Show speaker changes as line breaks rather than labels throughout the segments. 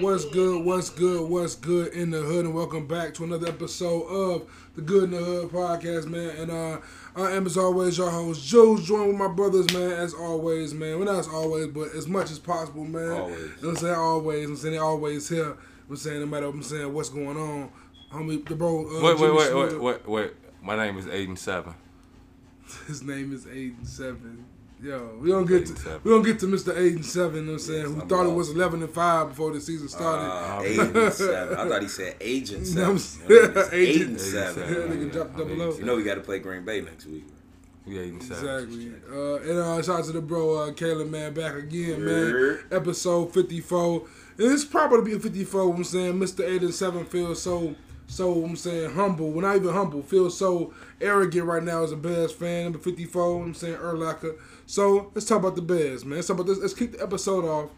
What's good? What's good? What's good in the hood? And welcome back to another episode of the Good in the Hood podcast, man. And uh, I am, as always, your host, Joe, joined with my brothers, man. As always, man. Well, not as always, but as much as possible, man.
Always.
You know what I'm saying? Always. I'm saying they always here. You know what I'm saying no matter what I'm saying, what's going on, homie. The bro. Uh,
Wait, wait,
Jimmy
wait,
Smith,
wait, wait, wait. My name is Aiden Seven.
His name is Aiden Seven. Yo, we don't get
Aiden
to,
Seven.
we don't get to Mr. Aiden Seven. You know what I'm saying?
Yes,
Who
I'm
thought it
lost.
was 11 and five before the season started.
Uh,
Agent seven. I thought he said agent
No, I'm
seven. Agent,
saying Agent
seven.
Seven. nigga dropped
I'm
double
Aiden
O.
Seven.
You know we got to play Green Bay next week.
we Aiden Seven.
Exactly. Uh, and uh, shout out to the bro, uh, Caleb, man, back again, man.
Yeah.
Episode 54. And it's probably be 54, what I'm saying. Mr. 8 and 7 feels so, so, what I'm saying, humble. Well, not even humble. Feels so arrogant right now as a Bears fan. Number 54, what I'm saying, Erlacher. So let's talk about the Bears, man. Let's, talk about this. let's kick the episode off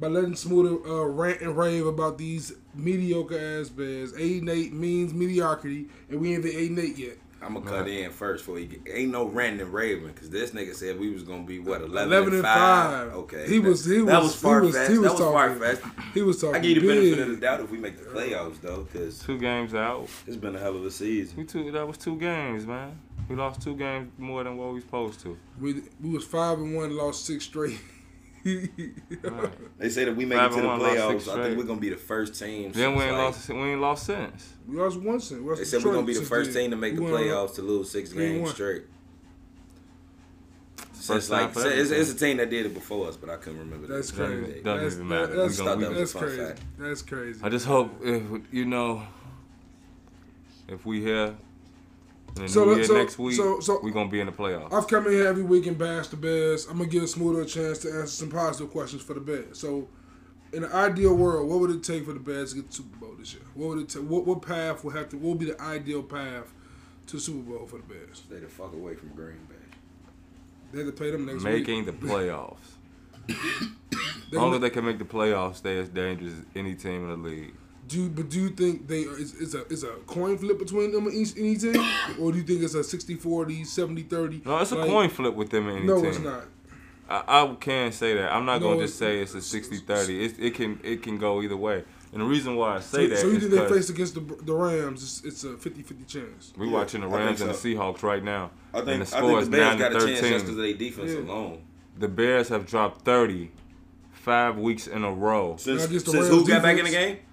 by letting Smoother uh, rant and rave about these mediocre ass Bears. 8 and 8 means mediocrity, and we ain't the 8 and 8 yet.
I'm gonna cut in first before he get, ain't no random Raven because this nigga said we was gonna be what 11, and five. Okay,
He was. He
that
was.
was far
he was,
fast.
He was
that was
talking.
far fast.
He was talking.
I give you the benefit of the
big.
doubt if we make the playoffs though, because
Two games out.
it's been a hell of a season.
We two. That was two games, man. We lost two games more than what we supposed to.
We, we was five and one, lost six straight.
Right.
They said if we make it
Five
to the
and one, lost
playoffs,
six
I think
straight.
we're gonna be the first
Then
team. since,
we ain't
like-
lost. We ain't lost since.
We lost one since. we lost
They said we're
Detroit
gonna be the
since
first
then.
team to make the
We won.
playoffs to lose six
We
games
won.
straight.
First
Since
time
like
for
it's, it's
everything.
a team that did it before us, but I couldn't remember.
That's
the-
Doesn't
crazy.
even- doesn't
That's,
even matter.
That's,
We gonna
win.
that's
I thought that
crazy.
was a fun fact.
That's crazy.
I just hope if you know if we here. In the
So
new
let-
year
so-
next week,
so- so-
we gonna be in the playoffs.
I've come in here every week and bashed the Bears. I'm gonna give Smoother a chance to answer some positive questions for the Bears. So, in an ideal world, what would it take for the Bears to get the Super Bowl this year? What would it take? What, what path would have to? What would be the ideal path to Super Bowl for the Bears?
Stay the fuck away from Green Bay.
They have to play them next week.
Making the playoffs. As
They
long
gonna-
as they can make the playoffs, they as dangerous as any team in the league.
Do you, but do you think they are, is, is a is a coin flip between them and each, any team, or do you think it's a 60-40, 70-30?
No, it's a
Like,
coin flip with them and any
No,
team.
it's not.
I, I can say that. I'm not
No,
gonna just say
it's-
it's a 60-30. It, it can it can go either way. And the reason why I
so,
say that
so you
is
think they
'cause
face against the the Rams? It's, it's a 50-50 chance.
we
Yeah,
watching the
I think
Rams and the
so.
Seahawks right now.
I
and
think,
the
I think
score
the
is
Bears
nine
got
to
a chance just
thirteen.
because their defense
Yeah.
alone.
The Bears have dropped 30 five weeks in a row.
Since,
I guess the
since
Rams
who got back in the
defense-
game?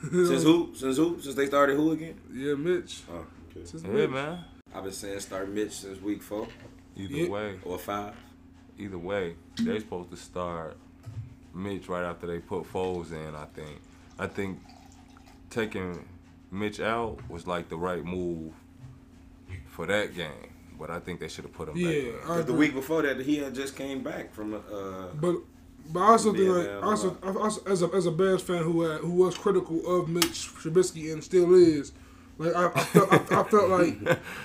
Since who? Since who? Since they started who again?
Yeah, Mitch.
Oh, okay.
Since
Yeah,
Mitch.
man.
I've been saying start Mitch since week four
Either
Yeah.
way,
or five.
either way, they supposed to start Mitch right after they put Foles in. I think. I think taking Mitch out was like the right move for that game, but I think they should have put him
Yeah,
back. in.
I
Because the
agree.
week before that, he had just came back from. Uh,
But but I also think
Yeah,
like
man,
also, I also as a as a Bears fan who had, who was critical of Mitch Trubisky and still is, like I, I, felt, I, I felt like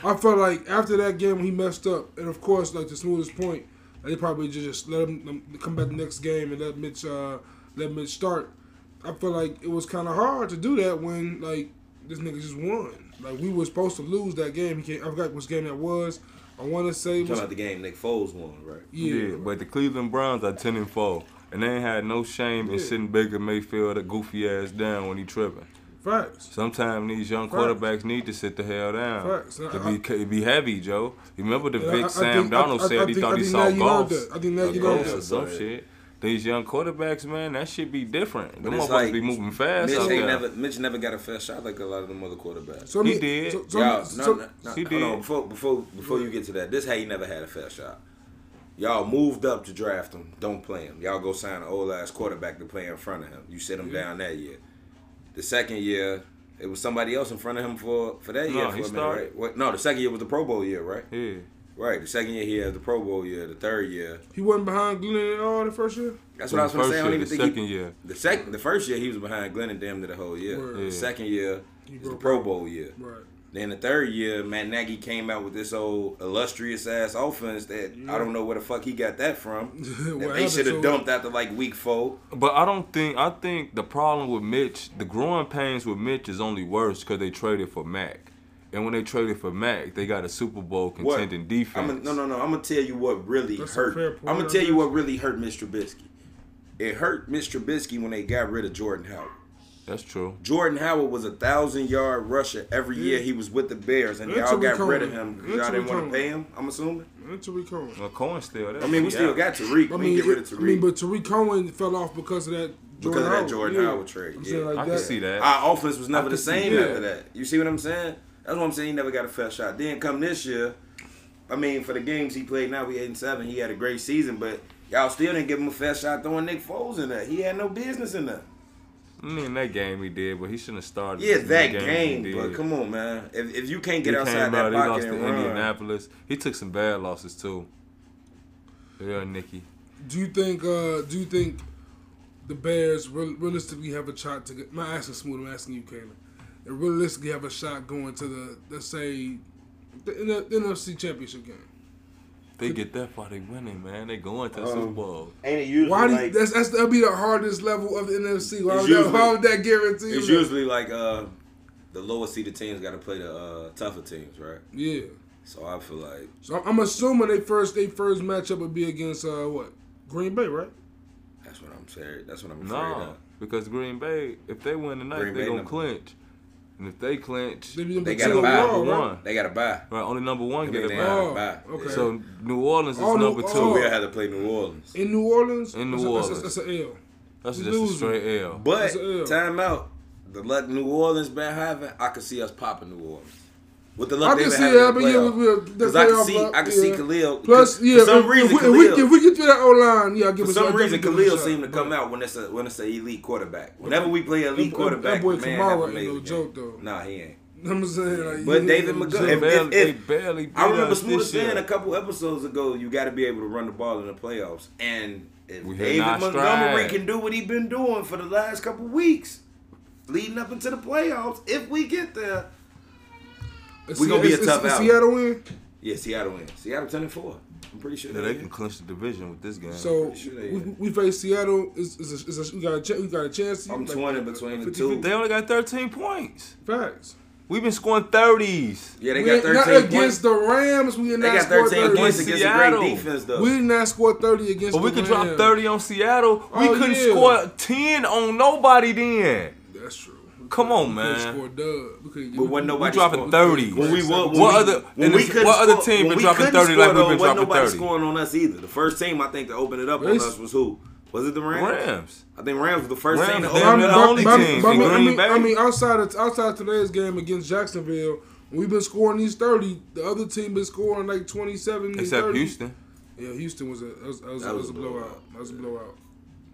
I felt like after that game when he messed up, and of course like the smoothest point, they probably ju- just let him them come back the next game and let Mitch uh, let Mitch start. I felt like it was kind of hard to do that when like this nigga just won. Like we were supposed to lose that game. He can't, I forgot which game that was. I want to say it
talking
was
about the game Nick Foles won, right?
Yeah,
yeah,
but the Cleveland Browns are ten and four, and they ain't had no shame in
Yeah.
sitting Baker Mayfield a goofy ass down when he tripping.
facts.
Sometimes these young
Facts.
quarterbacks need to sit the hell down.
Facts.
To
I-
be ca- be heavy, Joe. Remember the
Yeah,
Vic
I- I
Sam
think-
Donald
I- I-
said
I
he
think-
thought
I
he
think
saw
now you learned
golf.
that. I think now you learned
Yeah,
Goals
that.
or some
but-
shit. These young quarterbacks, man, that shit be different. Them
it's
motherfuckers
like,
be moving fast
Mitch
out
ain't
there.
never Mitch never got a fair shot like a lot of them other quarterbacks.
So
He
let me-
did.
So, so,
Y'all,
so,
no, no, no,
She
hold on,
did.
Before, before, before you get to that, this how you never had a fair shot. Y'all moved up to draft him. Don't play him. Y'all go sign an old ass quarterback to play in front of him. You sit him down that year. The second year, it was somebody else in front of him for for that
No,
year.
he
for a minute,
started.
right? What, no, the second year was the Pro Bowl year, right?
Yeah.
Right. The second year he had the Pro Bowl year. The third year,
he wasn't behind Glenn at all the first year.
that's what I was gonna
First
say. I don't
year,
even
the
think
second
he,
year.
the second, the first year he was behind Glenn and damn near the whole year.
Word.
Yeah.
The second year
He
is the
broke
Pro
out.
Bowl year.
Right.
Then the third year, Matt Nagy came out with this old illustrious ass offense that I don't know where the fuck he got that from. that
What
they
happened
should
to
have
it?
dumped after like week four.
But I don't think I think the problem with Mitch, the growing pains with Mitch is only worse because they traded for Mac, and when they traded for Mac, they got a Super Bowl
What?
contending defense.
I'm no, no, no. I'm gonna tell you what really
That's a fair
hurt.
point,
I'm gonna
I
tell you
guess.
what really hurt Mr. Trubisky. It hurt Mr. Trubisky when they got rid of Jordan Howard.
That's true.
Jordan Howard was a thousand yard rusher every year he was with the Bears, and
Until
y'all
we
got
come
rid of
in.
him because
Until
y'all didn't
we
want
come
to pay him. I'm assuming.
And Tariq Cohen.
Well, Cohen still there.
I mean, we still got Tariq.
I
we didn't
mean,
get rid of
it- I mean,
Tariq
but Tariq Cohen fell off because of that Jordan
because of that
Howard.
Jordan
yeah.
Howard trade.
I'm
Yeah.
saying like
I can
that.
see that.
Our offense was never
I
the
can see
same
that.
after that. You see what I'm saying? That's what I'm saying. He never got a fair shot. Then come this year, I mean, for the games he played now, we eight and seven. He had a great season, but y'all still didn't give him a fair shot throwing Nick Foles in there. He had no business in there.
I mean, that game he did, but he shouldn't have started.
Yeah,
the
that
games he
game, but
did.
come on, man. If, if you can't
He
get outside
came out,
that
he
pocket
lost to
and run,
Indianapolis. He took some bad losses too. Yeah, Nicky.
Do you think? Uh, do you think the Bears real realistically have a shot to? Get, I'm not asking Smooth. I'm asking you, Kalen. They realistically have a shot going to the let's say the, N- the NFC Championship game.
They get that far, they winning, man. They going to the Super Bowl.
ain't it usually
Why do you,
like
that's, that's that'll be the hardest level of the NFC? Why
It's
would, that, why
usually-
would that guarantee?
it's
that?
usually like uh, the lower seeded teams got to play the uh, tougher teams, right?
yeah.
So I feel like
So I'm- I'm assuming they first they first matchup would be against uh what Green Bay, right?
that's what I'm saying. That's what I'm afraid
No, because Green Bay, if they win tonight,
Green
they
Bay
gonna
number-
clinch. And if they clinch,
They, be number
They
two
got a bye.
overall, right?
One.
of. They got to buy.
right, only number one
I
get
mean,
a
they
bye.
had
Oh,
a bye.
okay.
Yeah.
So New Orleans is
Oh, New-
number two.
oh.
We'll have to play New Orleans.
In New Orleans.
In New
That's a- that's a- that's
Orleans.
an L.
That's
We
just a
losing.
straight L.
But
That's a L.
timeout. The luck New Orleans been having, I could see us popping New Orleans. With the
I
luck
can
they've
see
having,
it,
in
but
the
yeah,
playoff.
we, we,
Because
the
I
playoff
can see,
luck,
I can see
yeah.
Khalil.
Plus,
for
yeah,
some
if,
reason,
if, we, if, we,
Khalil,
if we get through that O line, yeah, I'll give
for
us
some
I'll definitely
reason,
give
Khalil
us a shot,
seemed to
but
come out when it's a when it's an elite quarterback. Whenever we play
that-
elite
that
quarterback,
boy
the man have
Kamara ain't no
amazing
joke,
game.
though.
Nah, he ain't.
You know what I'm saying, like,
But
yeah,
David
yeah,
McGo-
they,
yeah.
if-
barely,
if-
they barely beat
I remember
us
Smooth
this year.
saying a couple episodes ago, you got to be able to run the ball in the playoffs. And if
We hit
David
our
Montgomery
stride.
can do what he's been doing for the last couple weeks, leading up into the playoffs, if we get there, we gonna be a
Is- is-
tough
is
out.
Seattle win.
yeah, Seattle wins. Seattle ten and four. I'm pretty sure
Yeah,
they
they can
win.
clinch the division with this game.
So
pretty sure they
we,
win.
we face Seattle. Is is a, is a, we got a ch- we got a chance. here,
I'm
like,
twenty between the
50,
two.
they only got 13 points.
Facts.
We've been scoring 30s.
Yeah, they
we
got
ain't- not
thirteen points.
against the Rams. We did
They
not
got
score
thirteen
30.
points
against
against a great
Seattle.
defense though.
we did not score 30 against.
But we
the
could
Rams.
drop 30 on Seattle. We
Oh,
couldn't
yeah.
score 10 on nobody then.
That's true. We
Come on,
couldn't- we couldn't
man.
Score a dub. We couldn't get-
But wasn't nobody
dropping
scoring.
30.
When we were, when
What
we,
other-
when
and
we
it's-
couldn't
what other
score-
team been
when we
dropping
couldn't
30
score,
like we've been
though, wasn't
dropping
nobody
30?
scoring on us either. The first team I think to open it up on
Rams.
us was who? Was it the Rams?
Rams.
I think Rams was the first
Rams,
team to
they-
open
they're
it
the
up.
only team in
I,
Green
mean,
Bay.
I mean, outside of, outside of today's game against Jacksonville, we've been scoring these 30. The other team been scoring like 27 and
Except
30.
Houston.
Yeah, Houston was a that was, that was,
That
that
was
was a
a blowout.
blowout. That was a blowout.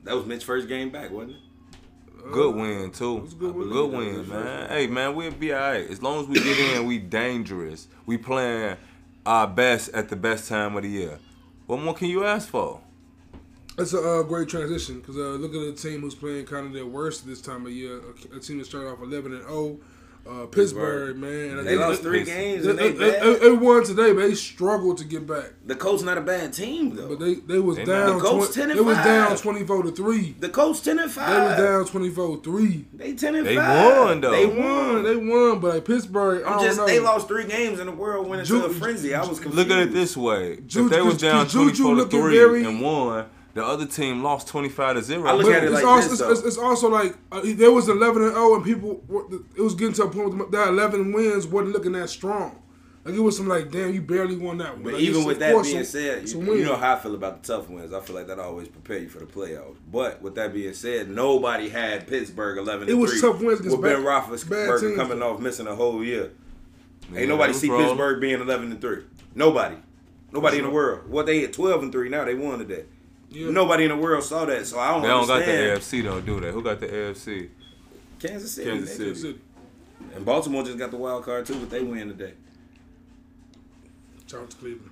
That was Mitch's first game back, wasn't it?
Good win too.
Uh, was a
good
good
win,
win.
man. Hey man, we'll be alright. As long as we get in, we dangerous. We playing our best at the best time of the year. What more can you ask for?
That's a uh, great transition because uh, look at the team who's playing kind of their worst this time of year. A, a team that started off 11 and 0. Uh, Pittsburgh, man. And
They lost three
Listen.
games
They,
and they
they, they, they,
bad.
they won today, but they struggled to get back.
The Colts not a bad team
But
though.
they they was
They not-
down.
The
Colts
20
10 and
they was down
5.
24 to three.
The Colts ten and
They was
five.
down 24 3.
They ten and
They
five.
won, though.
They
They won.
won.
They won, but like Pittsburgh, I
I'm
don't
just
know.
they lost three games and the world went into
Ju-
a frenzy. I was confused.
Look at it this way:
Ju-
if they was
Ju-
down
Juju
twenty-four to
looking
three
very-
and won, the other team lost twenty-five to zero.
I look
But
at it
it's,
like
also,
this,
it's, it's,
though.
it's also like uh, there was 11 and 0, and people were, it was getting to a point where that 11 wins wasn't looking that strong. Like it was some like, damn, you barely won that one.
But
Like,
even
it's
with
a-
that
of
being
course,
said,
it's
you,
a
you
win.
know how I feel about the tough wins. I feel like that always prepare you for the playoffs. But with that being said, nobody had Pittsburgh eleven.
It was
and 3
tough wins against
with Ben
bad- bad
Roethlisberger
teams,
coming
though.
off missing a whole year.
Yeah,
Ain't nobody
no
see
problem.
Pittsburgh being eleven and three. Nobody, nobody in the world. What they at twelve and three now? They won today.
Yeah.
Nobody in the world saw that. So I don't
They don't got the
understand.
AFC though, do they? Who got the AFC?
Kansas City,
Kansas
nigga.
City.
and Baltimore just got the wild card too, but they win today.
Shout out to Cleveland.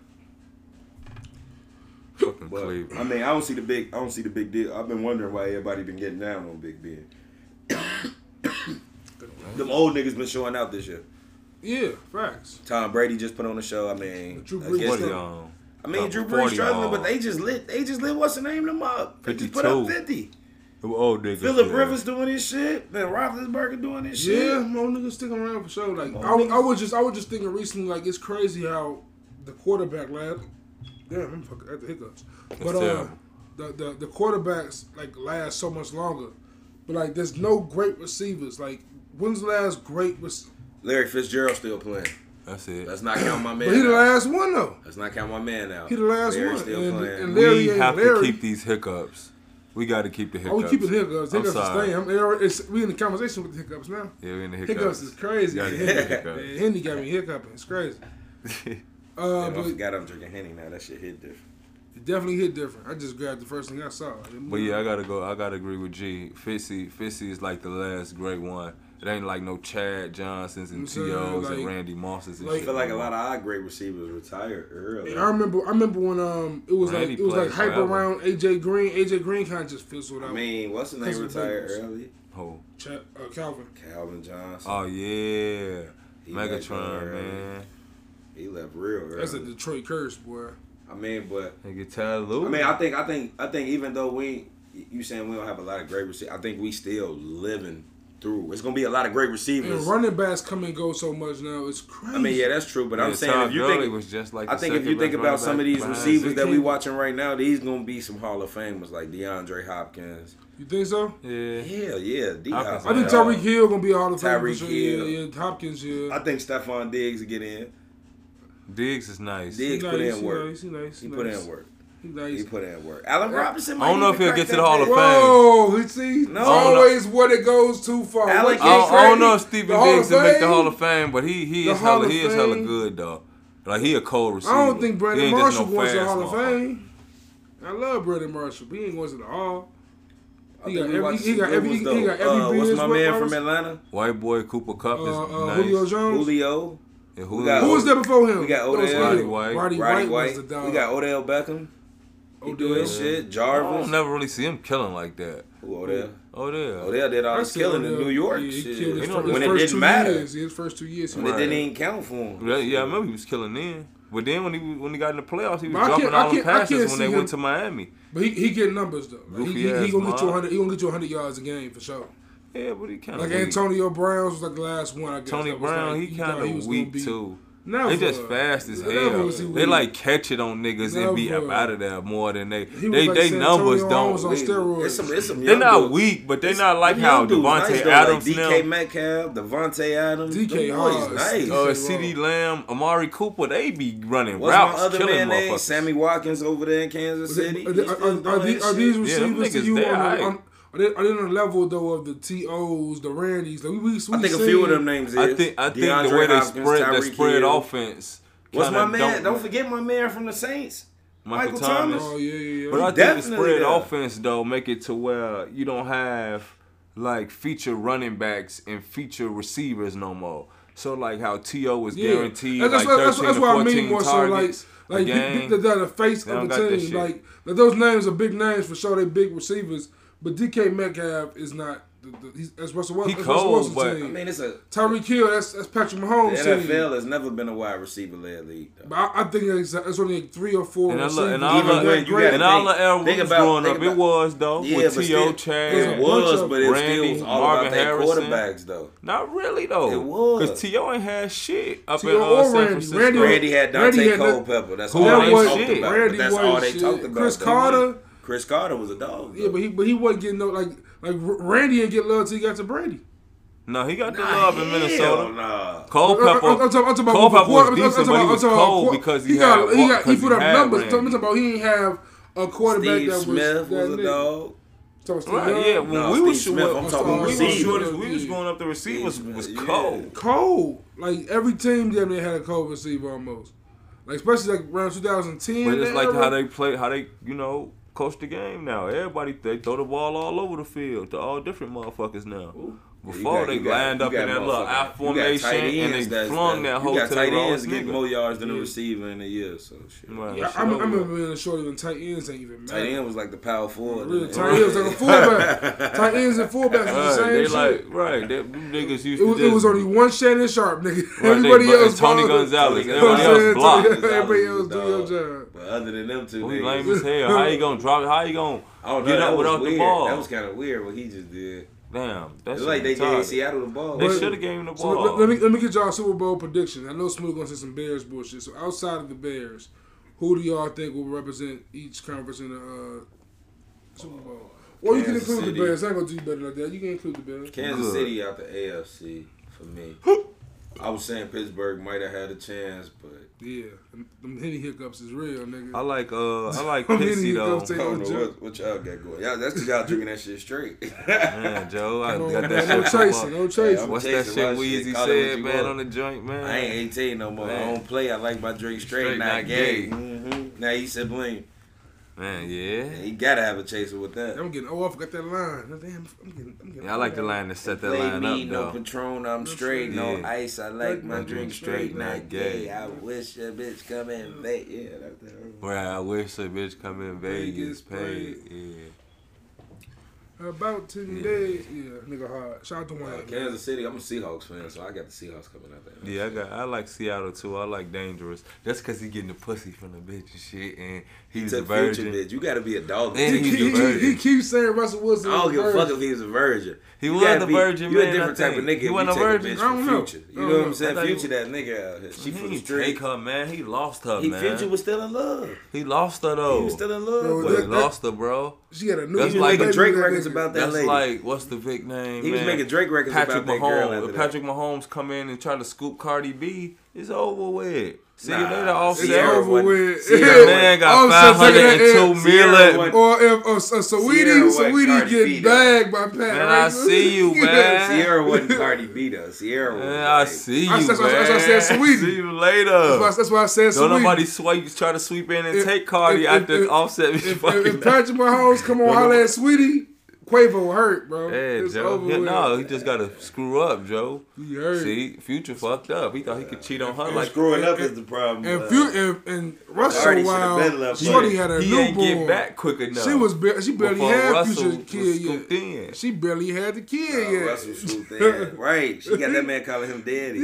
Fucking
But I
Cleveland.
mean, I don't see the big. I don't see the big deal. I've been wondering why everybody been getting down on Big Ben. Them old niggas been showing out this year.
Yeah, facts.
Tom Brady just put on the show. I mean,
Drew Brees
against
Yes,
Forty
though.
them.
on.
I mean,
Couple
Drew
40
uh,
Brees struggling,
on.
but they just lit. They just lit. What's the name? Them up. They just put up
52.
fifty.
Them old niggas.
Philip
man.
Rivers doing his shit. Ben Roethlisberger doing his shit.
Yeah, more niggas sticking around for sure.
Oh,
Like I, I was just I was just thinking recently, like it's crazy how the quarterback lab. Damn, I'm fucking at the hiccups. But uh,
terrible.
the, the the quarterbacks like last so much longer. But like, there's no great receivers. Like, when's the last great? Rec-
Larry Fitzgerald still playing.
That's it.
Let's not count my
but he
man.
the
out.
last one though.
Let's not count my man out.
He the last
Larry
one.
Still
And-
playing.
and-
we
Larry ain't
have to
Larry.
keep these hiccups. We got to keep the
I
hiccups.
would Oh, keep it hiccups.
I'm
Hiccups is
sorry.
staying. I'm, it's, we in the conversation with the hiccups now.
Yeah, we in the hiccups.
Hiccups is crazy.
Gotta
Henny,
get the
man, Henny got me hiccuping. It's crazy. Uh,
Yeah, I
but
forgot I'm drinking Henny now. That shit hit different.
it definitely hit different. I just grabbed the first thing I saw.
But yeah, I gotta go. I gotta agree with G. Fitzy, Fitzy is like the last great one. It ain't like no Chad Johnsons and
I'm saying,
T.O.s
like-
and Randy Mosses and
like-
shit.
I feel like a lot of our great receivers retired early.
And I remember, I remember when um, it was
Man,
like
he
it was like
played
hype
forever.
around AJ Green. AJ Green kind of just fizzled out.
I mean, what's the
Cause
name
of
retired
Bengals.
early?
Oh,
Ch- uh, Calvin.
Calvin Johnson.
oh yeah,
He back
Megatron
there.
man.
He left real early.
That's a Detroit curse, boy.
I mean, but
Nigga Ty
I
Lue.
mean, I think, I think, I think, even though we, you saying we don't have a lot of great receivers, I think we still living through. It's gonna be a lot of great
And
receivers.
running backs come and go so much now. It's crazy.
I mean, yeah, that's true. But I'm
Yeah,
saying
Todd
if you
Gurley
think,
was just like
I
the
think if you
second
think
best
about
running
some of
back
these
behind
receivers
Zeke.
that we watching right now, these gonna be some Hall of Famers like DeAndre Hopkins.
you think so?
Yeah,
Hell yeah, D.
Hopkins
I think
Yeah.
Tyreek Hill gonna be a Hall of Famer. for
Tyreek
sure.
Hill.
Yeah, yeah, Hopkins. Yeah,
I think Stephon Diggs will get in.
Diggs is nice.
Diggs
He
put
nice,
in
he
work.
Nice, he nice,
He
he
put
nice.
in work.
He
He
nice.
put in work. Allen Robinson.
I don't
might
know
even
if he'll
crack
get to
that
the Hall of
thing.
Whoa, he see, it's
No.
always what it goes too far.
Alec
What
is
I don't, I don't know if
crazy,
Stephen
the Hall
Diggs
of
will make the
Fame.
Hall of Fame, but he he
The
is
Hall
hella
of
he is hella
Fame.
good though. Like he a cold receiver.
I don't think
He
Brandon
ain't just
Marshall
no
going to the
fast
Hall of
motherfucker.
Fame. I love Brandon Marshall, but he ain't going to the Hall.
I
He
think
got
we
every-
watched
he got
some
every-
good ones,
he got
though.
every
Uh, What's
Beers
my
with
man
Roberts?
from Atlanta?
White boy Cooper Cup
Uh,
is
uh,
nice.
Julio Jones.
Julio.
And
We
Julio-
got-
Who was there before him?
We got
That was
Odell.
Odell.
Roddy White.
Roddy,
Roddy
White was
White.
the dog.
We got Odell Beckham. He do
Odell. Oh,
his shit.
I don't
Jarvis.
never really see him killing like that.
Who Odell?
Oh yeah.
Odell did all
I
this
said
killing in
Odell.
New York.
Yeah, he
shit.
killed his,
You know,
first,
when it
his first
didn't
two
matter.
Years. His first two years. he
When
was-
it didn't even count for him.
Yeah, yeah, I remember he was killing then. But then when he was- when he got in the playoffs, he was
But I
dropping
can't- I
all them
can't- I can't
passes when they
see him-
went to Miami.
But he, he get numbers though. Like, he, he, he
Goofy-ass
gonna get you
mob.
100. He gonna get you 100 yards a game for sure.
Yeah, but he kind of
Like Antonio Brown was like the last one. I guess.
Tony
that was
Brown,
like,
he
you thought
kind of
was gonna
weak
be-
too.
Never.
They just fast as
Never
hell.
was he
They
weak.
like catch it on niggas and be up
Never.
out of there more than they
He was
they
like
they
San
numbers
Antonio
don't.
Holmes on steroids.
It's some, it's some
They're
young
not
dude-
weak, but they're
it's-
not like
them
how
young dudes
Devontae
nice, though,
Adams
like DK
now.
Metcalf, Devontae Adams,
DK
them boys
Hard.
nice.
Uh,
Uh,
Wrong.
CD Lamb, Amari Cooper, they be running
What's
routes,
my other
killing
man name?
motherfuckers.
Sammy Watkins over there in Kansas
Is it-
City.
Are,
He
they- are,
still
are,
doing
are, these,
his
are
shit.
these
Yeah, them
receivers to
niggas,
you on,
they
the-
alright.
on are they, are they on the level though of the tos, the Randys? Like we, we, we
I think a
seen-
few of them names. Is.
I think I think the
DeAndre
way they
Hopkins,
spread the
Tyreek
spread
Hill.
offense.
What's my
kinda
man? Don't, forget my man from the Saints,
Michael
Michael,
Thomas.
Thomas.
Oh yeah, yeah, yeah.
But I think the
Definitely
spread
there.
offense though make it to where you don't have like feature running backs and feature receivers no more. So like how To was
Yeah.
guaranteed
That's-
like
that's-
thirteen
that's
to
what I mean
fourteen
more so, like-
targets a
Like
game.
the, the, the face
They don't
of
got
the
that
team.
shit.
Like, like those names are big names for sure. They big receivers. But DK Metcalf is not. The, the, he's, that's Russell Wilson.
He
that's Russell
cold,
Wilson's
but-
I
team.
mean, it's a
Tyreek Hill. That's that's Patrick
the
Mahomes. team.
NFL has never been a wide receiver led league. though.
But I, I think it's, it's only like three or four.
And I
receivers
love, and
that
all
are
Even
the
that
when you
great.
and all the
think-
L
think
rules
about-
growing
think
up,
about-
it was though
Yeah,
with
but
T.O.
still-
Yeah.
Chad.
It was,
Bunch
but it
Randy,
still was all
Marvin
about their
Harrison.
quarterbacks, though.
Not really though.
It was.
because T.O. ain't had shit up
T.O.
in
or
uh, San
Randy.
Francisco.
Randy was-
Randy had
Randy
Dante
had no-
Culpepper. That's
Who
all
that
they
was
talked
shit.
about.
Randy
but that's
was
all they
shit.
talked about.
Chris
They
Carter-
won. Chris Carter was a dog.
Yeah, but he but he wasn't getting no like like R- Randy didn't get love till he got to Brady.
No, he got the love in Minnesota.
Nah.
Culpepper,
I'm- I'm- I'm talking- I'm talking about-
Culpepper
I'm-
was
I'm- I'm
decent,
talking
but he
about-
was
I'm talking about
cold
quar-
because
he
he
got
had
he got he
because
put up
had
numbers. I'm
Randy.
talking about he didn't have a quarterback
Steve
that was that
Smith was a
nigga.
dog.
So it's
Right,
like,
yeah. When
Nah,
we was
Steve
shooting,
Smith, I'm
talking
when we was
receivers.
shooting, we was
Yeah.
going up the receivers
Steve
was
Smith, yeah.
cold.
cold. Like every team damn near had a cold receiver almost. Like especially like around 2010.
But it's
that
like
era.
how they play, how they you know coach the game now. Everybody they throw the ball all over the field to all different motherfuckers now. Before
got-
they
you got-
lined
you
up
got
in that little
motherfucking-
I
you got tight
formation and they
ends that's-
flung that
You
whole
got
to the
tight
wrong
ends getting more
nigga.
yards than the
Yeah.
receiver in a year, so shit.
Right.
Yeah, I, I remember being a short even tight ends ain't even
Tight
matter.
end was like the power forward.
Really, tight end was like a fullback. tight ends and fullbacks was the
Right,
same
they
shit.
like right. They, them niggas used
it, was,
to just
it was only one Shannon Sharp, nigga.
Right, they-
everybody
but
else,
Tony
bothered.
Gonzalez,
You know what I'm
everybody
saying?
else blocked.
Tony- Everybody else do
Gonzalez was a
your job.
But other than them two,
Well, he
niggas,
lame as hell. How you gonna drop it? How you gonna
I don't know.
get
Oh, that
up
was
without
weird.
the ball?
That was kind of weird what he just did.
Damn, that's
It's like they gave Seattle the ball.
They
But-
should have gave him the
So
ball.
let, let me let me get y'all Super Bowl prediction. I know Smooth gonna say some Bears bullshit. So outside of the Bears, who do y'all think will represent each conference in the uh, Super Bowl? Or you can
Kansas
include the
City.
Bears. I ain't gonna do you better like that. You can include the Bears.
Kansas
Good.
City out the AFC for me. I was saying Pittsburgh might have had a chance, but
Yeah, them- them henny hiccups is real,
I
nigga.
like uh, I like
I'm hitting
Pissy
you,
though.
go take-
I don't know what, what y'all got going. Y'all, that's because y'all drinking that shit straight.
Man, Joe, I
Come on,
got
man.
that
No
shit. from,
chasing,
uh,
no chasing.
What's that
Chasing
shit
my shit.
Weezy
Call it what
said,
you
man,
want.
on the joint, man?
I ain't 18 no more. I
Man.
don't play. I like my drink straight,
Straight,
not,
not
gay.
gay.
hmm Now he said blame.
Man, yeah.
Yeah, he gotta have a chaser with that.
I'm getting off. Got that line. Damn, I'm getting. I'm getting
yeah. I like the
old.
line to set that
Play
line
me,
up
no
though.
Patron, I'm straight, no
Yeah.
ice. I like my drink straight, not gay.
Yeah.
I wish a bitch come in late. Yeah, that's that.
Where I wish a bitch come in
Vegas
Vegas
paid.
paid. Yeah.
About ten
Yeah.
days. Yeah, nigga hard. Shout out to
Uh,
Wayne.
Kansas City, I'm a Seahawks fan, so I got the Seahawks coming out there.
Yeah, I got. I like Seattle too. I like Dangerous. That's cause he getting the pussy from the bitch and shit, and he was a
Took future
virgin.
bitch. You gotta be a dog.
Man,
He,
to
he's
he,
take
a
he,
you.
he,
virgin.
keeps saying Russell
I
Wilson.
don't
is
give a fuck
virgin.
if he was a virgin.
He
You
was
gotta
the
be-
virgin,
You a
man,
different
I
type of
think.
nigga.
He
if
wasn't
you
a
take
virgin.
bitch
I don't
from
know.
future.
I don't
You know what
know.
I'm
I thought
saying?
he
Future that nigga out here. She
He
from the
didn't
street.
take her, man. He lost her,
He
man.
future was still in love.
He lost her though.
He was still in love.
Bro,
with
But
that-
he
her.
that-
lost her, bro.
She had a new
That's
baby
like-
with
Drake
that
records
nigga.
about that
That's
lady.
like what's the Vic name?
He was
man?
making Drake records
Patrick
about that girl
Mahomes.
after
if
that.
Patrick Mahomes come in and try to scoop Cardi B, it's over with. See you
Nah,
later, offset.
It's
Sierra
over
wasn't-
with.
Sierra
The
wasn't-
man got
Offset
five
taking
hundred
that
and two
L.
million.
Sierra
Or if uh, so, so
Sierra
Saweetie,
wasn't
Saweetie
Cardi
get
B,
bagged by Pat.
Man, I
Riley.
see you, man.
Sierra wasn't Cardi B though. Sierra was.
Man, I
like-
see you,
I
man.
said- that's what I said, Sweetie.
See you
That's why,
later.
that's why I said
Don't
Saweetie.
nobody swipe, try to sweep in and
If-
take Cardi
if-
after
if-
offset. me
if,
fucking
if, if Patrick Mahomes come on
Don't
holler
nobody-
at Sweetie, Quavo hurt, bro.
Yeah,
it's
Joe.
over
Yeah,
with.
no, he just gotta screw up, Joe.
You heard.
See, Future fucked up. He thought he could cheat on her
Like
like
screwing up is the problem.
And,
uh,
few, and, and Russell
Cardi should've been
Wild,
left
Shorty
with.
had a
he ain't
newborn.
get back quick enough.
She was ba- she barely
before
had
Russell
future kid
was
yet.
scooped in.
She barely had the kid
uh,
yet.
Russell swooped in. Right. She got that man calling him daddy.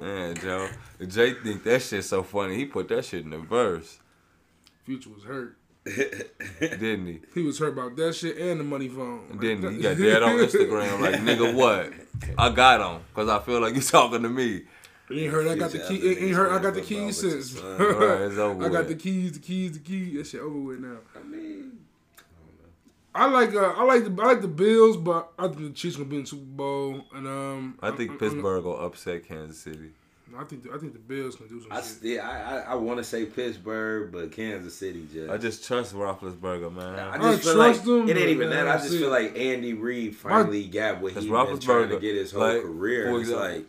Man, Joe. Jay think that shit so funny. He put that shit in the verse,
Future was hurt.
didn't he?
He was hurt about that shit and the money phone.
Didn't he? He got dead on Instagram. Like nigga, what? I got him because I feel like you talking to me.
Ain't heard I got the key. Ain't heard I got the keys since.
Right, it's over
I got
with.
the keys, the keys, the keys. That shit over with now.
I mean,
I like uh, I like the I like the Bills, but I think the Chiefs gonna be in the Super Bowl. And um,
I think Pittsburgh will upset Kansas City.
I think the, I think the Bills can do some
I
shit.
still, I, I, I want to say Pittsburgh, but Kansas City just.
I just trust Roethlisberger, man.
I
feel
trust
like
them,
it ain't
but
even that. I
that's
just
it.
feel like Andy Reid finally got what
That's
he's been trying to
Roethlisberger.
get his whole
Like,
career.
for
It's
example.
like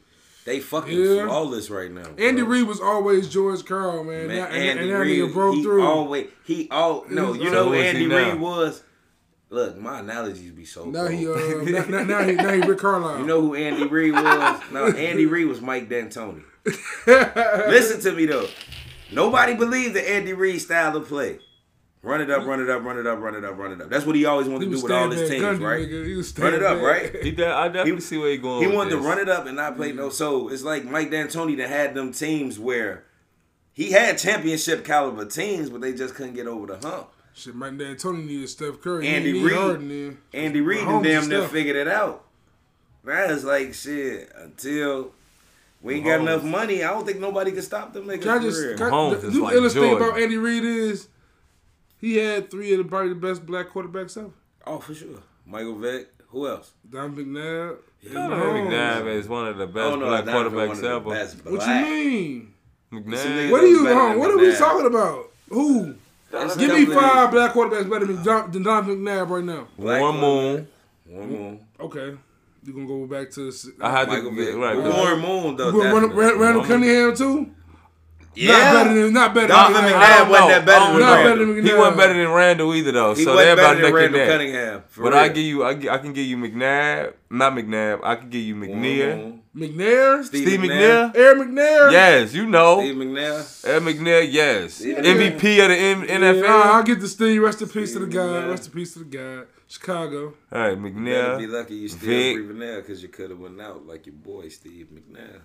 they fucking
Yeah.
flawless right now. bro.
Andy Reid was always George Carl, man.
Man,
Now- and,
Andy
and that
Reid,
nigga broke
he
through.
always he all no,
He's
you
all-
So
know who
who is
Andy
he now?
Reid was. Look, my analogies be so.
now
cold.
he uh, now, now, now he now he Rick Carlisle.
You know who Andy Reid was? no, Andy Reid was Mike D'Antoni. Listen to me though. Nobody believed the Andy Reid style of play. Run it up, run it up, run it up, run it up, run it up. That's what he always wanted
he
to
was
do with all
standing
his
there,
teams,
Gundy,
right?
nigga. He was
Run
standing
it up,
there.
right?
He de- I definitely see where he going.
He
with
wanted to
Oh, this. Mm.
run it up and not play no soul. It's like Mike D'Antoni that had them teams where he had championship caliber teams, but they just couldn't get over the hump.
Shit, Mike D'Antoni needed Steph Curry.
Andy
Andy
Reid.
Reid. Harden then.
Andy Reid
Mahomes
and damn
is
near
tough.
figured it out. Now it's like shit until we ain't got
Mahomes.
enough money. I don't think nobody can stop them niggas.
Can I just? Can,
Mahomes
I- the
is
the
like
illest thing
Jordan.
about Andy Reid is he had three of the probably the best black quarterbacks ever.
oh, for sure. Michael Vick. Who else?
Don McNabb. and
Donovan
Mahomes.
McNabb is one of the
Oh
best
no,
black
Donovan one of
quarterbacks
the
ever.
Best
What
black.
you mean?
McNabb.
What are you?
better than
Huh, what are we
McNabb.
talking about? Who?
That's
Give me
definitely-
five black quarterbacks better than Don, than Don McNabb right now.
Black
Warm
woman.
moon.
Warm Moon.
Okay, you gonna go back to?
I had to
Michael Vick.
right.
Warm Moon though.
You gonna run,
definitely.
Randall
Warren-
Cunningham too? Not better than not better
Donovan
than
McNabb
that.
I don't
wasn't
know.
that better
I
than
don't know.
Randall.
He wasn't better than Randall either, though.
He
so
wasn't
they're about
better than
nicking
Randall
that.
Cunningham. for
But I
real.
give you, I, gi- I can give you McNabb, not McNabb. I can give you McNair,
Mhm.
McNair,
Steve
Steve
McNair.
McNair.
Aaron McNair.
Yes, you know,
Steve McNair.
Ed McNair. Yes,
Yeah.
MVP of the M- NFL.
Nah, I'll get the Steve. Rest in peace to the
Steve
guy.
McNair.
Rest in peace to the guy. Chicago.
All right,
Better Be
McNair.
lucky you still
Vic.
breathing now because you could have went out like your boy Steve McNair.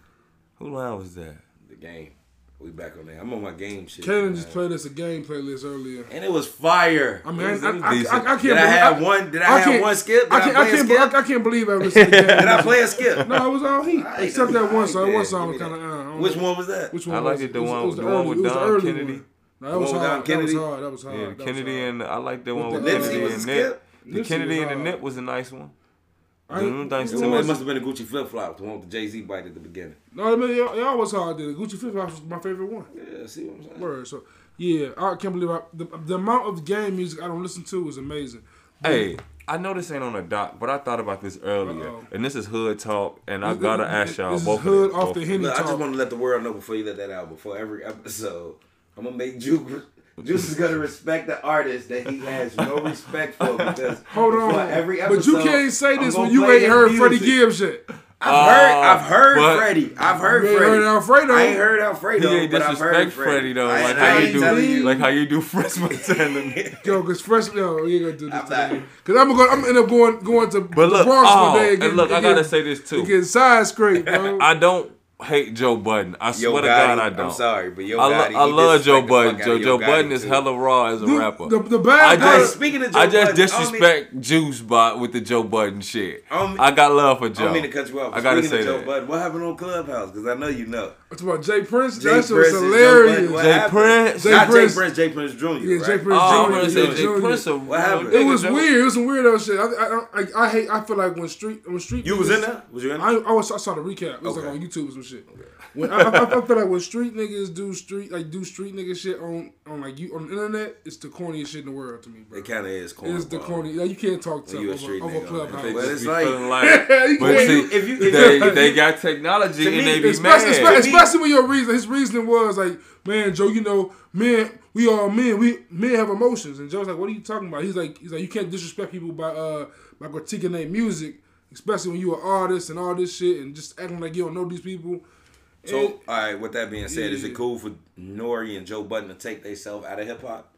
Who line was that?
The game. We back on that. I'm on my game shit.
Cannon
man.
just played us a game playlist earlier.
and it was fire.
I mean,
It was-
I, I,
it was
I, I,
decent.
I can't.
Did
believe,
I have one? Did I,
I
have
can't-
one skip? Did
I
I,
can't.
play
I
a
can't,
skip?
I, I can't believe I listened to the game.
Did I play a skip?
No, it was all heat
Alright,
except that one
alright,
song. That
then.
one song was
Give
kind
me
of. Uh, I don't
Which
know.
one was that?
Which
I
one?
liked
was
it, the
was-
one-
was
the one
early-
with
it was the
Don
early
Kennedy.
one. No,
The
that was
one with Don
hard. That was
Kennedy?
hard. That was hard.
Yeah,
That was
Kennedy
hard.
and I like that
Oh, With
one with
the-
Kennedy
Nipsey was
and
a
Nip.
skip?
The
Nipsey
Kennedy
was
and the
hard.
Nip was a nice one.
I
Them
ain't-
things
who
It
to
was-
much.
must have been the Gucci flip flop, the one with the Jay Z bite at the beginning.
No, I mean, y'all, y'all was hard. Did it. Gucci flip flops was my favorite one.
Yeah, see what I'm saying?
Word. So yeah, I can't believe I, the the amount of game music I don't listen to is amazing.
Hey, I know this ain't on the doc, but I thought about this earlier,
Uh-oh.
and this is hood talk, and I gotta ask y'all
This is
both
hood
of them,
off
both
the
of
henny
Look, I just
talk.
want to let the world know before you let that out. Before every episode, I'm gonna make Juke. Juice is gonna respect the artist that he has no respect for because
Hold on,
before every episode,
but you can't say this
I'm
when
gonna
you
play
ain't
his
heard Freddie
music.
Gibbs yet.
I've heard,
Oh,
I've heard
but-
Freddie. I've heard
You ain't
Freddie.
heard Alfredo.
I ain't heard Alfredo,
He ain't
but I've heard
disrespect
Freddie.
Freddie though,
I
like
ain't-
how
I
you
ain't telling
do,
you.
like how you do freshman tandem.
Yo, cause first, yo, we ain't gonna do this
I'm
today.
not-
Cause I'm gonna, go, I'm gonna end up going, going to
But
the
look,
Bronx
oh,
one day.
and
get-
look, I
get-
gotta say this
to
too.
get side scraped, bro.
I don't hate Joe Budden. I
Yo,
swear to
Gotti,
God, I don't.
I'm sorry, but Yo,
I, lo-
Gotti, he
I love
disrespect
Joe
the
Budden.
fuck out
Joe,
of
Joe
Yo
Budden
Gotti,
is
too.
hella raw as a
The-
rapper.
The, the
I
bad part.
just
speaking of
I
Joe
just
Budden, I don't mean-
disrespect Juice Bot with the Joe Budden shit.
I don't mean-
I got love for Joe.
I don't mean to cut you off. But
I gotta
speaking
say
of Joe
that.
Budden, what happened on Clubhouse? Because I know you know.
It's about Jay Prince.
Jay
that shit
Prince
was
and Joe Budden, what
hilarious.
Jay
happened?
Prince. Jay
Not
Prince.
Jay Prince, Jay Prince Jr.
Yeah, Jay
right?
Prince
Oh, I'm
Junior,
gonna say
Junior,
Jay
Junior.
Prince. or-
What happened?
It was
Joe-
weird. It was some weirdo shit. I, I, don't- I, I hate. I feel like when street when street.
You was in there? Was you in there?
I, I, was, I saw the recap. It was
Okay.
like on YouTube or some shit. When I, I, I feel like when street niggas do street like do street nigga shit on on like you on the internet, it's the corniest shit in the world to me, bro.
It kind of is corny.
It's the corny. Like, you can't talk to
When you a
over,
street
over
nigga, man.
They
clubhouse.
Well,
just
it's
be
like-
feeling like,
You
but
can't-
see,
if you- if
they,
you-
they got technology
To
and
me,
they be
Especially,
mad.
especially, especially when your reason, his reasoning was like, "Man, Joe, you know, men, we all men. We men have emotions." And Joe's like, "What are you talking about?" He's like, "He's like, you can't disrespect people by uh by critiquing their music, especially when you're an artist and all this shit, and just acting like you don't know these people."
So,
And-
all right. With that being said, is it
Yeah.
cool for Nori and Joe Budden to take themselves out of hip hop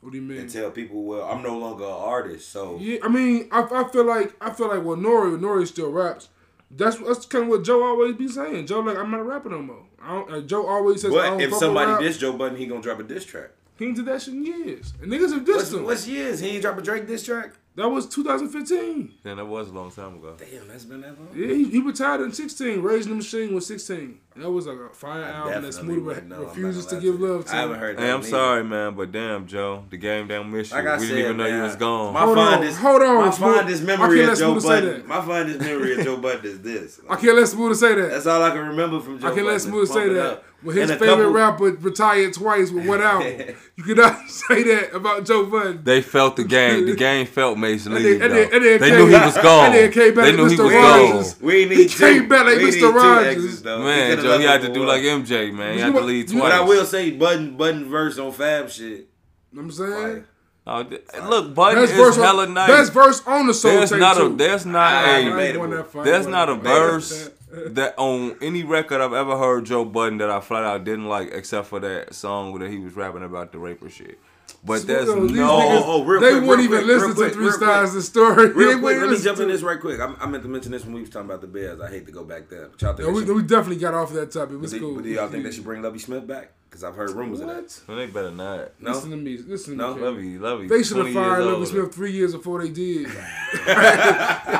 what do you mean?
and tell people, "Well, I'm no longer an artist"? So,
Yeah, I mean, I, I feel like I feel like well, Nori, Nori still raps. That's that's kind of what Joe always be saying. Joe like, "I'm not rapping no more." I don't, uh, Joe always says, "I
but
don't
if
fuck with
somebody
rap."
diss Joe Budden, he gonna drop a diss track.
he ain't did that shit in years, and niggas have dissed
What's,
him.
what's years? He ain't drop a Drake diss track.
that was 2015.
Then that was a long time ago.
Damn, that's been that long.
Yeah, he, he retired in 16. Raising the Machine was 16. That was like a fire album that
Definitely
Smooth
wouldn't
re-
know. I'm not
refuses
gonna
to
lie
give
you.
love to.
I haven't heard.
Hey,
that
I'm
neither.
sorwn sorry, man, but damn, Joe, the game down missed you.
Like I
we
said,
didn't even know you
man,
was gone.
My
Hold on,
fondest,
hold on,
My
Smooth.
fondest
I
memory
can't
of
let
Joe
Smooth say
Budden.
that.
My fondest memory of Joe Budden is this.
I can't let Smooth say that.
That's all I can remember from Joe.
I can't let
Budden.
Smooth
Pump
say
It
that.
Up.
When his
And a
favorite
couple-
rapper retired twice with one album, you cannot say that about Joe Budden.
They felt the game. The game felt Mason
And
Lee.
then- and then- and
They
then
knew he
came-
was gone.
and then came back
They knew he
Mr.
was
Rogers.
gone.
We need
He
two,
came back like
we
Mr.
need two
Rogers.
exits, though. Uh, He
Man,
could've
Joe,
left
he had
him
to do
for
like
one.
MJ, man. He
you
had to
want-
lead
you
twice.
want-
But I will say, Button Button verse on Fab shit.
You know what I'm saying?
Oh, th- look, Budden is
Best verse,
hella
on,
nice.
best verse on the soul
there's
tape
not a
too.
there's
Ah, I
not
I ain't
ain't
a
debatable.
going that far.
there's
I
not a
ain't going that
verse
far.
that on any record I've ever heard Joe Budden that I flat out didn't like, except for that song that he was rapping about the raper shit. But
Smooth
there's
on these
no.
niggas,
Oh, oh, real
they
quick,
wouldn't
real
even
quick,
listen
real quick,
to Three
real
Stars the story. They
Real
wouldn't
quick, let me
listen
jump
to
in
it.
this right quick. I'm, I meant to mention this when we was talking about the Bears. I hate to go back there. But y'all think
Yeah,
they
we,
should-
we definitely got off that topic. It's
do,
cool.
but do y'all think they should bring Lovey Smith back? Because I've heard rumors of that.
What?
Well, they better not.
No?
Listen to me. Listen
No,
to me.
Lovey, Lovey.
They should have
20 years
fired Lovie
older.
Smith three years before they did.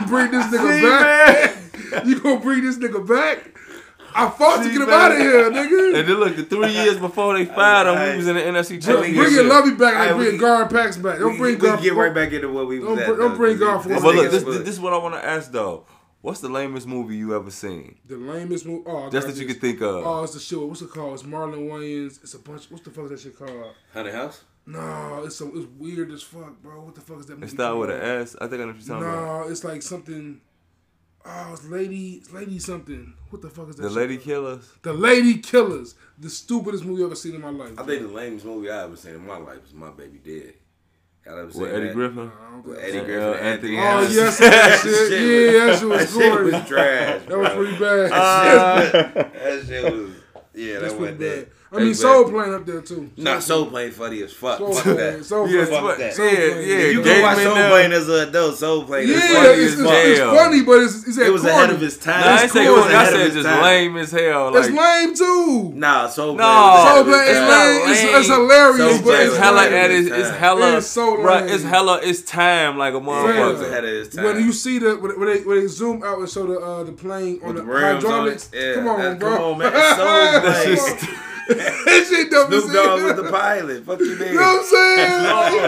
bring this nigga back. you gonna bring this nigga back? I fought to
See,
get him
man.
out of here, nigga.
And then look, the three years before they fired him, we was in the NFC
Bring
Championship.
Bring
your Lovey back
All
like
right, we
bring
can-
Gar Pax back. Don't
we,
bring
we can
Gar.
get right back into what we was
Don't
at.
br- don't
though,
bring
'cause
golf
this
on.
But look,
nigga's
this,
foot.
this is what I want to ask though. What's the lamest movie you ever seen?
The lamest move. Oh, I
Just
got
that you
this.
could think of.
Oh, it's the shit. What's it called? It's Marlon Wayans. It's a bunch. What's the fuck is that shit called?
Hunter House?
No, it's so it's weird as fuck, bro. What the fuck is that movie?
It started with an
called?
S. I think I know what you're talking about.
No, it's like something. Oh, it's lady, it's lady something. What the fuck is that?
The
shit
Lady
called?
Killers.
The lady killers. the stupidest movie I've ever seen in my life.
I think the lamest movie I ever seen in my life was My Baby Dead. Y'all ever seen
With Eddie
that?
Griffin.
I don't
With
think-
Eddie
Uh,
Griffin. and Anthony
Anthony
Oh
Anderson.
yes, that shit.
shit
Yeah, that shit
That
was
shit
gory.
was trash.
That was
bro. Uh,
pretty bad.
that shit was. Yeah,
That's
that
pretty
went
bad.
there.
I mean, Soul Plane up there too.
Nah, Soul Plane funny as fuck.
Soul
Fuck
Plane.
that.
Soul
Yeah,
Plane.
Fuck
but-
that.
yeah,
Soul Plane.
yeah.
You
Gary
go watch Soul
Manel.
Plane as an adult. Soul Plane
Yeah,
is
funny
funny
it's,
as
it's,
fuck.
it's
hell.
funny, but it's, it's
It was ahead of
his.
its time.
Nah, I ain't
It's cool,
say
it
it
was
was. I
ahead of
said
its
just
time.
lame as hell.
That's
Like
lame too.
Nah, Soul Plane.
No.
was ahead
Soul
of
Plane is
its
it's
time.
not
lame. It's,
lame.
it's hilarious,
Soul
but it's
Plane
it's hella
lame.
lame.
at its. It's
It
hella.
is so
bruh,
lame.
It's hella. It's time like a
Soul Plane was
motherfucker.
ahead of its time.
When you see the when when they when they zoom out and show the uh, the plane on the
With the rims on
hydraulics,
it. Yeah,
come on,
that-
bro.
come on, man. It's so
That's
lame.
just- that shit dumb as
Snoop Dogg
hell.
was the pilot. Fuck you,
You know what
man.
I'm saying?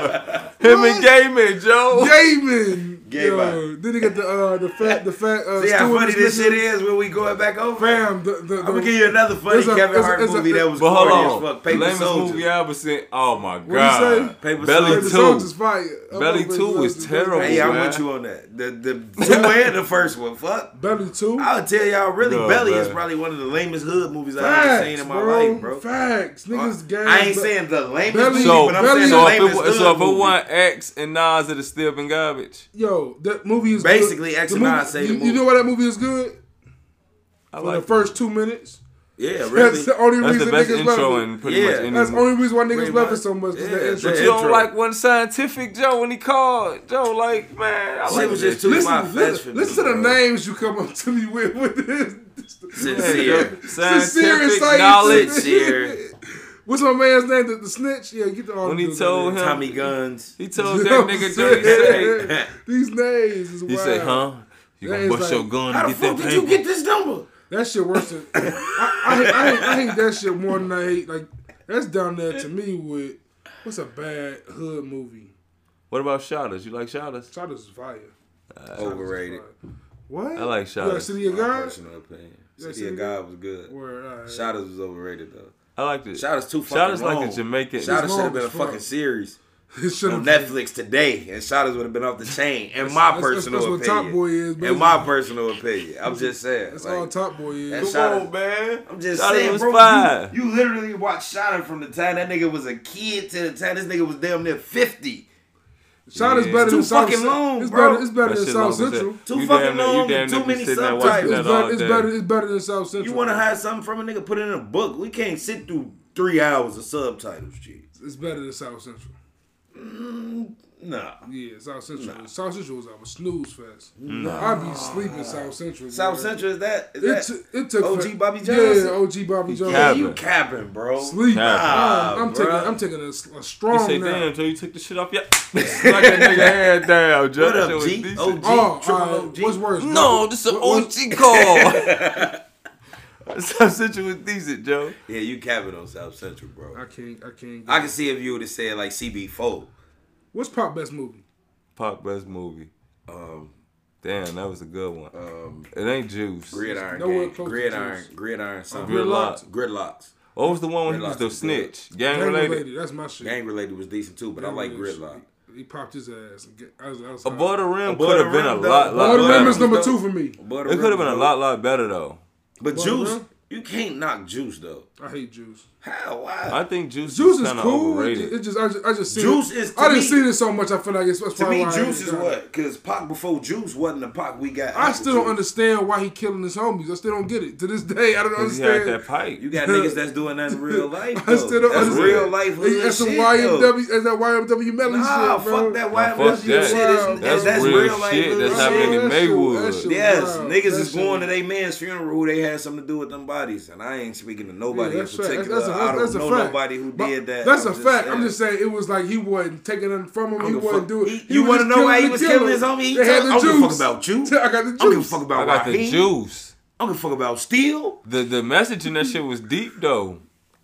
Him and Gay Man Joe.
Gaiman.
Gay
Yo,
man.
Then they get the uh, the fat the fat uh,
See how
stewardess
funny this
nigga.
shit is when we going back over.
Bam. The, the, the,
I'm gonna give you another funny
It's a-
Kevin
it's a-
Hart
it's a-
movie that was
But hold
corny as
on.
fuck.
the
Paper
lamest
Soldier.
movie I ever seen. Oh my
you say?
god.
Paper
Baby
Belly
Soldier.
two.
Soldier's fire. I love
Belly
Baby
Two was
Soldier's
terrible.
Belly-
Hey, I'm
man.
with you on that. The the two and the first one. Fuck.
Belly Two.
I'll tell y'all, really,
No,
Belly
man.
is probably one of the lamest hood movies I've ever
Facts,
seen in my
bro.
life, bro. Uh,
Facts. Niggas gang.
I ain't saying the lamest
Belly-
movie,
So,
but I'm
Belly-
saying
so
the
if it
lamest
wa-
hood
so if it
movie.
wasn't X and Nas, it'd have still been garbage.
Yo, that movie is
Basically,
good.
X
The
and
movie-
I say the
you, you
movie.
know why that movie is good?
I
For the
like
first two minutes.
yeah,
That's
really.
the only
That's
reason
the best
niggas love
intro
it.
in pretty
Yeah.
much any
That's the
movie.
only reason why niggas
Pretty
love it
much.
so much. is
Yeah,
that intro.
But
the
you don't
intro.
like one scientific Joe when he called Joe like man. I
Shit
like
was
that
just too-
shit.
my
Listen, listen,
fashion,
listen to the
bro.
names you come up to me with. with this.
Sincere.
Sincere
scientific
science.
knowledge.
Sincere.
What's my man's name? The, the snitch? Yeah, get the all
When
the
he
dudes
told
out
him-
Tommy Guns.
He told
there. You know
that
what I'm
nigga dirty shit.
saying? These names is wild.
He said, huh? You
That
gonna
is
bust
like-
your gun
How
to
the
get
fuck
that
did you
paper?
get this number?
That shit worse than I, I, hate, I, hate, I hate that shit more than I hate like that's down there to me with what's a bad hood movie?
What about shotters? You like shotters?
Shot is fire.
Overrated.
What?
I like
You like
Shadows.
City of
My
God?
personal opinion.
Yes, it
City of
is.
God was good.
Word, all right.
Shadows was overrated though.
I liked it.
Shadows too fucking
Shotters
long.
like the Jamaican.
Shadows
It's
should have
long
been a
as fuck.
fucking series
It should
on
have
Netflix today, and Shadows would have been off the chain. In my
that's- that's-
personal
that's what Top Boy is,
opinion,
baby.
in my personal opinion, I'm just saying.
That's
like,
all Top Boy is.
that's-
Come
Shotters-
on, man.
I'm just
Shotters
saying,
was
bro. You,
fine.
you literally watched Shadow from the time that nigga was a kid to the time this nigga was damn near fifty.
Shot is
Yeah.
better
Too
than South
fucking
Central.
long,
It's
bro.
better. It's better
That
than
shit
South
long as
Central.
hell.
Too
You
fucking
damn near- you
long,
damn
too
near
many
sitting there watching
It's
subtitles.
that
better.
all
It's
day.
better. It's better than South Central.
You want to hide something from a nigga? Put it in a book. We can't sit through three hours of subtitles, G.
It's better than South Central.
Nah.
Yeah, South Central. South Central was a snooze fest. I be sleeping South Central.
South
man.
Central is that? Is
It,
that
t- it took
OG
fa-
Bobby Johnson?
Yeah, OG Bobby Johnson.
yeah,
capping.
you capping, bro.
Sleep.
Nah,
I'm, I'm
bruh.
taking. I'm taking a, s- a
He
strong
said,
now.
damn, Joe, you took the shit off your. Smack that nigga hand down, Joe.
What
That
up,
shit was
G?
decent.
OG?
Oh,
Triple
all right.
OG.
what's worse?
No,
What-
this is an
what- what-
OG call. South Central was decent, Joe.
Yeah, you capping on South Central, bro.
I can't. I can't.
I can see if you would have said like CB4.
What's Pop best movie?
Pop best movie.
Um,
Damn, that was a good one.
um,
It ain't Juice.
gridiron,
Nowhere
gang,
close to
gridiron,
Juice.
gridiron, something.
Gridlock.
Gridlocks.
What was the one when he was
Gridlock
the
was good.
snitch? Gang
Gang
related.
related. That's my shit.
Gang related was decent too, but I like
Related.
gridlock.
He popped his ass. and get- I was, I was
Above the rim
Above
could
the
have been a lot,
Rim, though.
lot
Above the rim
better.
is number two for me.
But
It could have been a lot, lot better though.
But
Above the
Juice,
Rim?
you can't knock Juice though.
I hate Juice.
How? Why?
I think Juice,
Juice
is
is
kind of
cool. It
overrated.
just, it just, I just, I just see
Juice
it.
is, to
I didn't
me-
see this so much. I feel like it's that's
to
probably
me,
why I
Juice
hate
is
it.
what? Because Pac before Juice wasn't the Pac we got.
I
after
still don't
Juice.
understand why he killing his homies. I still don't get it to this day. I don't
Cause he had
understand.
that pipe.
You got niggas that's doing that in real life.
I still
though.
don't
that's
understand.
real life.
Hey,
hood
That's some
shit, though.
YMW. That's that YMW Melly
Nah,
shit, bro.
fuck that
Nah,
YMW
fuck
shit.
that.
That's,
That's
that's,
real
real, life.
shit.
hood
That's
shit.
Nah,
happening
that
in
shit-
Maywood.
that shit
Yes,
wild.
niggas
That
is
shit-
going to their man's funeral who they had something to do with them bodies, and I ain't speaking to
Yeah,
nobody in
that's fact.
particular.
That's- that's a-
I don't
that's a
know
fact.
nobody who
But
did that.
That's
I'm
a
just
fact.
saying.
I'm just saying it was like he wasn't taking nothing from him.
I
He
don't give a
wasn't
fuck.
doing.
He-
he
you
was
wanna
just
know
killing
why he
the
was
killer.
killing his homie? He
They had
told-
the
I don't give a fuck
juice.
about you.
I got the juice.
I don't give a fuck
I
about
got the
Raheem.
juice.
I don't give a fuck about Steel.
The the message in that shit was deep though.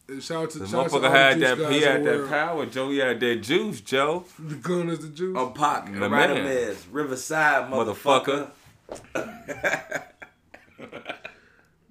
And Shout out to
The
shout out to all
motherfucker had
the juice
that he
guys in
had
the
that
world.
power. Joe he had that juice, Joe.
The gun is the juice.
I'm Pac. and
The man.
Radamez. Riverside,
Motherfucker.
motherfucker.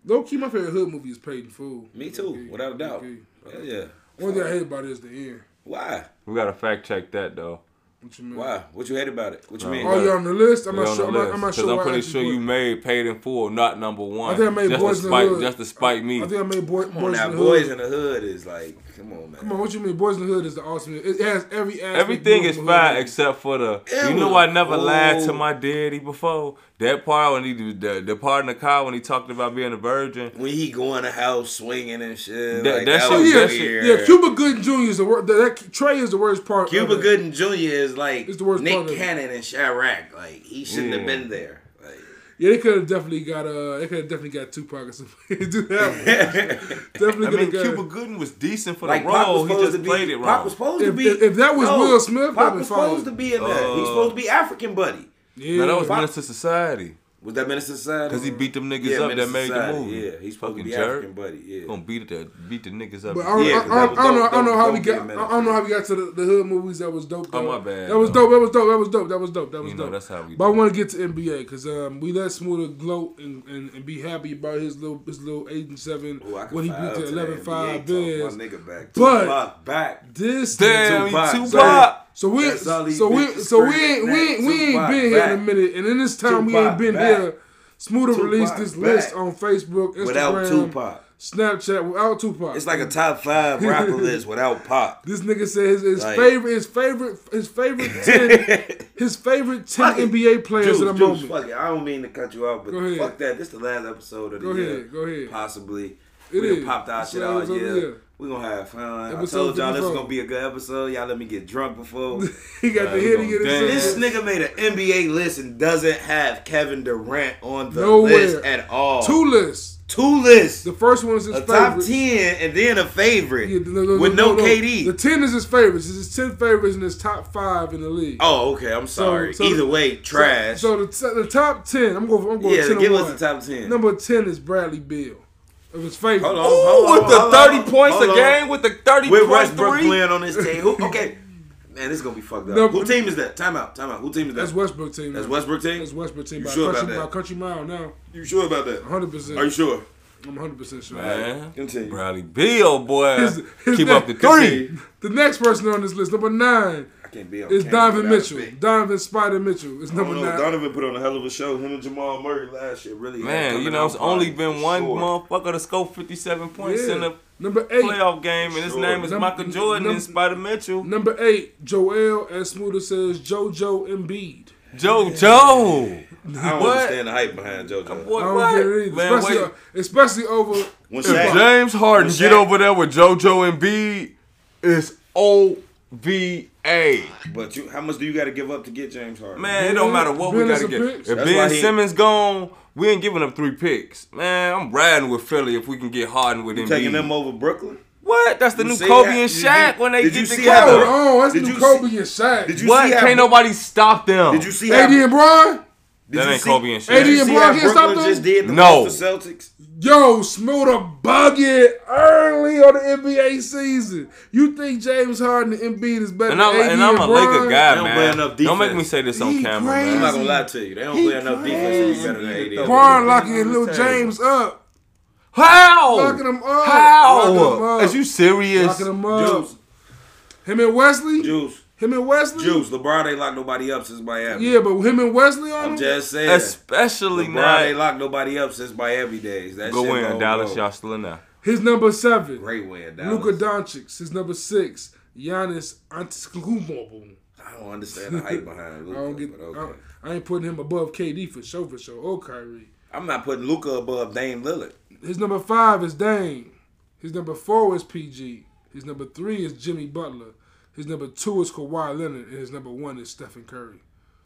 Low key, my favorite hood movie is Paid in Full.
Me too, without a doubt.
Okay.
Hell yeah.
Only thing I hate about it is the end.
Why?
We gotta fact check that though.
What you mean?
Why? What you hate about it? What you
Nah.
mean?
Are you on the list? I'm
They
not
on
sure.
the
I'm not,
list,
I'm not
'cause
sure.
I'm
why I
pretty
actually
sure
put-
you made paid in full, not number one.
I think I made
just
Boys
to
in the
spite,
Hood.
just to spite me.
I think I made boy,
Come on
Boys
now,
in the
boys
Hood.
in the hood is like, come on, man.
Come on, what you mean? Boys in the Hood is the ultimate. It has every aspect.
Everything
of
is
Boys in the Hood.
fine except for the.
Ew.
You know, I never lied to
Ooh.
my daddy before. That part when he the, the part in the car when he talked about being a virgin.
When he go in the house swinging and shit,
That- that
like, that
shit-
Oh
was
yeah,
that
weird.
shit-
yeah. Cuba Gooding Jr. is the worst. That, that Trey is the worst part.
Cuba
of it.
Gooding Jr. is like
It's the worst part of
Nick
it.
Cannon in Chirac. Like he shouldn't have
Yeah.
been there. Like,
Yeah, they could have definitely got. Uh, they could have definitely got Tupac or something. Do that. definitely
I
could
mean,
have got.
Cuba Gooden was decent for
like
the
Pac was
role. He
supposed
just
to be,
played it
Pac
wrong.
was supposed to
If-
be.
if- if that was Will Smith,
Pac
that'd
was
be fine.
supposed to be in there. He's
Uh,
supposed to be African buddy.
yeah,
now that was
Pac-
Minister Society.
Was that Minister Society?
Cause he beat them niggas
Yeah,
up
Menace
that made the
Society,
movie.
Yeah, he's supposed
fucking
to be African
jerk.
buddy. Yeah.
Gonna beat the beat the niggas up.
But I don't,
Yeah,
I,
'cause
I,
that was
I don't know.
dope,
I don't know
dope,
how
dope
we got.
being
I
managed.
don't know how we got to the, the hood movies. That was dope. Though.
my bad,
That was
though.
dope. That was dope. That was dope. That was dope. That was
you know
dope.
that's how we.
But I
do it.
want to get to NBA because um, we let Smoother gloat and, and, and be happy about his little his little eight and seven
Ooh, I could
when he
fire
beat
up
the
to that
eleven
NBA
five
talk. My
Bears.
nigga back.
But-
Tupac back.
This
Damn,
nigga-
you
Tupac.
Tupac.
So, so we
That's all these
so we
bitches
so we
screaming
ain't we ain't, we ain't
Tupac
been here in a
back.
minute, and in this time we ain't
Tupac
been
back.
here. Smoother
Tupac
released this
back.
list on Facebook, Instagram,
Without Tupac.
Snapchat without Tupac.
It's like a top five rapper list without Pac.
This nigga said his, his
Like-
favorite, his favorite, his favorite ten, his favorite ten
Fuck it.
NBA players
Juice,
in the
Juice,
moment.
Fuck it. I don't mean to cut you off, but
Go ahead.
fuck that. This the last episode of the
Go
year.
ahead, go ahead.
Possibly.
It
we done
is.
popped our
It's
shit
the
all
last episode of
year.
the year.
we going to have fun.
Episode
I told y'all this is
54.
going to be a good episode. Y'all let me get drunk before.
he got the
Nah,
hit.
he
He get
gonna
his
this
ass.
nigga made an NBA list and doesn't have Kevin Durant on the
Nowhere.
list at all.
two lists.
Two lists.
The first one is his
a top
favorite.
10 and then a favorite
Yeah,
with no, KD.
The ten is his favorites. It's his ten favorites and his top five in the league.
Oh, okay. I'm sorry.
so-
Either way, trash.
So, so the, the top ten. I'm going. I'm going
yeah,
ten. and
give
one.
us the top 10.
Number ten is Bradley Beal. Of his favorite.
Hold on.
Ooh, with the
hold on,
thirty
hold
points a
on.
game, with the thirty
With
point
Westbrook
three.
playing on his team. Who, okay. Man, this is going to be fucked up.
No,
Who team is that? Time out. Time out. Who team is that?
That's Westbrook team.
That's
now.
Westbrook team?
That's Westbrook team.
You
by,
sure about
country,
that?
by country mile now.
You sure about that?
100. percent
Are you sure?
I'm 100 percent sure.
Man,
Continue.
Bradley Beal, boy,
His- his
keep
ne-
up the three.
Continue.
The next person on this list, number nine,
I can't be on
is
camera
Donovan
without a
Mitchell.
pick.
Donovan Spider Mitchell is
I don't
number
know,
nine.
Donovan put on a hell of a show. Him and Jamal Murray last year really. had
Man, you
coming
know it's
out
only
parties,
been
for
one
sure.
motherfucker to score fifty-seven points
Yeah.
in a
Number eight,
playoff game, and his
Sure.
name is
Num-
Michael Jordan
num-
and Spider Mitchell.
number eight, Joel as Smoother says, JoJo Embiid.
Joe Joe.
I don't
What?
understand the hype behind JoJo.
I
What?
don't
what?
get it either,
Man,
especially, uh,
wait.
especially over.
When
If
Shaq,
James Harden
Shaq-
get over there with JoJo and B, it's OVA.
but you, how much do you got to give up to get James Harden?
Man, it don't matter what we
Ben is
gotta
a
get.
bitch.
If
That's why
Ben
he-
Simmons gone, we ain't giving up three picks. Man, I'm riding with Philly if we can get Harden with
you taking them
him.
over Brooklyn?
What? That's the
You
new
see
Kobe
how-
and
did
Shaq
you-
when they
did you
get
see how
Hold
together.
Bro-
on, that's
Did
new
you
Kobe
see-
and Shaq.
Did you
What?
see how-
Can't nobody stop them.
Did you see how?
AD and Bron?
did
That
you
ain't
see-
Kobe and Shaq.
did you
AD and
see
Bron
how
can't stop
Brooklyn
them?
just did the
No.
Boston Celtics.
Yo, Smoother bug it early on the NBA season. You think James Harden and Embiid is better
And
than
I'm,
AD
and I'm a
Bron?
Laker guy,
They don't play
man.
enough
Don't make
defense.
me say this on
He
camera,
I'm not
man.
crazy.
gonna lie to you. They don't
He
play enough defense to be better
crazy.
than AD.
Bron
Bron
locking in little
Taylor.
James up.
How?
Locking him up. Locking him
Oh, How?
up.
Is you serious?
Locking him up.
Juice,
Him and Wesley?
juice,
Him and Wesley?
juice. LeBron ain't locked nobody up since Miami.
Yeah, but him and Wesley on
I'm
him?
just saying.
Especially
LeBron ain't
now.
locked nobody up since Miami days. That
Go
shit
in,
don't
Dallas.
go.
Y'all still in there.
His number seven.
Great win, Dallas.
Luka Doncic. His number six. Giannis Antetokounmpo.
I don't understand the hype behind
I
Luca,
don't get.
but
I,
okay.
don't- I ain't putting him above KD for sure, for sure. Oh, Kyrie.
I'm not putting Luca above Dame Lillard.
His number five is Dame. His number four is PG. His number three is Jimmy Butler. His number two is Kawhi Leonard, and his number one is Stephen Curry.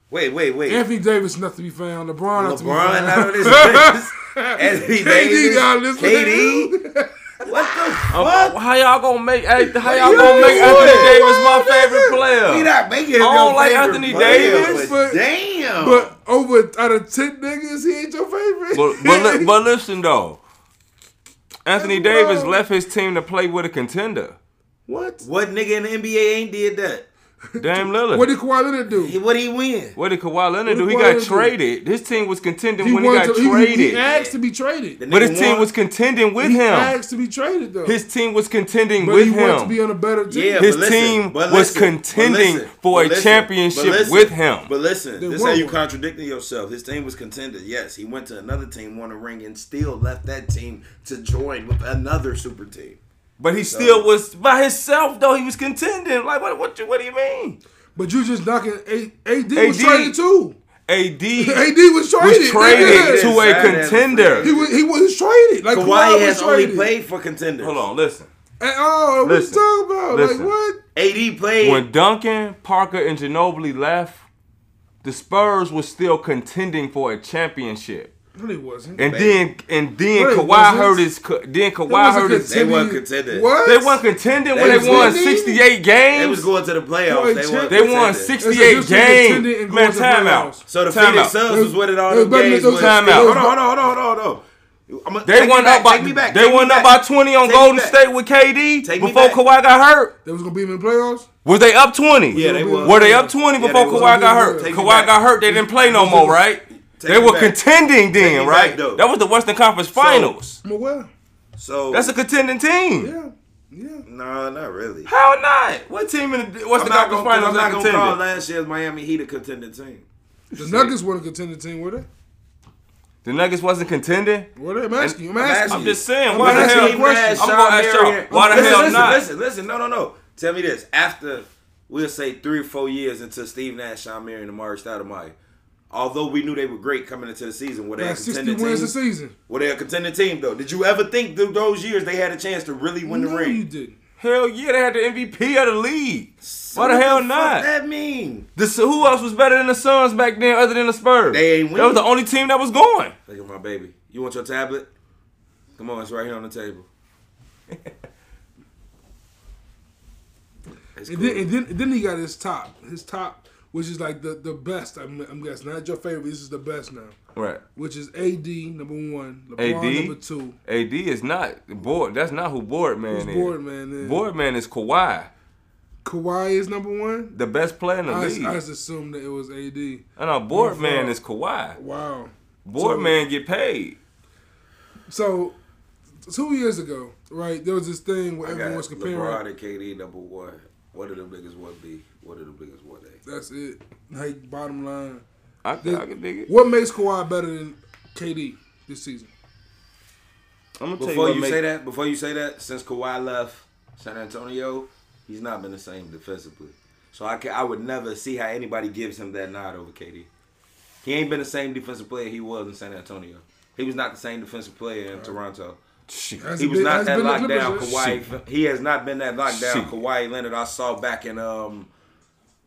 Wait, wait, wait.
Anthony Davis not to be found. LeBron not to be
LeBron
found.
out of this bitch. Anthony
KD
Davis.
down this
KD. What the fuck?
How y'all gonna make? How y'all
you
gonna make
doing?
Anthony Davis my favorite
We
player?
not making him
I
your
don't like
favorite
Anthony
player,
Davis,
but
but-
damn.
But over out of ten niggas, he ain't your favorite.
But, but, li- but listen though, Anthony
LeBron.
Davis left his team to play with a contender.
what?
what nigga in the NBA ain't did that?
Damn Lillard.
What did Kawhi Leonard do?
What he win?
What did Kawhi Leonard do?
What
He
did Kawhi
got
Leonard do?
traded. His team was contending when he
wanted
got
to-
traded.
He, asked to be traded.
The
but his
nigga
team
won.
was contending with
he
him.
asked to be traded though.
His team was contending
but
with
he wanted to
him.
be on a better team.
Yeah,
His
but listen,
team was
but listen,
contending
but listen,
for
but
a
listen,
championship
but listen,
with him.
But listen,
They
this
won
how you
one.
contradicting yourself. His team was contending. Yes, he went to another team, won a ring, and still left that team to join with another super team.
But he still was by himself though. He was contending. Like what? What? you- What do you mean?
But you just knocking A- AD, was
AD.
traded too.
AD
AD was
was
traded.
traded
Yeah.
to a
Sign as a free
contender.
agent.
He was he was traded. Like
Kawhi has
was
only
traded.
played for contenders.
Hold on, listen.
And, oh, what
Listen,
you talking about?
listen.
Like what?
AD played.
When Duncan, Parker, and Ginobili left, the Spurs were still contending for a championship.
No, they wasn't.
And
Baby.
then and then
Wait,
Kawhi
was
hurt
it?
his co- then
They
Kawhi
wasn't
hurt his
They weren't
contending.
contending.
What?
they weren't contending when they
was
won
winning.
68
they was
games.
going to the
Boy,
playoffs. They, weren't
they
They won
contending.
68
It's a difference between contending
games.
and
Man,
going to playoffs.
timeout.
So the
Timeout.
Phoenix Suns was what it all
It
them
was better
games
than
was.
those-
Timeout.
Hold on, hold on, hold on, hold on, hold on. I'm a-
They
take me
won
back,
up by
Take me back.
they
take me
won up by
back.
20 on
Take me
Golden
back.
State with KD
Take me
Before
back.
Kawhi got hurt,
They was gonna beat him in the playoffs.
was they up 20?
Yeah, they was.
Were they up 20
Yeah,
before
they was.
Kawhi got hurt?
Take me
Kawhi
back.
got hurt, they didn't play no more, right?
Take
They
me
were
back.
contending
me
then,
back,
right?
though.
That was the Western Conference Finals.
I'm aware.
So
That's a contending team.
Yeah, yeah.
no, not really.
How not? What team in the
I'm
Western
not
Conference
gonna, I'm
Finals
not
not
gonna call
contending?
last year's Miami Heat a contending team.
The Nuggets weren't a contending team, were they?
The Nuggets wasn't contending.
Were they? I'm asking you. I'm
I'm
asking
asking
you.
I'm just saying.
I'm
Why the
asking
hell?
you a question.
I'm gonna ask y'all. Why the
listen,
hell
listen,
not?
Listen, listen, no, no, no. Tell me this. After we'll say three or four years into Steve Nash, Sean Marion, and Amari Stoudemire, although we knew they were great coming into the season, were they
Got
a
60
contending
wins
team?
a season.
Were they a contending team though? Did you ever think through those years they had a chance to really win the
No,
ring?
you didn't.
Hell yeah, they had the MVP of the league.
So
Why the
what
hell
fuck
not?
That mean
The, who else was better than the Suns back then, other than the Spurs?
They ain't
That was the
winning.
only team that was going.
Look at my baby. You want your tablet? Come on, it's right here on the table. It's
And
cool.
then, and then, and then he got his top, his top, which is like the the best. I'm, I'm guessing not your favorite. This is the best now,
Right.
which is AD number one, LeBron
AD?
number two.
AD is not board. That's not who Boardman
Who's
is.
Boardman is?
Boardman is Kawhi,
Kawhi is number one.
the best player in the
I,
league.
just- I uh,
I,
just assumed that it was AD.
know Boardman
fuck.
is Kawhi.
Wow.
Boardman get paid.
So two years ago, right, there was this thing where
I got
everyone's comparing.
LeBron and KD number one. What do them niggas want be? What do them niggas want they?
That's it. Like bottom line,
I, I can dig it.
what makes Kawhi better than KD this season?
I'm gonna tell
Before
what
you
make-
say that, before you say that, since Kawhi left San Antonio, he's not been the same defensively. So I can, I would never see how anybody gives him that nod over KD. He ain't been the same defensive player he was in San Antonio. He was not the same defensive player in Toronto.
Shit.
That's
He was
been- that's
not that
been the
locked down
Clippers,
right?
Kawhi. He has not been that locked down
Shit.
Kawhi Leonard I saw back in um,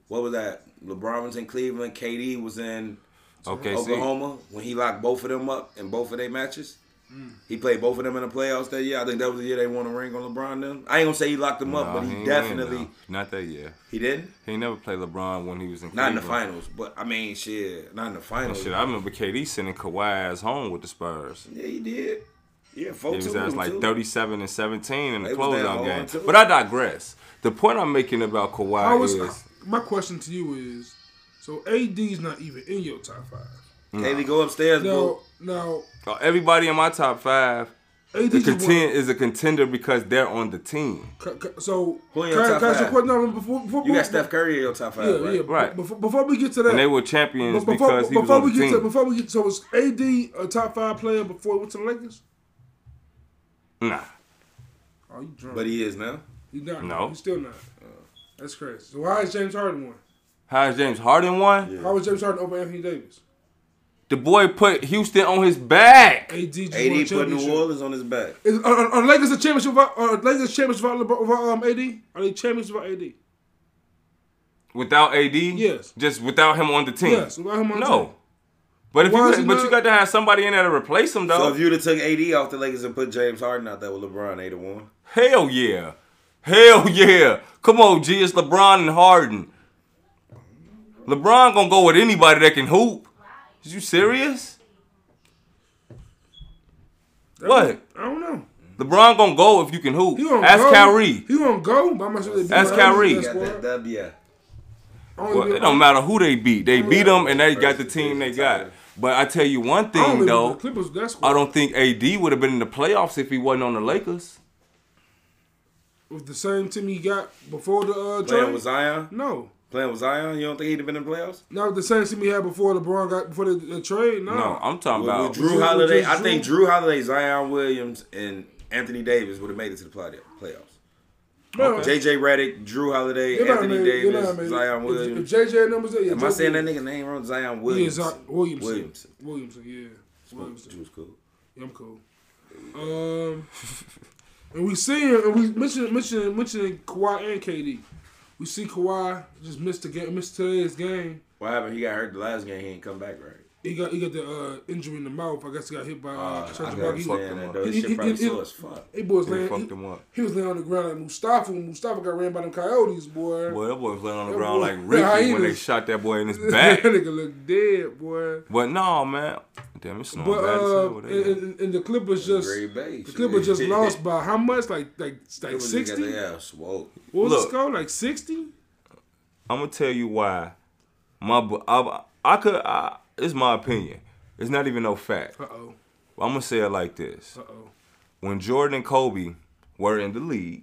what was that? LeBron was in Cleveland. KD was in
Okay, see.
Oklahoma when he locked both of them up in both of their matches.
Mm.
He played both of them in the playoffs that year. I think that was the year they won a ring on LeBron. Then I ain't gonna say he locked them up,
Nah,
but he,
ain't
definitely
winning now. not that year.
he didn't.
He never played LeBron when he was in
Not in the
Cleveland.
finals, but I mean, shit, not in the finals.
Shit, I remember KD sending Kawhi ass home with the Spurs.
yeah, he did. Yeah, four
He was ass like 37 and 17 in the
They was down
closeout
long,
game.
too.
But I digress. The point I'm making about
I
Kawhi
was,
is
my question to you is, so AD's not even in your top five.
Kaylee, go upstairs,
Now,
bro.
now
uh, everybody in my top five
AD
the
just won-
contend, is a contender because they're on the team.
c- c- So
Who in
can,
your
can
top
I ask you a
five?
question? No, before, before,
You got
before-
Steph Curry in your top five,
Yeah,
right?
yeah.
Right.
Before, before we get to that,
And they were
but
champions
before,
because he was
before
on
we
the
get to
team.
before we get, so was AD a top five player before he went to the Lakers?
Nah.
Oh, you drunk?
But he is now.
He's not.
No.
He's still not. Uh, That's crazy. So why is James Harden one?
How is James Harden won?
How was James Harden over Anthony Davis?
The boy put Houston on his back.
AD just won a
AD put New
championship.
Orleans on his back.
Is, are, are, are Lakers a championship? Without, are Lakers champions without, LeBron- without um, AD? Are they champions without AD?
Without AD?
Yes.
Just without him on the team?
Yes, without him on the
Hmm. no.
team.
But if
Why
you,
is he
got- but
not-
you got to have somebody in there to replace him,
So
though.
if you'd have took AD off the Lakers and put James Harden out there with LeBron, they'd have won.
Hell yeah. Hell yeah. Come on, G. It's LeBron and Harden. LeBron gonna go with anybody that can hoop. Is you serious? What?
I don't know.
LeBron gonna go if you can hoop.
He won't
Ask
go.
Kyrie.
He won't go. But I'm not sure they beat
Ask
Miami
Kyrie.
with
Got
that squad.
that W.
only
Well,
be-
it don't matter who they beat. They beat them and they got the
Versus
team they
Clippers, yeah.
got. But I tell you one
I only
thing
be-
though,
the Clippers, that's
I don't think AD would have been in the playoffs if he wasn't on the Lakers.
with the same team he got before the uh,
Playing
trade.
with Zion,
No,
playing with Zion, you don't think he'd have been in the playoffs?
not the same team he had before LeBron got before the, the trade. No,
No, I'm talking
With,
about
with Drew
Drew-
Holiday,
with
I think Drew Holiday, Zion Williams, and Anthony Davis would have made it to the play- playoffs.
no.
JJ Redick, Drew Holiday,
They might have
Anthony
made it. They might
Davis,
have made it.
Zion
If-
Williams.
If, JJ numbers there, yeah,
Am I saying that nigga name wrong? Zion
Yeah,
Williams.
Zion, Williamson.
Williamson.
Williamson. yeah.
Which
Williamson.
was cool.
Yeah, I'm cool. Um, and we see him, and we mentioned mentioning mentioning Kawhi and KD. We see Kawhi just missed the game, missed today's game.
What happened? He got hurt the last game. He ain't come back right.
He got he got the uh, injury in the mouth. I guess he got hit by
Uh,
uh,
I
Church
can
Rock. He,
fucked
understand
him
that
up.
though. This
It-
shit
it-
probably
it-
sore as fuck.
he boys
They
laying.
fucked
He,
him up.
he was laying on the ground like Mustafa. when Mustafa got ran by them coyotes, boy.
Boy, that boy was laying on the
That
ground
boy-
like
that
Ricky when they
hyenas.
shot that boy in his
that
back.
nigga look dead, boy.
But no, man. Damn, it's snowing
But
bad as
uh,
hell. where
and,
they at?
and, and the Clippers just
Great Bay,
the
shit.
Clippers just lost by how much? Like like like
Clippers just got
sixty?
their ass whooped.
What was
Look.
the score? Like sixty?
I'm gonna tell you why. My, bu- I, I could. I, it's my opinion. It's not even no fact.
Uh oh.
I'm gonna say it like this:
Uh oh.
When Jordan and Kobe were in the league,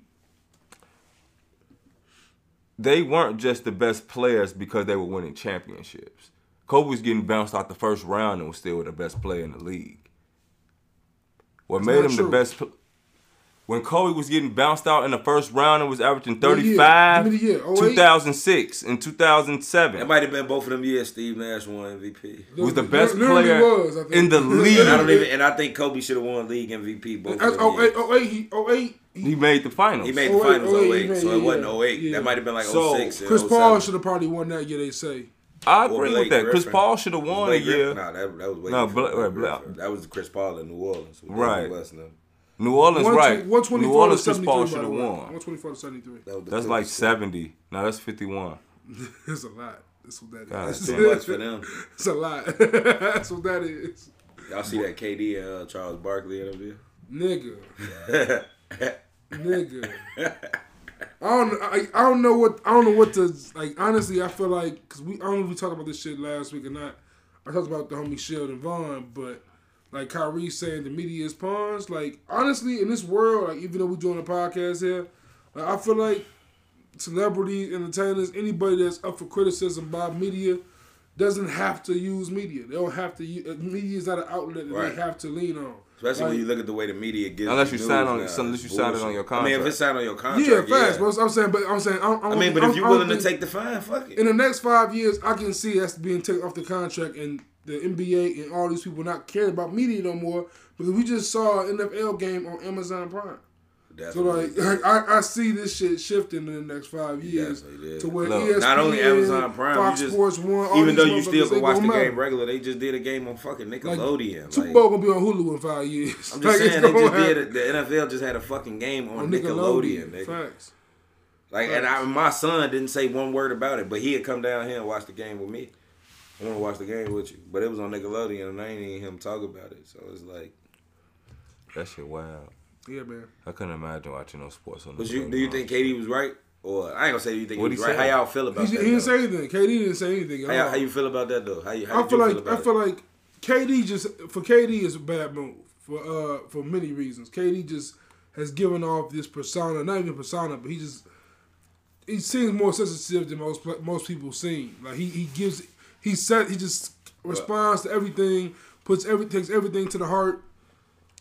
they weren't just the best players because they were winning championships. Kobe was getting bounced out the first round and was still the best player in the league. What
That's
made
not
him the
true.
best? pl- When Kobe was getting bounced out in the first round and was averaging 35,
Give me the year. 08?
2006 and 2007.
That might have been both of them years. Steve Nash won MVP.
was the best
Literally
player
was, I think.
in the league.
And I don't even. And I think Kobe should have won league MVP. Both
That's
of them
oh eight
years.
oh eight he oh eight he,
He made the finals.
He made the
08,
finals
08,
08, so
yeah,
it wasn't
yeah,
08.
yeah.
That might have been like 06.
So,
and
Chris
07.
Paul should have probably won that year. They say.
I
Or
agree
Blake
with that. Chris
Griffin.
Paul should have won
Blake
a year.
Griffin- Nah, that, that was way
No,
before
Bla-
Blake
Bla-
Griffin. That was Chris Paul in New Orleans. with
Right.
David Westner.
New Orleans, right?
One twenty
New
four to
Orleans, Chris
seventy
Paul
three.
should have
One
won.
twenty four to seventy three.
That was the
That's like
Clippers.
seventy. Now that's fifty-one.
That's a lot. That's what that is.
God
That's
damn.
Too much for them.
That's a lot. That's what that is,
Y'all see that KD and uh, Charles Barkley interview?
nigga. nigga. I don't, I, I don't know what I don't know what to like. Honestly, I feel like because we I don't know if we talked about this shit last week or not. I talked about the homie Shield and Vaughn, but like Kyrie saying the media is pawns. Like honestly, in this world, like even though we're doing a podcast here, like, I feel like celebrities, entertainers, anybody that's up for criticism by media doesn't have to use media. They don't have to. Use, media is not an outlet that
Right.
they have to lean on.
Especially
Like,
when you look at the way the media gives.
Unless you
news
sign on-
now, it's
unless you sign it on
bullshit.
your
I mean, if
contract.
it's signed on your
Yeah,
contract,
fast. But I'm saying, but I'm saying, I, don't- I,
I mean, but if you're willing to take the fine, fuck
in
it.
the next five years, I can see that's being taken off the contract and the NBA and all these people not caring about media no more because we just saw an NFL game on Amazon Prime. So like, like, I, I see this shit shifting in the next five years
Definitely, yeah.
to where E
Look,
ESPN,
not only Amazon Prime,
Fox
you just,
Sports One, all these
even though you still
motherfuckers,
can
they
watch the
gonna matter.
game regular, they just did a game on fucking Nickelodeon.
Super
Like,
Bowl gonna be on Hulu in five years.
I'm just
Like, it's
saying, they
gonna
just did
happen.
it- the NFL just had a fucking game on,
On
Nickelodeon. nigga.
Facts.
Like, and I, my son didn't say one word about it, but he'd come down here and watch the game with me. I want to watch the game with you, but it was on Nickelodeon, and I ain't even hear him talk about it. So it's like,
That shit wild.
Yeah, man.
I couldn't imagine watching no sports on. the
was you,
radio.
do you think KD was right? Or I ain't gonna say you think
What'd
he was
he
right.
say?
How y'all feel
He,
about
he
that?
didn't
though?
say anything. KD didn't say anything. at
how, y'all-
all.
how you feel about that though? How you? How
I
did
feel
you
like
feel
I
about
feel like KD just for KD is a bad move for uh for many reasons. KD just has given off this persona, not even persona, but he just he seems more sensitive than most pla- most people seem. Like he he gives he said he just responds to everything, puts every takes everything to the heart.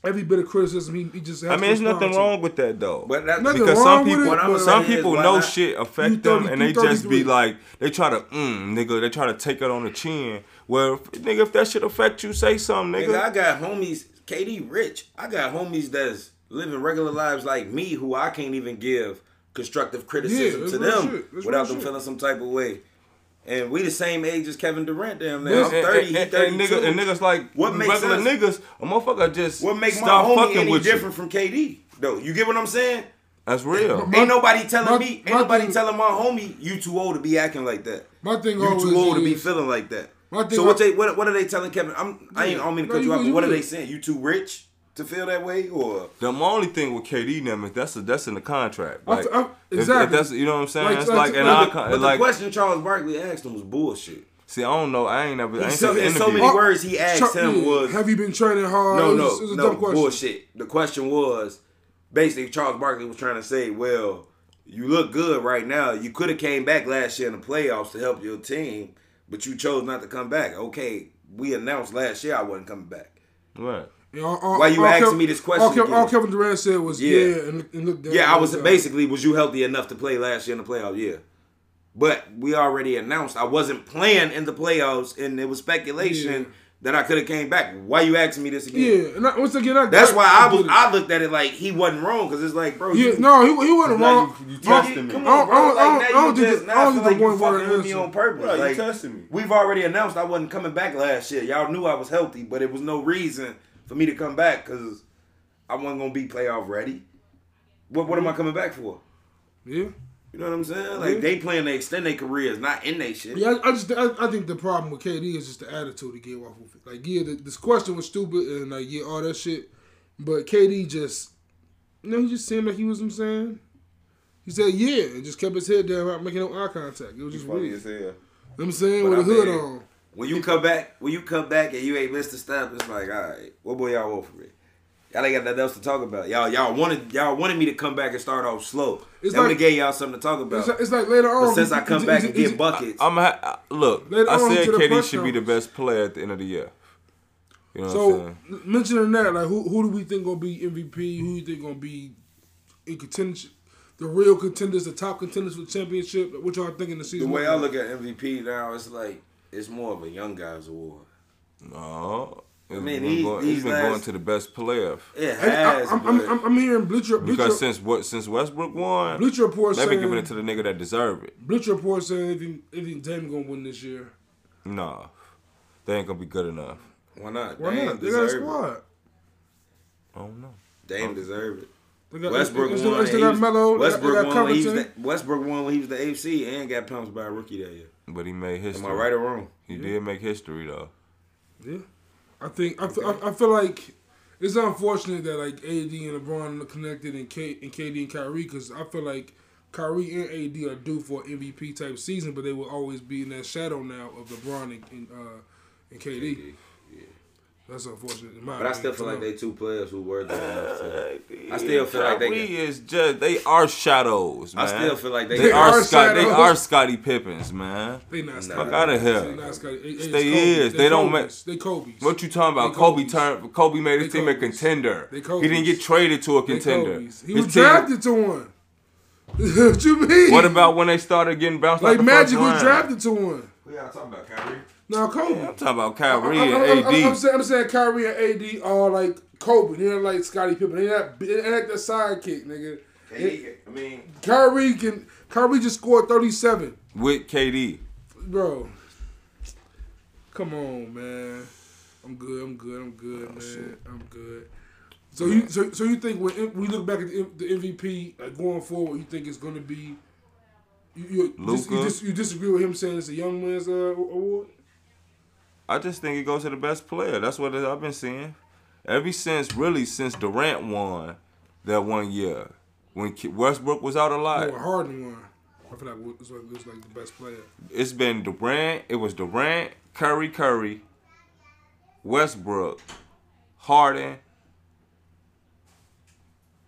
Every bit of criticism, he, he just. Has
I
to
mean, there's
respond
nothing
to.
wrong with that though.
But that's
Nothing
because
wrong
some
with
people,
it, What I'ma but-
some
say is,
people
why
know
not?
shit
You
affect
30
them, and they
you
just be
33.
like, they try to, mm, nigga, they try to take it on the chin. Well, if- nigga, if that shit affect you, say something,
Nigga, I
nigga.
got homies. KD rich. I got homies that's living regular lives like me, who I can't even give constructive
Yeah,
criticism
that's
to
real
them
shit. That's
without
real
them
shit.
feeling some type of way. And we the same age as Kevin Durant. Damn, now I'm
And,
thirty.
and,
he
and, and,
32.
nigga, and niggas like
What makes
regular
us-
niggas, a motherfucker just
what make my
stop
homie
fucking
any
with you.
different from KD? Though you get what I'm saying?
That's real.
ain't nobody telling
my-
me. Ain't
my
nobody
thing-
telling my homie. You too old to be acting like that.
My thing
You
always
too old to be
is-
feeling like that.
My thing
So what
al-
they what, what are they telling Kevin? I'm I ain't I don't mean to
No,
cut
you
you off,
good,
but
you
what are
good.
they saying? You too rich to to feel that way, or
The my only thing with KD them is that's a, that's in the contract.
I-
Like,
I-
if- if
exactly.
that's you know what I'm saying.
Like,
it's
like-
like and
like
I
the-
con-
but the
like
question Charles Barkley asked him was bullshit.
see I don't know I ain't never I ain't
So,
seen the
in so many
interview.
words, he asked
Chuck-
him
yeah,
was
Have you been training hard?
no,
It
no,
was- it was a
no
dumb question.
bullshit. The question was basically Charles Barkley was trying to say, well, you look good right now. You could have came back last year in the playoffs to help your team, but you chose not to come back. Okay, we announced last year I wasn't coming back.
Right.
Yeah, uh, all- all-
Why you
all
asking
Kev-
me this
All,
question
uh, Kev- all
again?
Kevin Durant said was yeah,
Yeah.
and, look- and look down
Yeah, I was
at himself.
basically was you healthy enough to play last year in the playoffs? Yeah. But we already announced I wasn't playing in the playoffs, and it was speculation
Yeah.
that I could have came back. Why you asking me this again?
Yeah, and I, once again, I,
That's why I was.
get it.
I looked at it like he wasn't wrong because it's like, bro,
yeah,
you,
no, he, he wasn't
Now
wrong.
you- you
No,
testing me.
Come
I
on,
don't-
bro.
I don't-
like,
I don't-
now
I don't
you
do
just
the-
now
I don't
feel
do the
like you
one word
fucking with me
answer.
on purpose.
Right, you
like,
testing me.
We've already announced I wasn't coming back last year. Y'all knew I was healthy, but it was no reason for me to come back because I wasn't gonna be playoff ready. What What am I coming back for?
yeah,
You know what I'm saying? Like
Yeah.
they playing to extend their careers, not in their shit.
yeah. I, I just, I, I think the problem with KD is just the attitude he gave off. With it. Like, yeah, the, this question was stupid, and like, yeah, all that shit. But KD just, you know, he just seemed like he was. what I'm saying, he said yeah, and just kept his head down, not making no eye contact. It was just
Funny
weird.
as hell.
I'm saying
But
with a
I
hood
mean-
on.
When you come back, when you come back and you ain't missed a step, it's like, all right, what boy y'all want from me? Y'all ain't got nothing else to talk about. Y'all y'all wanted y'all wanted me to come back and start off slow.
It's
It's that would
like-
have gave y'all something to talk about.
It's like, it's like later on.
but since
he-
I
he-
come
he-
back
he-
and
he-
get buckets,
I'm ha- I- look.
Later
I
on
said
to the
KD
press
should be the
conference.
best player at the end of the year. You know what I'm
So
saying?
n- mentioning that, like, who who do we think gonna be MVP? Who you think gonna be in contention? The real contenders, the top contenders for the championship. What y'all thinking the
the
season?
way I look at MVP now, it's like it's more of a young guy's award.
No. I
mean,
mean,
these-
going,
these
he's been
last-
going to the best player
It
Hey, I,
has
I'm,
but-
I'm, I'm, I'm hearing Bleacher
because
Bleacher,
since what since Westbrook won,
Bleacher Report
they've been giving
saying
it to the nigga that deserve it.
Bleacher Report saying if you, if you Dame gonna win this year,
Nah, they ain't gonna be good enough.
why not?
why
Dame
not? They got a
deserve it.
squad.
I don't know.
Dame deserve it.
They got,
Westbrook
they,
won.
still- they
and
still
he
got
was-
Melo. they got- they
Westbrook
got
won. when he was
Covington.
the- Westbrook won when he was the AFC and got pounced by a rookie that year.
But he made history.
Am I right or wrong?
He did make history though.
Yeah, I think I, fe- I, I feel like it's unfortunate that like AD and LeBron are connected and K and KD and Kyrie because I feel like Kyrie and AD are due for an MVP type season, but they will always be in that shadow now of LeBron and and, uh, and KD. That's unfortunate. In my
But I still feel like
opinion.
they two players who were there enough to. I still feel like they
Kyrie
got-
is just they are shadows, man.
I still feel like they,
they
got-
are Scott. They
shadows.
are Scotty Pippins, man.
they not
Nah.
Scotty.
Fuck outta here.
They not Scotty. They-
Stay
Kobe's.
is. They don't
Kobe's. They Kobe's.
What you talking about?
They
Kobe
Kobe's.
turned. Kobe made his
They
team a
Kobe's.
contender.
They
He
Kobe's.
didn't get traded to a
They
contender.
Kobe's. He
His
was
team-
drafted to one. what you mean?
What about when they started getting bounced? out
like
the
Magic
first
was
round?
drafted to one?
Who y'all talking about, Kyrie?
Now Kobe.
I'm talking about Kyrie
I- I- I-
and
I- I'm,
AD.
saying, I'm saying Kyrie and AD are like Kobe. They're like Scottie Pippen. They're not, they're not the sidekick, nigga.
I mean,
Kyrie can. Kyrie just scored 37,
with KD.
bro. Come on, man. I'm good. I'm good. I'm good,
Oh,
man. I'm good. So you so, so you think when M- we look back at the, M- the MVP like going forward, you think it's gonna be you you, you, dis- you,
Luka?
dis- you disagree with him saying it's a young man's uh, award?
I just think it goes to the best player. That's what it- I've been seeing. Ever since, really, since Durant won that one year, when K- Westbrook was out a lot,
Or Harden won. I feel like it was like, it was like the best player.
it's been Durant. It was Durant, Curry, Curry, Westbrook, Harden,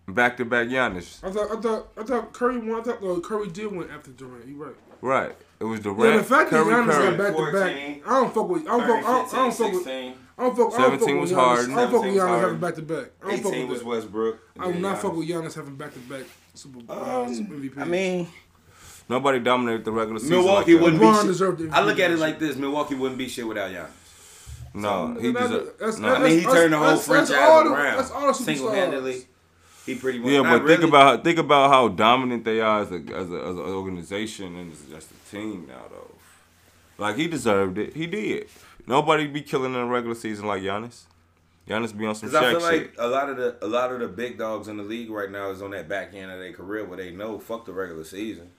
back to back Giannis.
I thought, I thought, I thought Curry won. I thought no, Curry did win after Durant. You right.
Right. It was Durant,
Yeah, the fact that
Curry,
Giannis got
Curry.
back to back,
14,
I don't fuck with. I don't fuck. I don't, I don't fuck with. I don't fuck. I don't fuck
17
with
was
Giannis.
Harden.
I don't fuck
17
with
was
Giannis having
Harden.
back to back. I don't fuck
18
with
was
that.
Westbrook.
I will not fuck with Giannis having back to back Super Bowl uh, Super MVP.
Um, I mean,
Nobody dominated the regular season.
Milwaukee
like that.
wouldn't
LeBron
be.
deserved
Shit.
it.
I look at it like this: Milwaukee wouldn't be shit without Giannis.
No, he
That's-
deserved.
that's-
no.
that's-
I mean, he
That's-
turned the whole
that's- that's
franchise
all the-
around
that's all the superstars.
single-handedly. He pretty much.
Yeah,
not
but think
really.
about think about how dominant they are as a, as, a, as an organization and as, as a team now, though. Like he deserved it. He did. Nobody be killing in the regular season like Giannis. Giannis be on some
Because I
Shaq
feel like
shit.
a lot of the a lot of the big dogs in the league right now is on that back end of their career where they know fuck the regular season.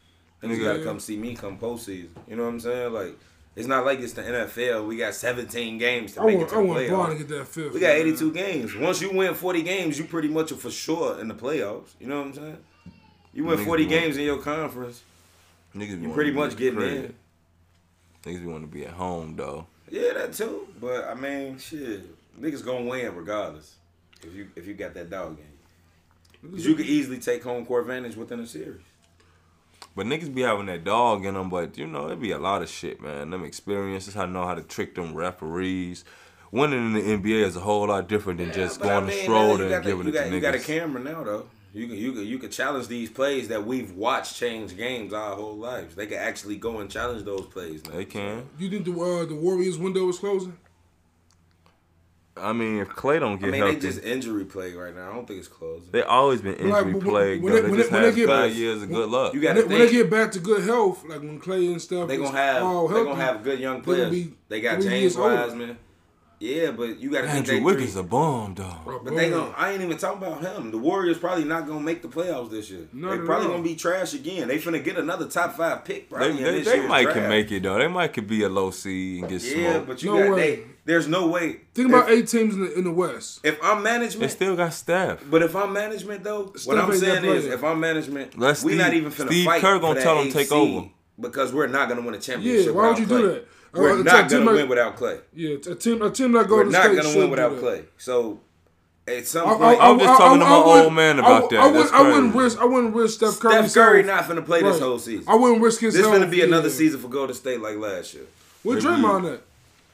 Niggas
Nigga.
gotta come see me come postseason. You know what I'm saying? Like It's not like it's the NFL. We got 17 games to
I
make
want,
it
I
to the
want Braun to
playoffs.
get that fifth.
We got
man.
82 games. Once you win 40 games, you pretty much are for sure in the playoffs. You know what I'm saying? You win
Niggas
40
be
games in your conference.
Niggas be
You pretty much getting
there.
in.
Niggas be want to be at home though.
Yeah, that too. But I mean, shit, niggas gonna win regardless. If you if you got that dog game, 'Cause you could easily take home court advantage within a series.
But niggas be having that dog in them, but you know, it be a lot of shit, man. Them experiences, I know how to trick them referees. Winning in the NBA is a whole lot different than just
Yeah, but I
going to
mean, man,
Schroeder
you got
and
the-
giving
you
it
got,
to
You
niggas.
got a camera now though. You can you can you can challenge these plays that we've watched change games our whole lives. They can actually go and challenge those plays. Now.
They can.
You think the uh, the Warriors window is closing?
I mean, if Clay don't
I
get
mean,
healthy,
they just injury play right now. I don't think it's closed.
they always been
Like, but
injury
when-
plagued.
when
though.
they-
They
when
just
they- when
had
they get-
five years of good luck.
You
When
got
they,
to
when they
think
get back to good health, like when Clay and stuff,
they
is
gonna have
all
they
healthy,
gonna have good
they
young
gonna
players. They,
be
got
three
James
years older.
Wiseman. Yeah, but you got to think
Andrew
they
Wiggins
three-
a bomb, though.
But they gon' I ain't even talking about him. The Warriors probably not gonna make the playoffs this year.
Not
they
at
probably
all.
gonna be trash again. They finna get another top five pick. Probably
They,
in
they,
this
they
year's
might
draft.
can make it though. They might could be a low seed and get
Yeah,
smoked.
but you
No
got
way.
they, There's no way.
Think
If-
about eight teams in the, in the West.
if I'm
they
management.
still got Steph.
but if I'm management though,
Steph
what I'm
ain't that
saying is,
player.
if I'm management,
Let
we not
Steve-
even finna
Steve
fight.
Kerr
for
gonna
that
tell 'em
eighth
take
seed
over.
because we're not gonna win a championship.
Yeah, why would you
without
do
Clay.
that?
We're
Uh, it's
not
a
gonna
team
win
like-
without Clay.
Yeah, a team a team like
We're
Golden
not
State
gonna
should
win
do
without
that.
Clay. So at some
I-
point,
I-
I was just
I-
talking to
I-
my
I wouldn't-
old man
I
about
would-
that.
I, would,
That's
I wouldn't
crazy.
risk. I wouldn't risk Steph Curry.
Steph Curry not finna play this whole season.
I wouldn't risk his.
This
health,
gonna be another
yeah.
season for Golden State like last year.
Where
Maybe-
Draymond at?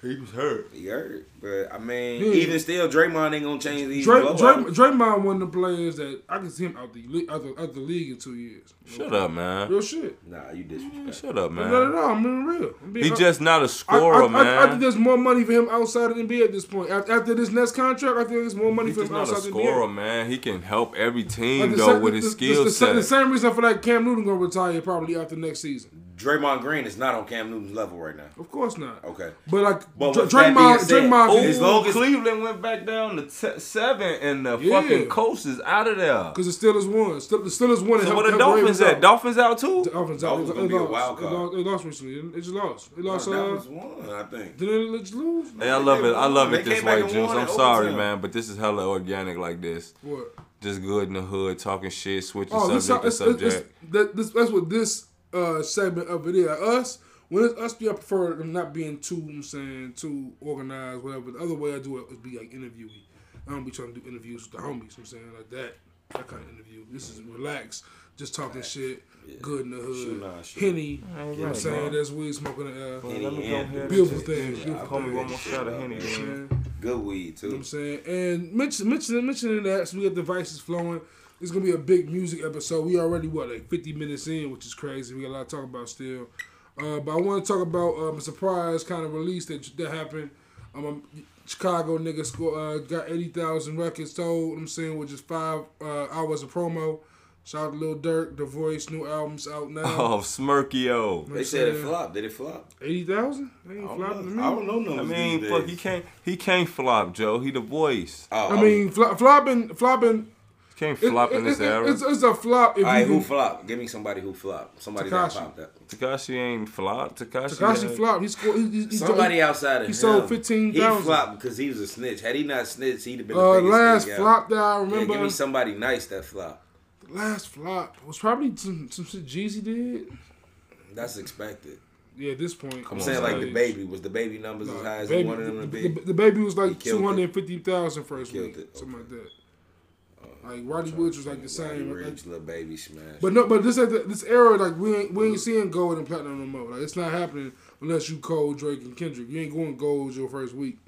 He was hurt.
You heard, but I mean,
Yeah.
even still, Draymond ain't gonna change these.
Dray,
blowouts.
Dray, Draymond one of the players that I can see him out the le- out the, out the league in two years.
Shut up, man.
Real shit.
Nah, you
Man,
disrespect.
Shut up,
Not
man.
at all. I'm being real. I'm being
He
honest.
just not a
I,
scorer,
I- I- I think
man.
there's more money for him outside of the NBA at this point. After, after this next contract, I think there's more money
He's
for
just
him
not
outside
a
the NBA.
scorer, man. He can help every team
Like the
though
same-
with his
the-
skill
the, The,
set.
same reason I feel like Cam Newton gonna retire probably after next season.
Draymond Green is not on Cam Newton's level right now.
Of course not.
Okay.
But like
But
Dr-
with that being
Draymond,
said, oh.
Draymond,
As long as-
Cleveland went back down to t- seven, and the
Yeah.
coach is out of there.
because the Steelers won. Still, the Steelers won. and
So
helped-
what the
helped
Dolphins
Ravens
at?
out.
Dolphins out too.
The Dolphins out.
Dolphins
They- they
gonna be a
lost.
wild
They
card.
lost- They lost recently. They just lost. They lost.
That
Uh,
was one, I think.
did they just lose?
Hey, I love it. I love
They
it
came
this
back
way,
and
Juice.
won
I'm
in
sorry,
overtime.
man, but this is hella organic like this.
What?
Just good in the hood, talking shit, switching
Oh, this,
subject to
it's, it's,
subject.
it's, that, this, that's what this uh, segment of it is. Us, when it's us, I prefer them not being too, I'm saying, too organized, whatever. The other way I do it would be like interviewee. I don't be trying to do interviews with the homies, I'm saying, like that. That kind of interview. This is relaxed, just talking shit, good in the hood.
Shoot, nah, shoot.
Henny, you know what I'm
right,
saying?
bro.
That's weed smoking the air. You know
Let me go ahead and-
Beautiful thing, beautiful
I'll
thing.
do that shit, bro.
what I'm saying?
Good weed
You know what
too.
I'm saying? And mention, mentioning, mentioning that, so we got the vices flowing. It's gonna be a big music episode. We already what like 50 minutes in, which is crazy. We got a lot to talk about still. Uh, but I want to talk about um, a surprise kind of release that that happened. Um, um, Chicago nigga score, uh, got 80,000 records sold. you know what I'm saying which is five uh, hours of promo. Shout out to Lil Durk, The Voice, new albums out now.
Oh, Smirkio.
They said it flopped. Did it flop?
80,000? That
I
ain't
don't
flopping to
know.
me.
I don't know
I
numbers
mean,
these
fuck,
days.
he can't. He can't flop, Joe. He the voice.
Oh,
I mean, flo- flopping, flopping.
He can't
it-
flop in
it-
this
it-
era.
It's, it's a flop. If
all right,
you
who
can-
flopped? Give me somebody who flopped. Somebody that
Tekashi.
popped up.
Takashi ain't flop. Takashi.
Takashi flopped. He scored. He, he, he
Somebody outside of
he
him.
sold 15,000.
He flopped because he was a snitch. Had he not snitched, he'd have been the
Uh,
biggest
last
nigga out.
flop that I
Yeah,
remember,
give me somebody nice that flopped.
last flop was probably some, some shit Jeezy did.
That's expected.
Yeah, at this point, uh,
I'm
on,
saying like the
Sage.
baby was the baby numbers as high as he wanted them to be.
The, the baby was like
killed it.
two hundred fifty thousand first
Killed
week,
Uh, it,
something like that. Like Roddy Woods was like the same, like-
Rich, little baby smash.
but no, but this at the- this era, like we ain't we ain't seeing gold and platinum no more. Like it's not happening unless you Cole, Drake, and Kendrick. You ain't going gold your first week.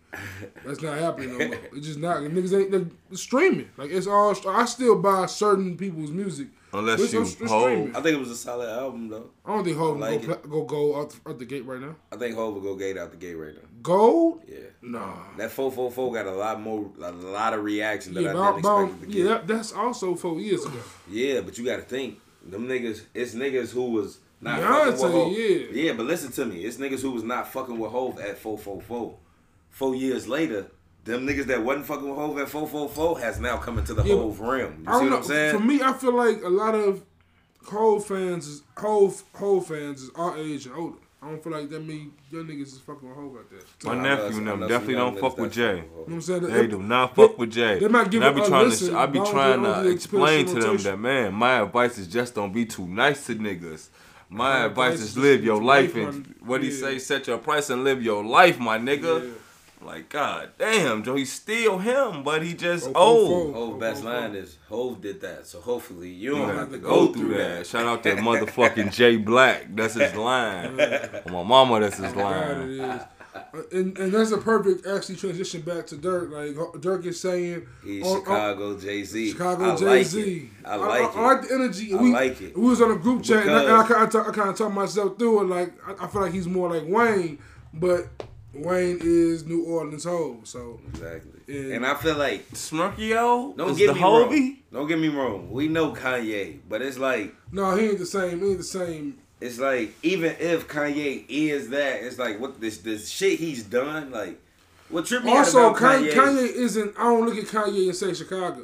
That's not happening no more. It's just not. Niggas ain't like, it's streaming. Like it's all. I still buy certain people's music.
Unless
It's-
you
it's- it's
hold.
streaming.
I think it was a solid album though.
I don't think Hov
I like
go, pla- go gold out the, out the gate right now.
I think Hov will go gate out the gate right now.
Gold?
Yeah.
Nah.
That four four four got a lot more, a lot of reaction that
Yeah,
I
but,
didn't
but-
expect it to
yeah
get.
that, that's also four years ago.
Yeah, but you got to think, them niggas, it's niggas who was not
Beyonce,
fucking with Hov.
yeah.
yeah, but listen to me, it's niggas who was not fucking with Hov at four four four. Four years later, them niggas that wasn't fucking with Hov at four four four has now come into the
Yeah,
Hov realm.
I
You see
don't
what
know.
I'm saying?
For me, I feel like a lot of Cole fans is Cole Cole fans is our age and older. I don't feel like that mean young niggas is fucking with hoe like that. You
My
Nah,
nephew
unless-
and them
unless
definitely
you
don't
young
fuck
niggas
with
that's
Jay.
fucking hoe.
know what I'm saying?
They do not fuck with Jay.
they might give
and I
it
be
a
trying
listen,
to, I be
but I don't
trying
think I don't
to
think it's
explain to them
personal
that man, my advice is just don't be too nice to niggas. My
My
advice
advice
is
is
live your
just
life
live
and
on-
what he
yeah.
say, set your price and live your life, my nigga.
Yeah.
Like God damn, Joe, he's still him, but he just
Oh, oh,
old.
oh.
Whole best line is Hove did that, so hopefully you
You
don't
gonna
have to go through that.
Shout out to motherfucking Jay Black. That's his line. My mama, that's his
God,
line.
it is. Uh, And, and that's a perfect actually transition back to Dirk. Like Dirk is saying,
He's
on- on-
Chicago Jay Z.
Chicago Jay Z.
I like it.
I, like the energy.
I
we,
like it.
We was on a group chat, and I, and I,
Because-
kinda ta- I kind of talked myself through it. Like I, I feel like he's more like Wayne, but Wayne is New Orleans hoe. So
Exactly.
Yeah.
And I feel like
Smurkio
don't
is
get
the
me
Hobie.
wrong. Don't get me wrong. We know Kanye, but it's like
no, he ain't the same. He ain't the same.
it's like even if Kanye is that, it's like what this this shit he's done. Like what tripped me
Also,
out about
Kanye,
Kanye?
Kanye isn't. I don't look at Kanye and say Chicago,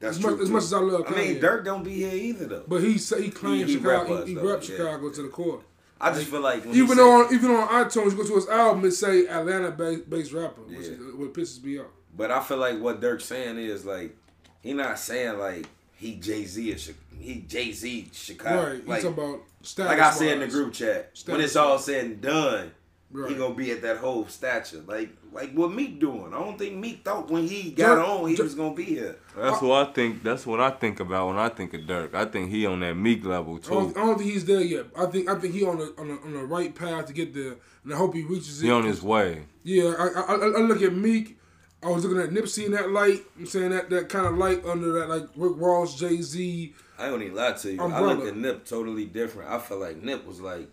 that's
as much-
true,
as much
too.
as I love
I mean,
Kanye.
Dirk don't be here either though.
but he say- he claims
He- he rep
Chicago.
us,
He, he
though,
rep
yeah.
Chicago to the core.
I just feel like when he
Even
said-
on even on iTunes, you go to his album and say Atlanta based, based rapper, which is
Yeah.
what pisses me off.
But I feel like what Dirk's saying is like he not saying like he Jay Z is he Jay Z Chicago.
right,
like,
he's talking about status.
like I said in the
wise.
group chat, when
Status
it's all
wise.
said and done, he
Right.
gonna be at that whole stature. Like like what Meek doing? I don't think Meek thought when he got
Dirk-
on he
Dirk-
was gonna be here.
That's what I think. That's what I think about when I think of Dirk. I think he on that meek level
I don't,
too.
I don't think he's there yet. I think I think he on the on the, on the right path to get there, and I hope he reaches it.
He on his way.
yeah, I, I I I look at Meek. I was looking at Nipsey in that light. I'm saying that that kind of light under that like Rick Ross, Jay Z.
I don't even lie to you. I
Umbrella.
looked at Nip totally different. I felt like Nip was like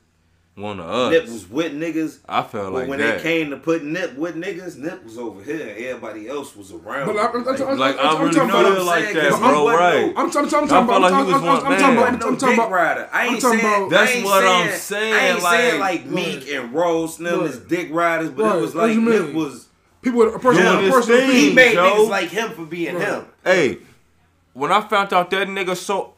One of us.
Nip was with niggas.
I felt
but
like
when
that.
it came to put Nip with niggas, Nip was over here. Everybody else was around.
But I- I'm- I'm- I'm-
like I
I'm
really
talking about
feel
what I'm
like
saying,
that,
'cause he
bro.
wasn't
Right.
no-
I'm, I'm, I'm, talking
I felt
about.
like he
I'm,
was
I'm,
one
I'm, I'm talking
man.
about. I'm,
no
I'm
dick
talking about.
rider. I
I'm
ain't
talking
saying
about-
That's
I ain't
what I'm
saying,
saying,
I ain't saying
like-
like Meek and Rose them
Right.
as dick riders, but
Right.
it was
What
like
you mean?
Nip was
People, a person,
Doing
a
his
person.
thing.
he
opinion.
made
Joe.
niggas like him for being
Right.
him.
Hey, when I found out that nigga so,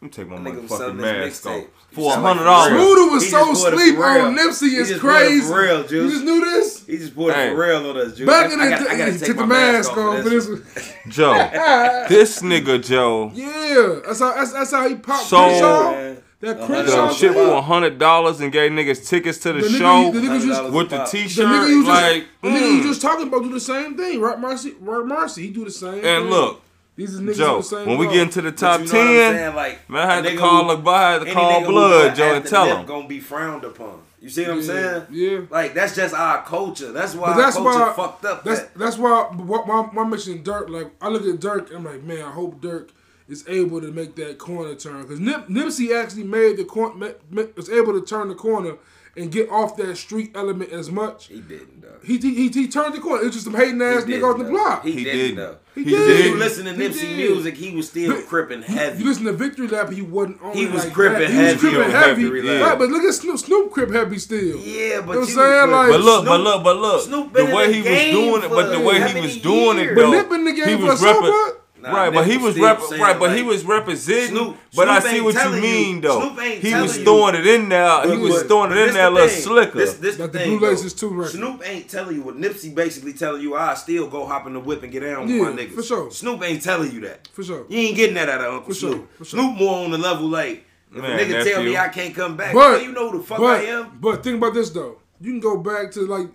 let me take my
Nigga was selling
motherfucking
his
mask off
mixtape.
for a
Sound like
hundred
for real.
dollars.
Smoother was
He
so
just bought it
sleep
for real.
on Nipsey
He
is
just bought it for
crazy.
real,
You
Juice.
just knew this.
He just pulled
Hey.
it for real on us, dude.
Back in
I, gotta- I
the
gotta
he
take
took
my
the mask off
for
for this.
one.
one.
Joe, this nigga Joe,
Yeah, that's how that's, that's how he popped
So-
Crenshaw.
Yeah.
That
the
Crenshaw
Sounds
shit
shit.
good.
for a hundred dollars and gave niggas tickets to the,
The nigga-
show
the nigga
Hundred
you just-
dollars
with the
a pop.
The nigga you
t-shirt.
just
Like,
the nigga you
mm.
just talking about do the same thing. Right, Marcy. Right, Marcy. He do the same.
and
thing.
look,
these is niggas do
Joe,
the same.
when we
job.
get into the
But you
top
know what I'm
ten,
saying? Like,
man, I had
a
to
nigga
call
who-
look, I had to
any
call
nigga who
blood,
got
Joe, and
after
tell
Nip
him.
Gonna be frowned upon. You see what I'm
Yeah,
saying?
yeah.
Like that's just our culture. That's why
But
our
that's
culture
why
fucked up.
That's
that.
that's why why, why, why I mentioned Dirk. Like I look at Dirk, I'm like, man, I hope Dirk is able to make that corner turn because Nip, Nipsey actually made the corner was able to turn the corner and get off that street element as much.
He didn't though.
He he, he, he turned the corner. It's just some hating ass
didn't,
nigga off the
though.
block.
He,
He
didn't,
didn't.
though.
He
He
did.
did.
If you listen to
He
Nipsey
did.
music, he was still
You-
cripping heavy.
You listen to Victory Lap, he wasn't on
He
it
was
like
cripping
that.
heavy
He was
on
cripping heavy.
Victory Lap.
Right, but look at Snoop. Snoop crip heavy still.
yeah, but
You know what I'm
you-
saying? Like-
But look, but
Snoop-
look, but look. the
Snoop been in
way
the
he was
game
doing it, but the
for
way
how
he was
many
doing it
years?
But
though,
Nip in the game
he
for
was
so
repping.
much.
Nah,
right, but
Nip
he
was
was
still
repping.
saying,
Right, but he
like,
was representing.
Snoop-
but I
Snoop
see
ain't
what you
telling you.
mean though.
Snoop ain't
He was
telling you.
throwing it in there. He
But-
was
but-
throwing it
but
in
this
there a
the
little
thing.
slicker.
This, this
Like the
thing,
Blue
though.
Laces too, right?
Snoop ain't telling you what Nipsey basically telling you. I still go hop in the whip and get down with my
Yeah,
niggas.
for sure.
Snoop ain't telling you that.
For sure.
You ain't getting that out of Uncle
For sure,
Snoop.
for sure.
Snoop more on the level like if
Man,
a nigga tell
nephew.
me I can't come back.
But
well, you know who the fuck
but,
I am.
But think about this though. You can go back to like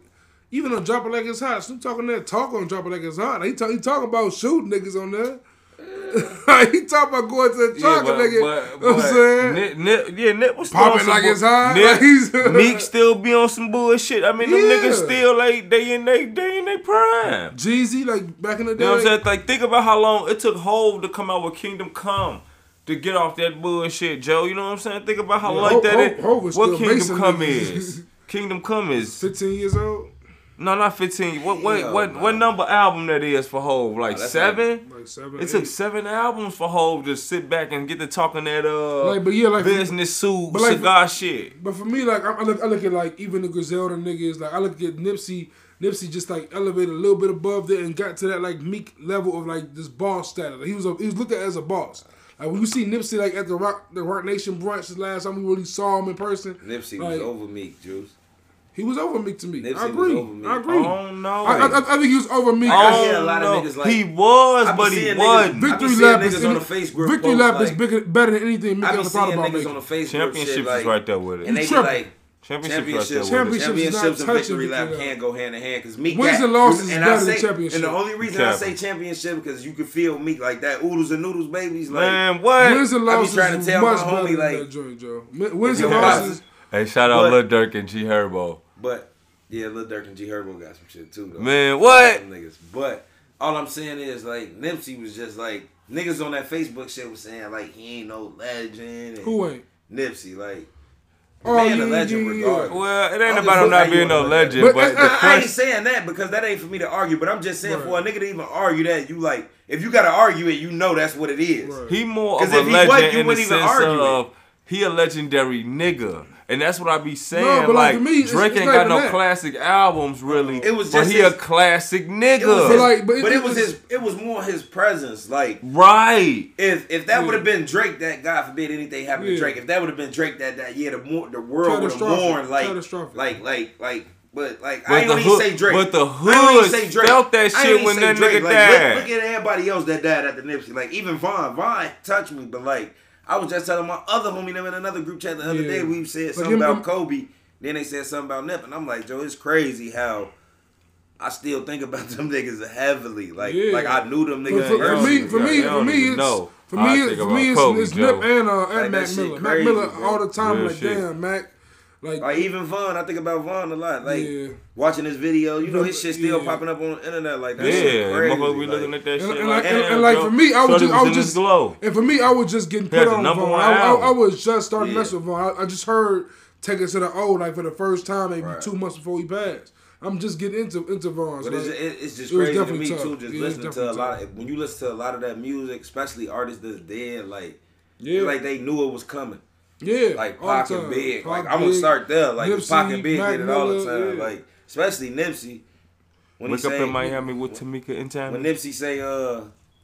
even on Drop It Like It's Hot. Snoop talking that talk on Drop It Like It's Hot. He talk, he talking about shooting niggas on there. he talking about going to the
Yeah,
chocolate
but,
nigga.
but,
you know what I'm saying?
but Nip, Nip, yeah, Nip was
Popping
still on
like
some bull-
it's hot,
Nip,
like he's-
Meek still be on some bullshit. I mean, them
Yeah.
niggas still like they in they they in they prime.
Jeezy, like back in the day.
You know what I'm saying? Like, think about how long it took Hove to come out with Kingdom Come to get off that bullshit, Joe. You know what I'm saying? Think about how
Yeah,
like
Hov-
that. is-
Hov- Hov was
what
still
Kingdom
Mason
Come
niggas.
is? Kingdom Come is
15 years old.
no, not 15. What what
Hell
what
no.
what number album that is for Hove? Like
Oh, that's
seven.
Like seven.
It took
eight.
seven albums for Hove to sit back and get to talking that uh
Like, but yeah, like-
business suit
but like-
cigar shit.
But for me, like I, I look, I look at like even the Griselda niggas. Like I look at Nipsey. Nipsey just like elevated a little bit above there and got to that like meek level of like this boss status. Like, he was a, he was looked at as a boss. Like when you see Nipsey like at the Rock the Rock Nation brunch the last time we really saw him in person.
Nipsey
like,
was over Meek, Juice.
He was over Meek to me.
Nipsey
I
was
agree.
over Meek.
I agree.
Oh no.
I, I, I think he was over Meek.
I
oh,
hear a lot of
no.
niggas like-
he was,
I be
but he
seeing
wasn't.
niggas- I be
Victory
seeing
lap is
niggas on
any-
the Facebook
Victory
post,
lap is
like-
bigger, better than anything Meek
I be
ever
seeing
thought about
niggas
making.
on the Facebook
Championships
shit,
is
like,
right there with it.
And they be
Tripping.
like,
Championships, right there
championships,
with
Championships
it.
is
championships
not
and
touching
victory lap
Victory lap.
can't go hand in hand because Meek
Wins
got-
and losses is
I
better than
say-
championship.
And the only reason I say
Capping.
championship because you can feel Meek like that oodles and noodles babies like
Man, what?
Wins and
I be
losses
trying to tell my
much better
homie,
than
like-
that joint, Joe. M- Wins
Yo,
and losses.
hey, shout out
But-
Lil Durk and G Herbo.
But yeah, Lil Durk and G Herbo got some shit too though.
Man, what?
Them niggas. But all I'm saying is like Nipsey was just like niggas on that Facebook shit was saying like he ain't no legend. And
Who ain't?
Nipsey? Like the
Oh,
man a
yeah,
legend
yeah, yeah.
regardless.
Well, it
I'm
ain't
just
about him
looking at
not
you
being
on
no
the
legend,
left.
but,
But I-
the
I-
I ain't
question.
saying that because that ain't for me to argue, but I'm just saying
Right.
for a nigga to even argue that, you like if you gotta argue it, you know that's what it is.
Right.
He more
'Cause
of a
if he was,
legend
you
in the
wouldn't even
sense
argue
of he a legendary nigga, and that's what I be saying.
No, but, like,
like
to me, it's-
Drake
it's
ain't
not
got
even
no
that.
classic albums really,
It was
but
just
he
his-
a classic
It was
nigga,
his-
But like, but
but,
it-
it,
it
was
was-
his it was more his presence. Like
right?
if if that
Yeah.
would have been Drake, that God forbid anything happened
Yeah.
to Drake. If that would have been Drake that that year, the more the world would have
Catastrophic.
mourned like
Catastrophic.
like like like. But like
But
I ain't
the
even
hood-
say Drake.
but the
I ain't even
hoods
say Drake.
felt that
I ain't
shit
even
when
say
that
Drake.
nigga
Like, look-
died.
Look, at everybody else that died at the Nipsey. Like even Von, Von touched me. But like I was just telling my other homie them in another group chat the other
Yeah.
day. We said
Like,
something
him-
about
him-
Kobe. Then they said something about Nip, and I'm like, Joe, it's crazy how. I still think about them niggas heavily, like
Yeah.
like I knew them
For,
niggas.
for, for me,
personally.
for me,
Yeah, I
for
don't
me,
even
it's
know.
for
I
me,
think
it's, for
about
me, it's,
Kobe,
it's
Joe.
Nip and uh,
Like,
and
that
Mac
shit
Miller. Mac
crazy,
Miller
bro.
all the time.
Real
like,
shit.
damn, Mac. Like,
Like even Vaughn, I think about Vaughn a lot. Like
Yeah.
watching his video, you know his shit still
Yeah.
popping up on the internet. Like that
Yeah,
shit crazy.
motherfucker, we
like,
looking at that
and,
shit.
and
like,
like, and,
damn,
and like
Joe.
for me, I was
Shorty
just, I
in
was
his
just,
glow.
and for me, I was just getting
had
put
the
on
number
Vaughn.
one
I, I,
album.
I was just starting
Yeah.
messing with Vaughn. I, I just heard "Take It to the O" like for the first time, maybe
Right.
two months before he passed. I'm just getting into into Vaughn.
But it's, it- it's just
it was
crazy to
definitely
me
tough.
too. Just
Yeah, it was
listening to a
definitely
lot of when you listen to a lot of that music, especially artists that's dead. Like
Yeah.
like they knew it was coming.
yeah,
Like
all the
Pac and
time.
Big. like
Pac,
I'm gonna
Big,
start there. Like
Nipsey,
Pac and Big
Mac
did it all the
Miller,
time.
yeah.
Like especially Nipsey when
Wake
he
up
say
in Miami with Tamika in
when
time.
Nipsey say uh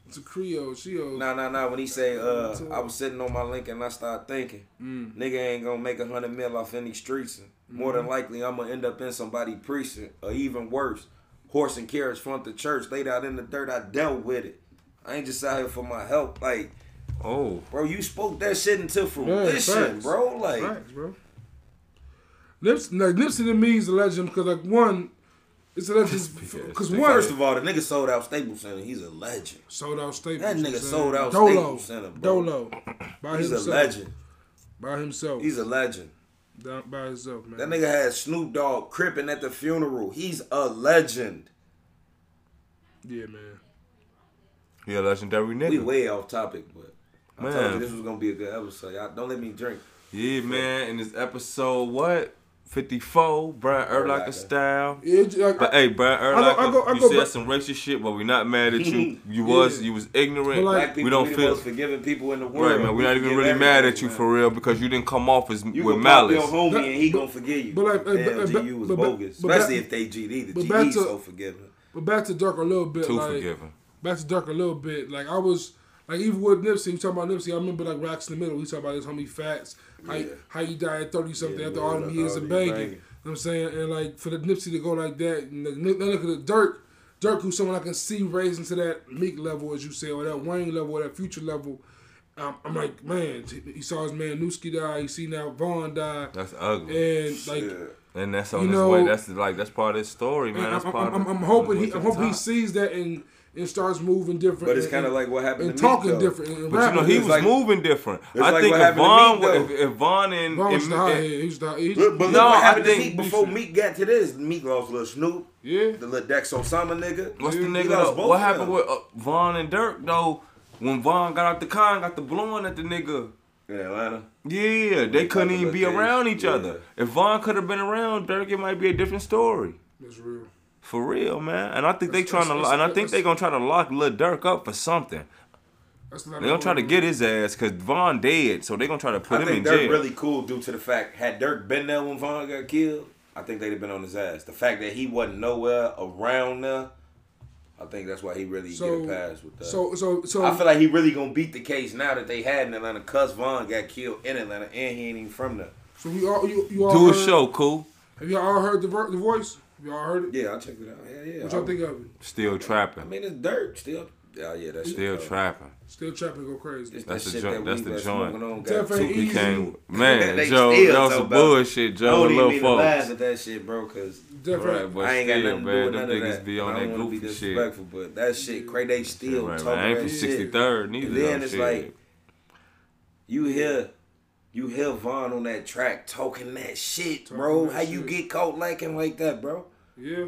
It's a Creole. She old.
Nah, nah, nah. When he say, uh, I was sitting on my link and I started thinking,
Mm.
nigga ain't gonna make a hundred mil off any streets. More
Mm-hmm.
than likely, I'm gonna end up in somebody precinct, or even worse, horse and carriage front the church, laid out in the dirt. I dealt with it. I ain't just out here for my help. Like,
Oh,
bro, you spoke that shit into
Yeah,
fruition,
facts.
bro. Like,
Facts, bro. Nipsey, like, Nipsey to me is a legend because like one, it's a legend because
Big
one
first of all, the nigga sold out Staples Center. He's a legend.
sold out Staples.
That
you
nigga
know what I'm
sold
saying?
out Staples Center, bro.
Dolo, by
He's a
himself.
legend.
By himself.
He's a legend.
down by himself, man.
That nigga had Snoop Dogg cripping at the funeral. He's a legend.
Yeah, man.
he a legendary
We
nigga.
way off topic, but I told
Man.
you this was gonna be a good episode. Y'all don't let me drink.
Yeah, man. And it's episode what? 54, Brian Erlacher
Urlacher.
style.
Yeah, it's like,
But hey, Brian
I
Erlacher,
go- I go- I
you
go
said
back-
some racist shit, but we not mad at you. You was
Yeah.
you was
But, like,
ignorant.
Black people,
we don't
we the
feel
most forgiving people in the world.
right, man. We're not even
forgive
really mad
everybody,
at you
man.
for real because you didn't come off as
You
with
can pop
malice.
your homie
That-
and he
but-
gonna forgive you.
but like, uh,
Damn,
but-
GU was
but- but-
bogus,
but-
especially if they GD. The
but back
GD
to-
so forgiving.
but back to Dirk a little bit.
Too
like,
forgiving.
Back to Dirk a little bit. Like I was, like even with Nipsey, we talking about Nipsey. I remember like Rocks in the Middle. We talking about his homie Fats. How, he-
Yeah.
how he died at thirty something
Yeah,
after
man,
all them
all
years
these
of banging.
banging.
You know what I'm saying? And like for the Nipsey to go like that, and the, now look at the Dirk. Dirk, who's someone I can see raising to that Meek level, as you say, or that Wayne level, or that Future level. Um, I'm like, man, he- he saw his man Newski die. He see now Vaughn die,
That's ugly,
and like.
Yeah.
and that's on
you
his
know-
way. That's like that's part of his story, man.
And
That's
I'm,
part.
I'm, I'm,
of,
I'm hoping he,
that's
I'm
what's
hoping he
up top.
sees that and, and starts moving different.
But it's
and-
kind of
and-
like what happened
and
to Meek,
talking
though.
different. And
But you know he
It's
was
like-
moving different.
it's
I
like
think
what
if
happened to
Vaughn,
Meek,
wa-
though.
if, if Vaughn and,
Vaughn's
and-
the hot
and-
head. He's the he's,
But, but
No,
look what
I
happened
think-
to Meek before Meek got to this. Meek lost Lil Snoop,
yeah.
the Lil Dex Osama nigga.
What's
He
the nigga?
lost
though?
both
What
of
happened
them.
with uh, Vaughn and Dirk though? When Vaughn got out the con, got the blowing at the nigga.
in Atlanta?
Yeah, they couldn't
talking
even
about
be
this,
around each
yeah.
other. If Vaughn could have been around Dirk, it might be a different story.
That's real.
For real, man. And I think they
That's-
trying to,
that's-
lo- and I
that's-
think they gonna try to lock Lil Dirk up for something.
That's not
They gonna try to get his ass because Vaughn dead, so they gonna try to put
I
him
think
in
Dirk
jail.
really cool due to the fact had Dirk been there when Von got killed, I think they'd have been on his ass. The fact that he wasn't nowhere around there, I think that's why he really
So-
get a pass with that.
So so so
I feel like he really gonna beat the case now that they had in Atlanta. Cuz Vaughn got killed in Atlanta and he ain't even from there.
so we all you, you all
Do a
heard-
show, cool.
Have y'all all heard the, ver- the voice? Have y'all heard it?
Yeah, I checked it out. Yeah, yeah.
What y'all
I-
think of it?
Still
I
trapping.
mean, it's dirt still. Yeah, yeah, that's
Still
uh,
trapping.
Still trapping go crazy.
It's
That's
that
the
shit
joint-
that
that's
we
the
was
joint.
smoking on, got
Definitely
too-
He
Easy.
came, man,
They
Joe,
stie
that was
talk
some
about it.
bullshit,
I
Joe.
don't even
Little
mean to laugh
folks.
at that shit, bro, cause
Definitely.
Right, but
I ain't got
still,
nothing to do
man,
with
them
none of
niggas
that.
be
I
on
don't
that
wanna be
goofy shit.
disrespectful, but that shit, Cray, they still
Right, man.
talking
I ain't
that
from
shit.
63rd neither.
And then
no
it's
shit.
like you hear you hear Vaughn on that track talking that shit, bro.
Talking that
How you
shit.
get caught lacking like that, bro?
Yeah.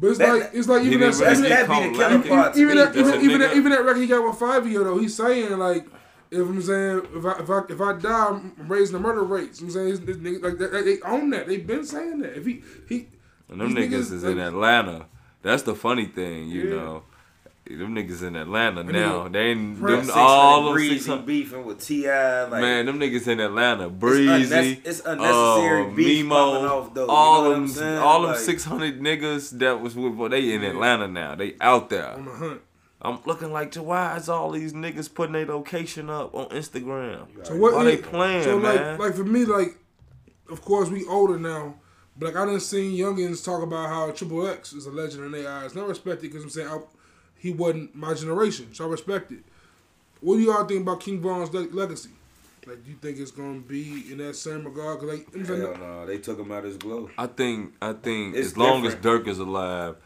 But it's
That-
like it's like
He
even
didn't
that
really
even
get
that
that be the
caught
killer
lacking.
part.
even that,
That's
even,
a
even, that,
nigga.
even that record he got with Five year though he's saying like if I'm saying if I if I, if I die I'm raising the murder rates. You know what I'm saying These niggas, like they, they own that. They've been saying that. If he he
And them
these
niggas, is in
like,
Atlanta. That's the funny thing, you
Yeah.
know. Them niggas in Atlanta
mean,
now. They ain't
Prince,
them,
Six
all them
breezy
600
beefing with Ti, like
man. Them niggas in Atlanta,
It's, unnes-
breezy.
it's unnecessary
uh,
beef popping off though.
all
you know what
them,
I'm saying?
all them
Like,
six hundred niggas that was with, well, they in Atlanta now. They out there.
on the hunt.
I'm looking like, to why is all these niggas putting their location up on Instagram?
So what
Why they
yeah,
playing,
So like,
man?
like for me, like, of course we older now, but like I done seen youngins talk about how Triple X is a legend in their eyes, and I respect it because I'm saying I, he wasn't my generation, so I respect it. What do y'all think about King Von's le- legacy? Like, do you think it's gonna be in that same regard? 'Cause, like, I'm saying-
Hell no, they took him out his glow.
I think, I think,
It's
as long as
different.
Dirk is alive.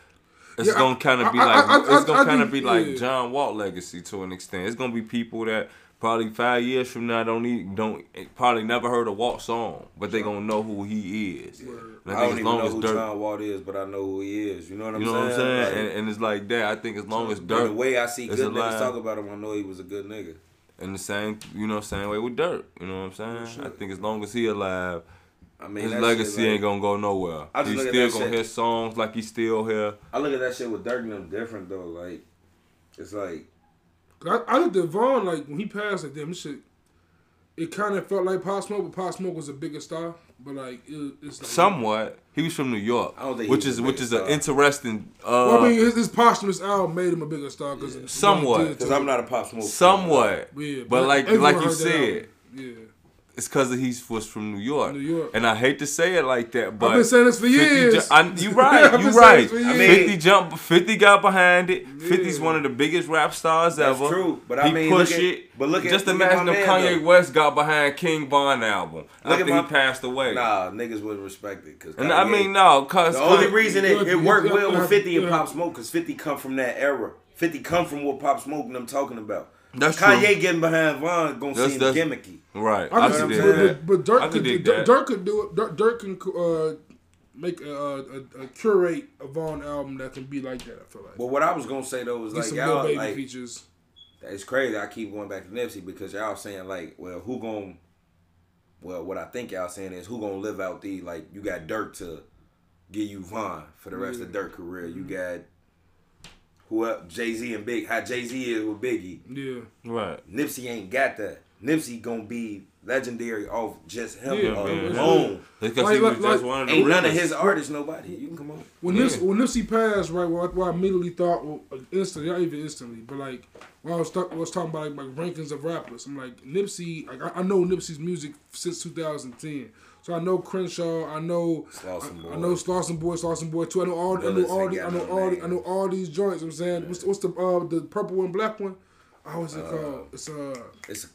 It's
Yeah, I-
gonna kind of be
I- I-
like
I- I-
it's gonna
I
kind of
think-
be like
yeah.
John Walt legacy to an extent. It's gonna be people that probably five years from now don't even don't probably never heard a Walt song, but they gonna know who he is.
I,
And
don't even know who John Walt is, but I know who he is. You know what I'm
You know
saying?
what I'm saying?
Like,
and, and it's like that. I think as long as
but
Dirk
the way I see
is
good niggas
alive.
talk about him, I know he was a good nigga.
and the same, you know, same way with Dirk. You know what I'm saying? I think as long as he alive,
I mean,
his
that shit,
legacy
like-
ain't gonna go nowhere.
I just
He's
look at
still
that
gonna
shit.
hear songs like he's still here.
I look at that shit with Dirk and them different though. Like, it's like
'cause I, I looked at Vaughn like when he passed, like damn this shit. It kind of felt like Pop Smoke, but Pop Smoke was a bigger star. But like, it, it's like
Somewhat, he was from New York,
I don't think he
which
was
is
the
which
biggest
is an
star.
interesting. Uh,
Well, I mean, his, his posthumous album made him a bigger star because
somewhat.
because I'm not a pop smoke. fan.
somewhat,
Yeah,
but like
everyone
like you
heard that
said,
album. yeah.
it's because he was from New York.
New York.
and I hate to say it like that, but
I've been saying this for
50
years.
ju- I- you
I've
right,
been
you
saying
right.
this for
I mean,
years.
Fifty jump, Fifty got behind it. Fifty's
Yeah.
one of the biggest rap stars
That's
ever.
true, but I
he
mean,
push
look at-
it.
but look at-
just
look at
imagine
my
if
man,
Kanye
though.
West got behind King Bond album
at
after
my-
he passed away.
Nah, niggas wasn't respected. Cause
and
Kanye-
I mean, no, cause
the only
Kanye-
reason it, it worked well with Fifty and
Yeah.
Pop Smoke because Fifty come from that era. Fifty come from what Pop Smoke and them talking about.
That's
Kanye
true.
getting behind Vaughn gonna
That's-
seem
that's-
gimmicky.
Right,
I
I,
mean,
could
but,
dig
but,
that.
but
I
Dirk
could
could,
dig
Dirk,
that.
Dirk could do it. Dirk, Dirk can uh, make a, a, a- a curate a Vaughn album that can be like that. I feel like
But what I was gonna say though was
get
like
some little
y'all
baby
like
features.
it's crazy. I keep going back to Nipsey because y'all saying like, well, who gon' well, what I think y'all saying is who gonna live out the like you got Dirk to give you Vaughn for the rest of Dirk career.
Mm-hmm.
You got who up Jay Z and Big how Jay Z is with Biggie.
Yeah,
Right,
Nipsey ain't got that. Nipsey gonna be legendary off just him
Yeah,
man.
alone.
because
Like,
he was
like- like,
just one of the
Ain't none of
realest.
his artists nobody. You can come on.
when
Yeah.
Nipsey when Nipsey passed, right? What, what I immediately thought, well, instantly, not even instantly, but like when I was, talk, was talking about like, like rankings of rappers, I'm like Nipsey. Like I, I know Nipsey's music since 2010, so I know Crenshaw, I know
Slauson
I, I
Boy.
know Slauson Boy, Slauson Boy too. I know all, I know
Willis
all,
ain't
the, I
got
know
no
all, the,
name.
I know all these joints. You know what I'm saying, what's, what's the uh, the purple and black one? Oh, what's it called? It's uh,
It's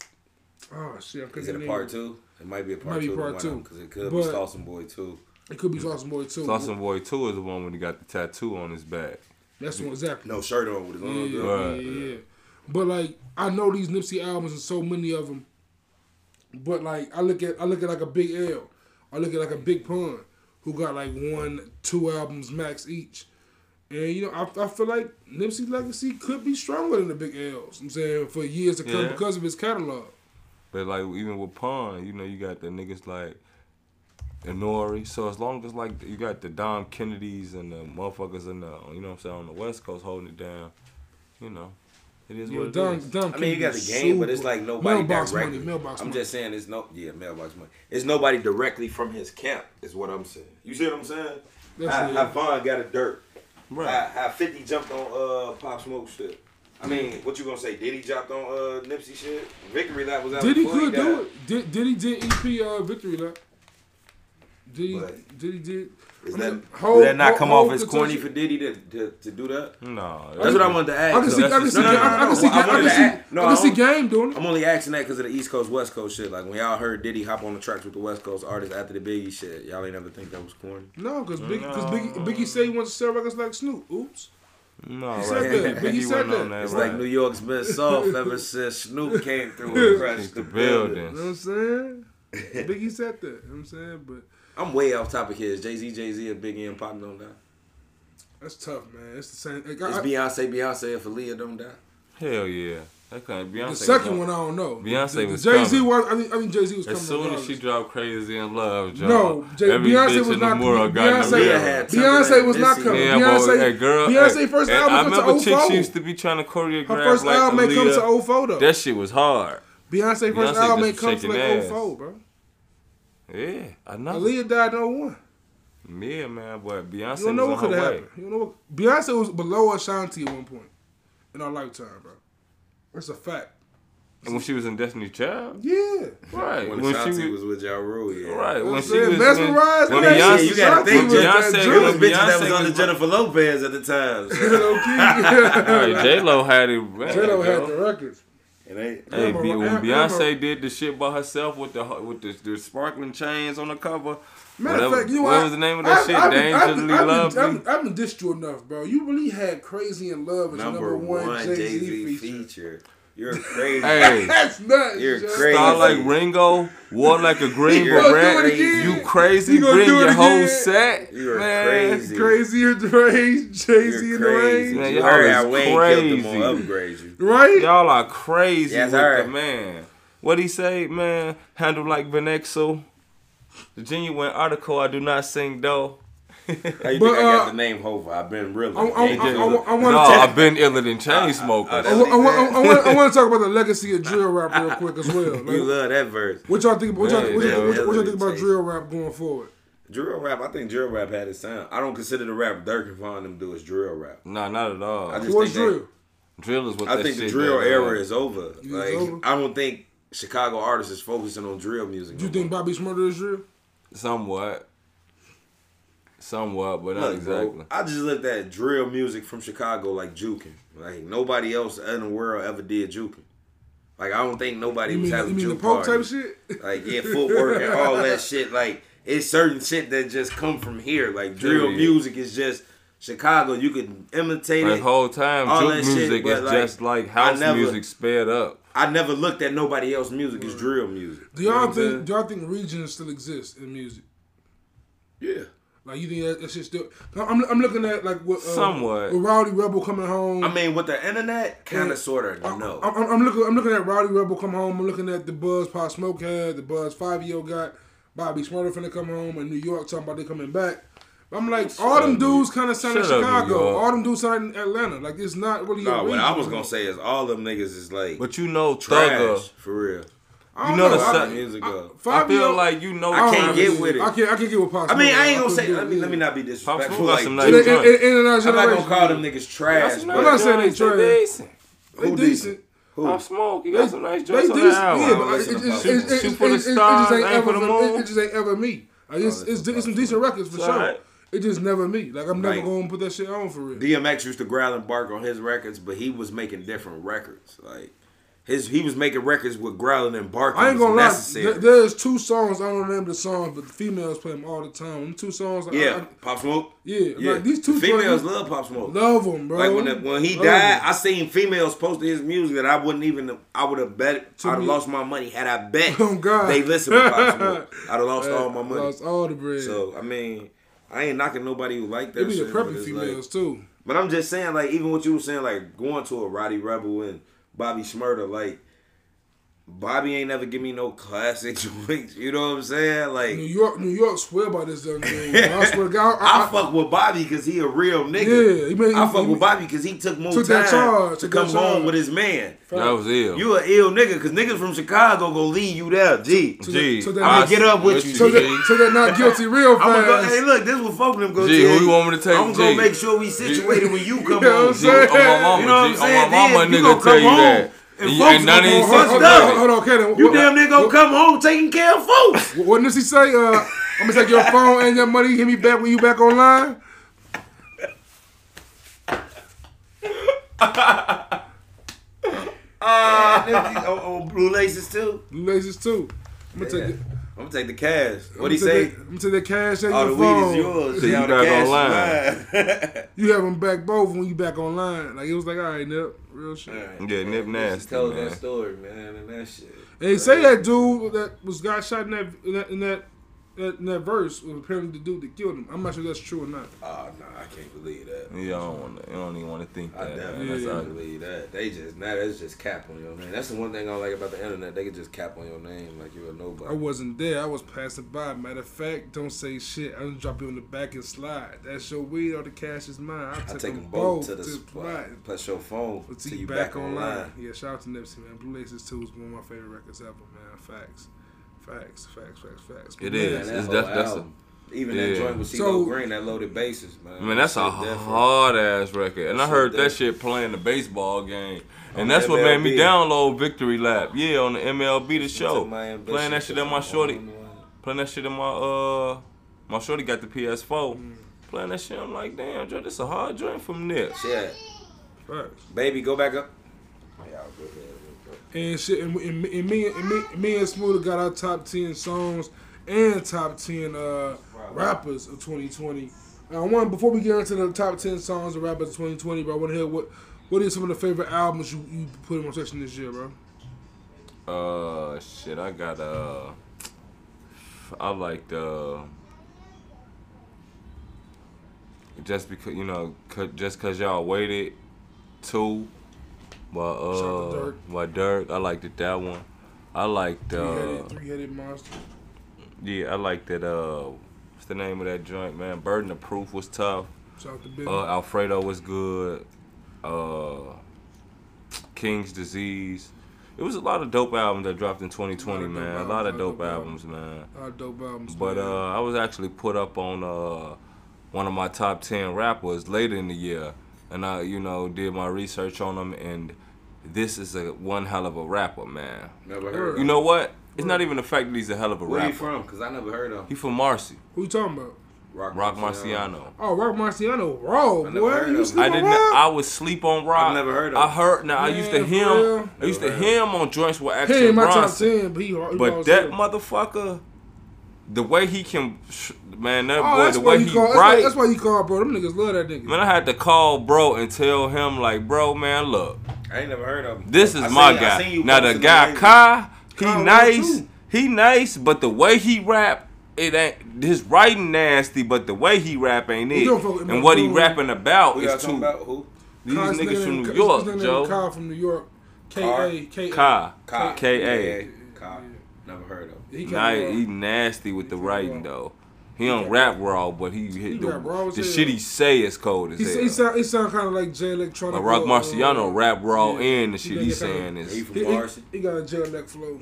oh shit, I'm
is
forgetting
it
the
a
name.
part two? It might be a part
Might be
two.
part two.
because it could be
But-
Slauson Boy too.
It could be Slauson Boy too.
Slauson Boy Two is the one when he got the tattoo on his back.
That's the one exactly.
No shirt on with his own
Yeah,
girl.
Right.
yeah, yeah. But like, I know these Nipsey albums and so many of them. But like, I look at I look at like a Big L, I look at like a Big Pun, who got like one, two albums max each. And you know, I, I feel like Nipsey's legacy could be stronger than the Big L's. I'm saying for years to come
Yeah.
because of his catalog.
But like even with Pun, you know, you got the niggas like Inori. So as long as like you got the Dom Kennedys and the motherfuckers in the you know what I'm saying on the West Coast holding it down, you know, it is
Yeah,
what
Dom,
it is.
Dom
I mean, you got the
Kennedy
game, but it's
super-
like nobody
mailbox
directly.
money, mailbox
I'm
money.
just saying, it's no, yeah, mailbox money. It's nobody directly from his camp, is what I'm saying. You see what I'm saying?
That's
How
it.
how Von got a dirt.
Right.
How, how 50 jumped on uh, Pop Smoke shit. I mean, what you gonna say? Diddy jumped on uh, Nipsey shit? Victory Lap was out
Diddy
before
could
he died.
do it. Did Diddy did EP uh, victory lap. Diddy
But-
Diddy did.
Is
I
that,
mean,
did
hold-
that not
hold-
come
hold
off as
the
corny
touch-
for Diddy to, to, to do that?
No.
That's what I wanted to ask.
I can see, I
though.
that's
can see,
just-
no,
I
no, no,
I
no,
can see,
I
I
wanted
can
to
see,
ask- no,
I can see
I-
game doing it.
I'm only asking that because of the East Coast West Coast shit. Like when y'all heard Diddy hop on the tracks with the West Coast artists after the Biggie shit, y'all ain't ever think that was corny.
No, because Biggie, because Biggie, Biggie said he wants to sell records like Snoop. Oops.
No,
He
right.
said
that.
He
Biggie said
went on
that.
It's
right.
like New York's been soft ever since Snoop came through and crashed the
the
building.
You know what I'm
building.
saying? Biggie said that. You know what I'm saying? But
I'm way off topic here. Is Jay Z, Jay Z, and Biggie and Pop don't die?
that's tough, man. It's the same. Like,
Is
I,
Beyonce, Beyonce, and Aaliyah don't die?
Hell yeah. That kind Beyonce.
the
was
second
on-
one, I don't know.
Beyonce
the, the
was
Jay Z
coming.
was. I think, I think Jay Z was coming.
As soon as
regardless.
she dropped "Crazy in Love," y'all,
No, Jay-
every
Beyonce
bitch
was
in the
not-
world got in the
Beyonce-
middle.
had
Beyonce was not
Timberland,
coming.
Missy.
Yeah, Beyonce,
Beyonce-
boy, that girl.
Beyonce
hey,
first
hey,
album
I
comes
remember
to
chicks
04.
used to be trying to choreograph
her first
like
album ain't come
Aaliyah.
to old photo.
That shit was hard.
Beyonce first
Beyonce
album
just
ain't come to
shaking
like
ass.
old photo, bro.
Yeah, I know.
Aaliyah died in 01.
Yeah, man, but Beyonce
You don't know what
was on
could
her way.
happen. You don't know what Beyonce was below Ashanti at one point in our lifetime, bro. That's a fact.
And when she was in Destiny Child,
Yeah.
right?
When,
When,
when
she was,
was with Ja Rule, yeah.
right?
I'm
When she
saying,
was
mesmerized,
When,
man.
when Beyonce,
Yeah,
you gotta think
when
with
that
Beyonce,
drip.
when
Those bitches that was
Beyonce
on the
was-
Jennifer Lopez at the time. so.
Low key.
J Lo had it. Right,
J-Lo
yo.
had the records.
It ain't-
Hey,
Emma-
Be- when
Emma-
Beyonce did the shit by herself with the with the, the sparkling chains on the cover,
Matter of
Whatever-
fact, you know
what
I-
was the name of that
I've-
shit?
I've been- I've
Dangerously
been- I've been-
Lovely?
I've been- I've been dissed you enough, bro. You really had Crazy in Love as your
number one Jay Z feature. You're crazy.
Hey.
That's nuts.
You're
yo.
crazy.
style like Ringo, wore like a green
You gonna do
beret.
it again?
You crazy,
You gonna
bring
do it
your
again?
whole set,
You are
man.
crazy.
Crazier Drake, Jay Z
You're
in the
crazy.
rain.
Man,
You
y'all
heard
is
how Wayne killed them
crazy.
on upgrade you.
Right?
Y'all are crazy
Yes,
with
sir.
the man. What he say, man? Handle like Benexo. The genuine article. I do not sing though.
How
But,
you think I got
uh,
the name Hova? I've been real.
I'm- I'm- I'm- I'm- I wanna
no,
tell-
I've been iller than chain smokers.
I,
That's what he said.
want to talk about the legacy of drill rap real quick as well. Like,
you love that verse.
what y'all think? What y'all, what y'all, what y'all, what y'all think about
Yeah.
drill rap going forward?
Drill rap, I think drill rap had its sound. I don't consider the rap Dirk and Von them do as drill rap.
nah, not at all.
I just
What's
think that-
drill?
drill is what
I
that
think the
shit uh,
drill
did,
era
man.
is over.
You
Like
it's over?
I don't think Chicago artists is focusing on drill music.
Do you
no
think
more.
Bobby Smurder is drill?
somewhat, somewhat, but not
Look, bro,
exactly.
I just looked at drill music from Chicago like juking. Like nobody else in the world ever did juking. Like I don't think nobody
You
was
mean, you
having
mean the
juke
Pope type
parties.
shit?
Like yeah, footwork and all that shit. Like it's certain shit that just come from here. Like drill
Period.
music is just Chicago. You can imitate
Like
it.
whole time,
all that
juke
shit,
music
but,
is
like,
just like house
never-
music sped up.
I never looked at nobody else music as drill music.
Do y'all
Yeah,
think?
man.
Do y'all think regions still exist in music?
Yeah.
Like you think that, that shit still? I'm, I'm looking at like what uh,
Somewhat.
with Rowdy Rebel coming home.
I mean, with the internet, kind
Yeah.
of, sort of, no.
I'm, I'm- I'm looking. I'm looking at Rowdy Rebel come home. I'm looking at the Buzz Pop Smoke had the Buzz Five Yo got Bobby Smurder finna come home in New York talking about they coming back. I'm like, all them
up, New-
dudes kind of sound in
shut up, New
Chicago.
York.
All them dudes sound in Atlanta. Like it's not really.
no,
a
what
region.
I was gonna say is all them niggas is like
But uh, you know,
trash
Thugger.
for real.
I
you
don't
know the
I-
sun-
music
I-
up.
Five
I feel
Yo-
like you know.
I don't
can't
really-
get with it.
I can't. I can't get with Pop
I mean,
Smoke.
I ain't
couldn't
gonna say.
do
Let
it,
me,
yeah.
let me not be
Pop
disrespectful.
Smoke got
Like,
some
In,
nice-
in, in, in and out
I'm not gonna
generation.
call them niggas trash,
I'm
I'm
but
not saying they trash.
decent.
They
who
decent.
decent?
Pop
Who?
Smoke, you
They
got some nice
they
joints on
decent.
that album.
Yeah, but
I
it-
listen
it
to
just-
Pop
it- it-
Smoke.
it-
Shoot
it-
for the
it just
stars,
ain't
aim
ever
for the
for me. It-
moon.
It just ain't ever me. Like, It's
listen
it's
to
it's
Pop
some decent records for
It's
sure.
alright.
It just never me. Like I'm never
Like-
gonna put that shit on for real.
DMX used to growl and bark on his records, but he was making different records. Like his, he was making records with growling and barking.
I ain't gonna
was
lie.
necessary.
There, there's two songs. I don't remember the songs, but the females play them all the time. Them two songs. like,
yeah,
I, I
Pop Smoke.
uh, Yeah, like, these two
The females
joints-
love Pop Smoke.
love them, bro.
Like when the, when he
Love
died,
'em.
I seen females posting his music that I wouldn't even. I would have bet. I'd have
me-
lost my money had I bet.
Oh, God.
They listened to Pop Smoke. I'd have lost all my
I
money.
Lost all the bread.
So I mean, I ain't knocking nobody who like that.
it be the
shit, but
preppy
it's
females
Like,
too.
but I'm just saying, like even what you were saying, like going to a Roddy Rebel and Bobby Smurda, like Bobby ain't never give me no classic joints. You know what I'm saying? Like
New York, New York swear by this young man. man. I swear to God,
I,
I, I,
fuck with Bobby because he a real nigga.
Yeah, he made-
I fuck
he-
with Bobby because he took more
took
time
that charge,
to
took that
come home
charge.
with his man.
That was ill.
You a ill nigga because niggas from Chicago gonna leave you there. G.
To
Gee,
the- to the-
I
to
get up with you,
so
G.
that, so that not guilty real
I'm gonna go,
fast.
hey, look, this what folk them go
G,
tell
who you want me to take,
I'm gonna
G?
make sure we situated when you come
You know what
home.
I'm
G, on my mama, G,
You know what I'm saying?
on my mama,
Then you
nigga
gonna
tell
come
you that.
home and
And, you,
folks
and none of
gonna
these
go
hold,
six
hold,
Fuck
hold,
of
that.
hold, hold
them.
on, Kaden.
You
What-
damn near gonna come home taking care of folks.
What, what does he say? Uh, I'm gonna take your phone and your money. Hit me back when you back online.
oh, oh, blue laces too.
Lasers too. I'm gonna
Yeah.
take.
I'm gonna take the cash. What'd
the-
he say?
I'm gonna take that cash and
All the
your
weed is
phone.
yours.
So you
Yeah, all the
back
cash is mine.
You have them back both when you back online. Like it was like, all right, nip, real shit.
Alright.
Yeah, Nip
She
Nasty,
told
man.
that story, man, and that shit.
They say that dude that was got shot in that in that in that, that, in that verse was apparently the dude that killed him. I'm not sure if that's true or not.
Oh no, I can't believe that.
Yeah, I don't want to. I don't even want to think
I
that.
definitely
man. That's
Yeah.
can't
ugly.
believe that. They just now that's just cap on your name. That's the one thing I don't like about the internet. They can just cap on your name like you're a
I
nobody.
wasn't there. I was passing by. Matter of fact, don't say shit. I'm drop you in the back and slide. That's your weed or the cash is mine. I'll
I
take,
take
them
them both to the spot.
spot.
Plus your phone
Let's
till
see
you
you
back online.
Yeah, shout out to Nipsey, man. Blue Laces 2 is one of my favorite records ever, man. Facts. Facts, facts, facts, facts. But
It
man,
is.
Man, that
It's
whole
that's that's a,
album. Even
Yeah.
that joint with CeeLo
So-
Green, that loaded bases, man.
I mean, that's a
Shit different.
hard ass record. And I
Shit
heard that
different.
shit playing the baseball game.
On
And that's what made me
MLB.
download Victory Lap. Yeah, on the MLB the show.
Took my ambition
Playing that shit
to
at my
the
shorty.
one.
Playing that shit in my uh my shorty got the PS4.
Mm.
Playing that shit, I'm like, damn, Joe, this a hard joint from Nip.
Shit.
Facts.
Baby, go back up. Yeah, I'll go ahead real quick.
And shit, and, and, and me and me, me and Smoother got our top ten songs and top ten uh, rappers of 2020. And I want before we get into the top ten songs of rappers of 2020, bro. I want to hear what what are some of the favorite albums you, you put in rotation this year, bro?
Uh shit, I got uh I liked uh just because you know, cu- just cause y'all waited two by
Shout out to
uh
Dirk.
by Dirk, I liked it that one. I liked
Three
uh
headed, three headed monster.
yeah, I liked that uh what's the name of that joint, man? Burden of Proof was tough.
Shout out to Big.
Uh, Alfredo was good. Uh, King's Disease. It was a lot of dope albums that dropped in 2020,
A lot of dope
man. A lot of
albums, a lot of dope
dope albums, man.
Our dope albums.
But
man.
uh, I was actually put up on uh, one of my top 10 rappers later in the year. And I, you know, did my research on him. And this is a one hell of a rapper, man.
Never heard. of
You
him.
know what? It's not even the fact that he's a hell of a
where you
rapper.
from? Cause I never heard of him.
He from Marcy,
who you talking about?
Rock Marciano.
Oh, Rock Marciano, raw
I never
boy.
heard
You
of
sleep
I didn't.
around?
I would sleep on rock.
I've never heard of
I
him.
heard. Now I used to
Man, for
him.
real?
I used to
Never heard
him on joints with
He
Action
ain't my top
Bronson.
ten, but he. he
But
always
that
there.
motherfucker, the way he can, sh- man, that
Oh,
boy,
that's
the
why
way
you
he
call. That's why,
write,
that's why you call, bro. Them niggas love that nigga.
man, I had to call bro and tell him like, bro, man, look,
I ain't never heard of him.
this is
I
my
seen- I seen
guy.
you
Now
post
the
him
guy
lately.
Kai, he
Kai Ware,
nice,
too.
he nice, but the way he rap. It ain't his writing nasty, but the way he rap ain't it,
don't fuck with
and what he
Motorola.
rapping about
Who y'all
is
talking
too.
about? Who?
These
Kai's
niggas
nigga
from
named-
New
this
York,
nigga named
Joe.
Kyle from New York. K A
Carr?
K A.
Ka.
Ka.
K.A.
Ka. Never heard of him.
He came
Nah,
along.
he nasty with the
He
writing
raw.
though. He don't
rap.
rap raw, but he hit the,
rap raw as
the
hell.
shit he say is cold as
He, he,
hell.
sound, he sound kind of like Jay Electronica.
Like uh, Rock
uh,
Marciano rap raw
yeah,
and the
he
shit
got
he
that kinda-
saying is.
He from
He, he,
Varsity.
he got a Jay Elec flow.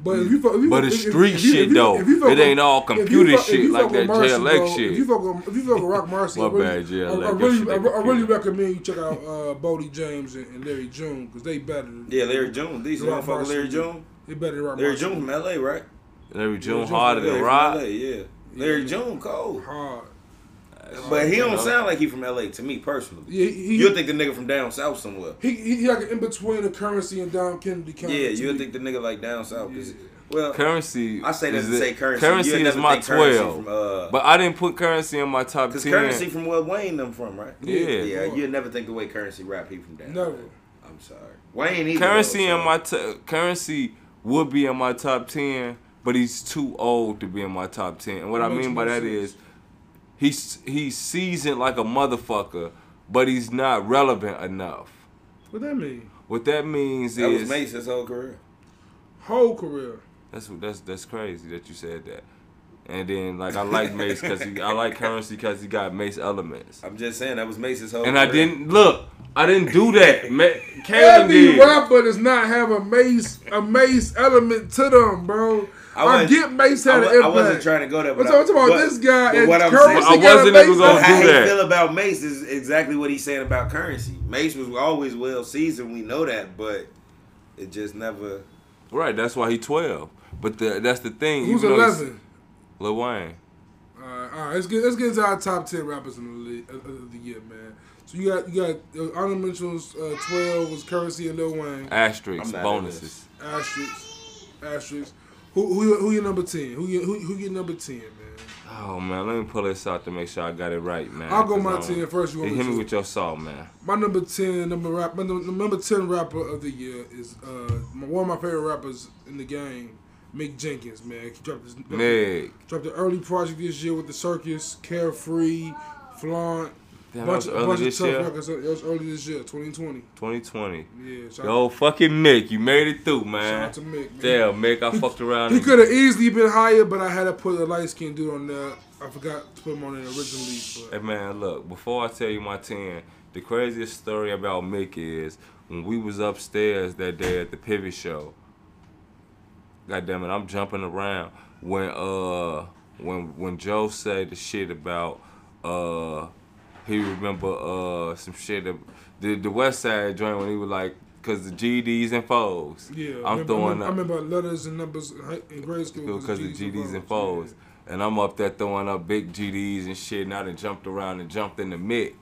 But if you fuck, if you
Mm. But
fuck-
it's
if- if-
street
if you-
shit,
if you-
though.
if you fuck
It
with-
ain't all
if you
computer
fuck- if
shit
you
like
fuck with
that Jay
Marcy,
Elec
bro,
shit.
If you fuck with, if you fuck with Rock Marcy,
My
I really,
bad, Jay
I,
Elec.
I
That shit
really, I,
they
I really
computer.
recommend you check out uh, Bodie James and, and Larry June because they better. Than,
Yeah, Larry June. These
Rock
don't fuck with
Marcy.
Larry June.
They better than Rock
Larry
Marcy.
June from LA, right?
Larry
June
June harder
yeah,
than
from LA,
rock.
yeah. Larry
Yeah.
June cold.
hard.
But he
Yeah.
don't sound like he from LA to me personally.
Yeah, he- he-
You'll think the nigga from down south somewhere.
He, he, he like in between the currency and Don Kennedy
Yeah,
kind of
you'll think the nigga like down south. 'cause-
Yeah.
Well,
Currency.
I say that
is
to
it-
say currency. You'll
Currency is
never
my
think currency
twelve.
from, uh,
But I didn't put currency in my top
Cause
ten.
currency from where Wayne them from, right?
Yeah.
Yeah, you'll never think the way currency rap he from down.
Never.
there. I'm sorry. Wayne either.
Currency
though, so-
in my t- currency would be in my top ten, but he's too old to be in my top ten. And what I
Makes
mean by
more
that
sense.
is, he's he's seasoned like a motherfucker, but he's not relevant enough.
What that mean?
What that means
That was
is
Mace's whole career.
whole career.
That's what- that's that's crazy that you said that. And then like I like Mace because he I like currency because he got Mace elements.
I'm just saying that was Mace's whole.
And I
career.
didn't look. I didn't do that. Ma- Kalen
Every
did.
rapper does not have a mace a mace element to them, bro.
I
I,
wasn't-
get mace
I
had
wa-
an impact.
I wasn't trying to go there.
I'm
But
talking- I'm talking about
but-
this guy
but
and
what I'm
Currency
I
saying,
got a
wasn't even
mace
gonna
element.
do
how you
that.
feel about Mace is exactly what he's saying about currency. Mace was always well seasoned. We know that, but it just never.
Right. That's why he twelve. But the, that's the thing.
Who's
even though he's-
eleven?
Lil Wayne.
All right, all right. Let's get let's get into our top ten rappers in the league, of- of the year, man. So you got you got uh, honorable mentions uh, twelve was Currency and Lil Wayne.
Asterisks.
I'm not in
Bonuses.
this.
Asterisks, asterisks. Who who who your number ten? Who you who, who your number ten, man?
Oh man, let me pull this out to make sure I got it right, man.
I'll go
'Cause
my
I don't-
10 first, you want
Hey,
me
hit me
to?
with your saw, man.
My number ten number rap my number, number ten rapper of the year is uh my, one of my favorite rappers in the game, Mick Jenkins, man. He dropped his
Meg.
dropped an early project this year with the Circus, Carefree, Flaunt.
Damn, that was early this year.
records. It was early this year, 2020.
2020.
Yeah, shout,
Yo, fucking Mick, you made it through,
shout out
man.
to Mick. Man.
Damn, Mick, I fucked around.
He
and-
could have easily been higher, but I had to put a light skinned dude on there. I forgot to put him on there originally.
Hey
But
man, look, before I tell you my 10, the craziest story about Mick is when we was upstairs that day at the Pivot Show. God damn it, I'm jumping around when uh when when Joe said the shit about uh he remember uh some shit of the the West Side joint when he was like cuz the GDs and foes.
yeah, I
I'm
remember-
throwing
I
up
remember, I remember letters and numbers in high- in grade school
because the GDs and foes. And I'm up there throwing up big GDs and shit, and I done jumped around and jumped in the mitt.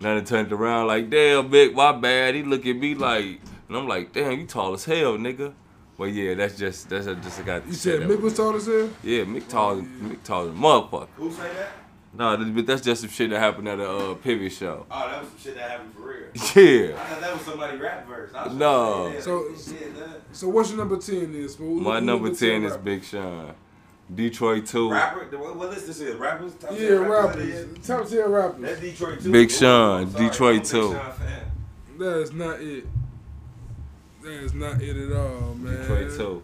And I done turned around like, damn, Mick, my bad. He look at me like, and I'm like, damn, you tall as hell, nigga. But yeah, that's just, that's I just got to
You
say
said
that.
Mick was tall as hell?
Yeah, Mick tall, Mick tall as a motherfucker.
Who say that?
No, th- but that's just some shit that happened at a uh, pivot show.
Oh, that was some shit that happened for real.
Yeah.
thought that was somebody rap verse. I
was No. just
saying that. So what's your number 10 is? Who-
My
who
number 10 is
rapper?
Big Sean. Detroit 2.
Rapper, what, what is this? Is rappers? Top
Yeah, rappers. Top 10 rappers.
That's Detroit too.
Big Sean,
I'm sorry,
Detroit
I'm a Big
too.
Sean fan.
That is not it. That is not it at all, man.
Detroit 2.
Shut up, you ain't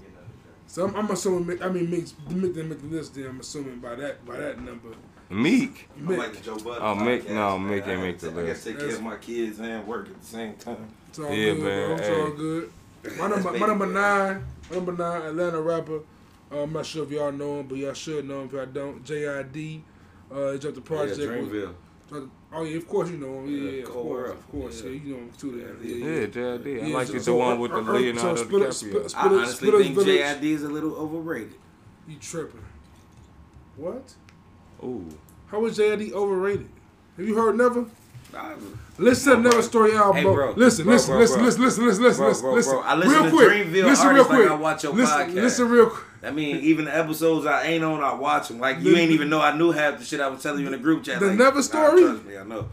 getting nothing.
So I'm, I'm assuming. Mick- I mean, Mick, Mick didn't make the list. Then I'm assuming by that by that number,
Meek.
I'm
Mick.
like the Joe Budden
Oh, Mick-
podcast,
no,
man.
Mick ain't
I
make the
gotta- I gotta
list.
take care of my kids and work at the same time.
It's all
Yeah,
good,
man,
bro. It's
hey.
all good. My
That's
number, my
baby
number
boy.
nine, my number nine, Atlanta rapper. Uh, I'm not sure if y'all know him, but y'all should know him. If y'all don't, JID. Uh, he dropped the project. with- dropped- oh yeah, of course you know him. Yeah,
Yeah,
yeah of
Cole
course,
Rap.
of course. Yeah.
Yeah.
you know him too. There. Yeah, yeah.
Yeah, JID. I
Yeah,
like
so-
it's
so,
the one with the
uh, uh, so
Leonardo
Split-
DiCaprio.
Split-
I
Split-
honestly
Splitter's
think
Village.
JID is a little overrated.
You tripping? What?
Ooh.
How is JID overrated? Have you heard never?
Nah,
Listen to Never Story album.
Hey,
bro.
bro.
Listen,
Bro,
listen,
bro,
listen,
bro.
listen, listen, listen, listen,
Bro, bro,
listen.
bro. I listen
real
to
quick.
Dreamville
listen real
artists like
quick.
I watch your
listen,
podcast.
listen real quick.
I mean, even the episodes I ain't on, I watch them. Like you
The-
ain't even know I knew half the shit I was telling you in the group chat.
the
like,
Never
nah,
Story?
trust me, I know.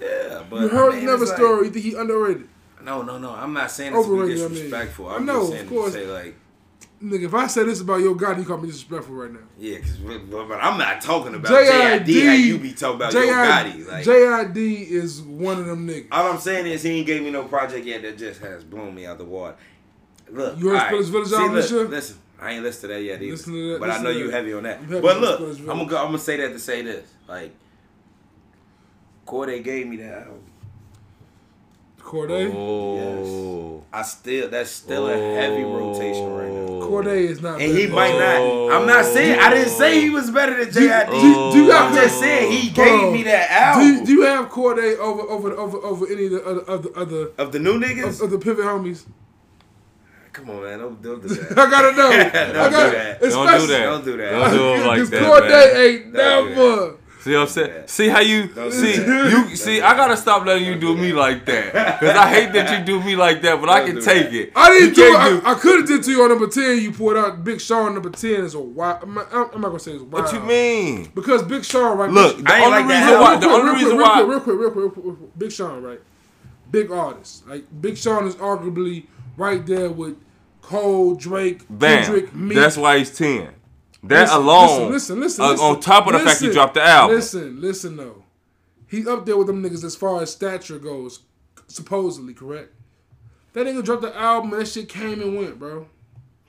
Yeah, but
You heard
I mean,
Never
it's like-
Story. You think he underrated?
No, no, no. I'm not saying it's to be
Overrated, I mean.
disrespectful.
I
I'm
know,
just
of
saying
course.
to say like,
Nigga, if I say this about your God, you call me disrespectful right now.
yeah, 'cause we- but but I'm not talking about JID.
JID
How you be talking about your Gotti? Like,
JID is one of them niggas.
all I'm saying is he ain't gave me no project yet that just has blown me out the water. Look,
You heard
all
Spillers Village
See,
album this
look,
year?
Listen, I ain't listened to that yet either.
Listen to that-
but
listen
I know
to
you
that.
heavy on that.
I'm heavy
but
on
look,
Spillers
I'm
Village.
gonna go, I'm gonna say that to say this. Like, Corday gave me that album.
Corday.
Oh.
I still that's still a heavy rotation right
Oh.
now.
Corday is not.
And
bad.
he might not. I'm not saying. I didn't say he was better than JID.
Do, you- do you
Oh.
have-
I'm just saying he
Bro,
gave me that
Do you,
album
do you have Corday over over over over any of the other other other
of the new
of,
niggas.
of the pivot homies?
Come on, man, don't, don't do
I
that.
gotta know. I
Don't
gotta,
do that.
Don't do
especially-
that.
Don't do that.
Don't do it like
Cause
that.
Corday
man.
ain't
Don't do
never.
See what I'm saying? See how you
Don't do
see
that.
you see I gotta stop letting you do me like that. Cause I hate that you do me like that, but I
Don't
can
do
take
that.
it.
I didn't
You
do.
can't
I, I could have did to you on number ten. You pulled out Big Sean number ten is a wild. I'm not, I'm not gonna say it's wild.
What you mean?
Because Big Sean, right?
Look,
Big,
the
I ain't
only
like that
reason why
album.
the only reason why
real quick, real quick, real quick, real quick, Big Sean, right? Big artist, like Big Sean is arguably right there with Cole, Drake,
Bam.
Kendrick, Meek.
That's why he's ten. That
Listen, Listen,
alone.
listen, listen,
uh,
listen.
on top of the fact he
Listen,
dropped the album.
Listen, listen though. He up there with them niggas as far as stature goes, supposedly, correct? That nigga dropped the album and that shit came and went, bro.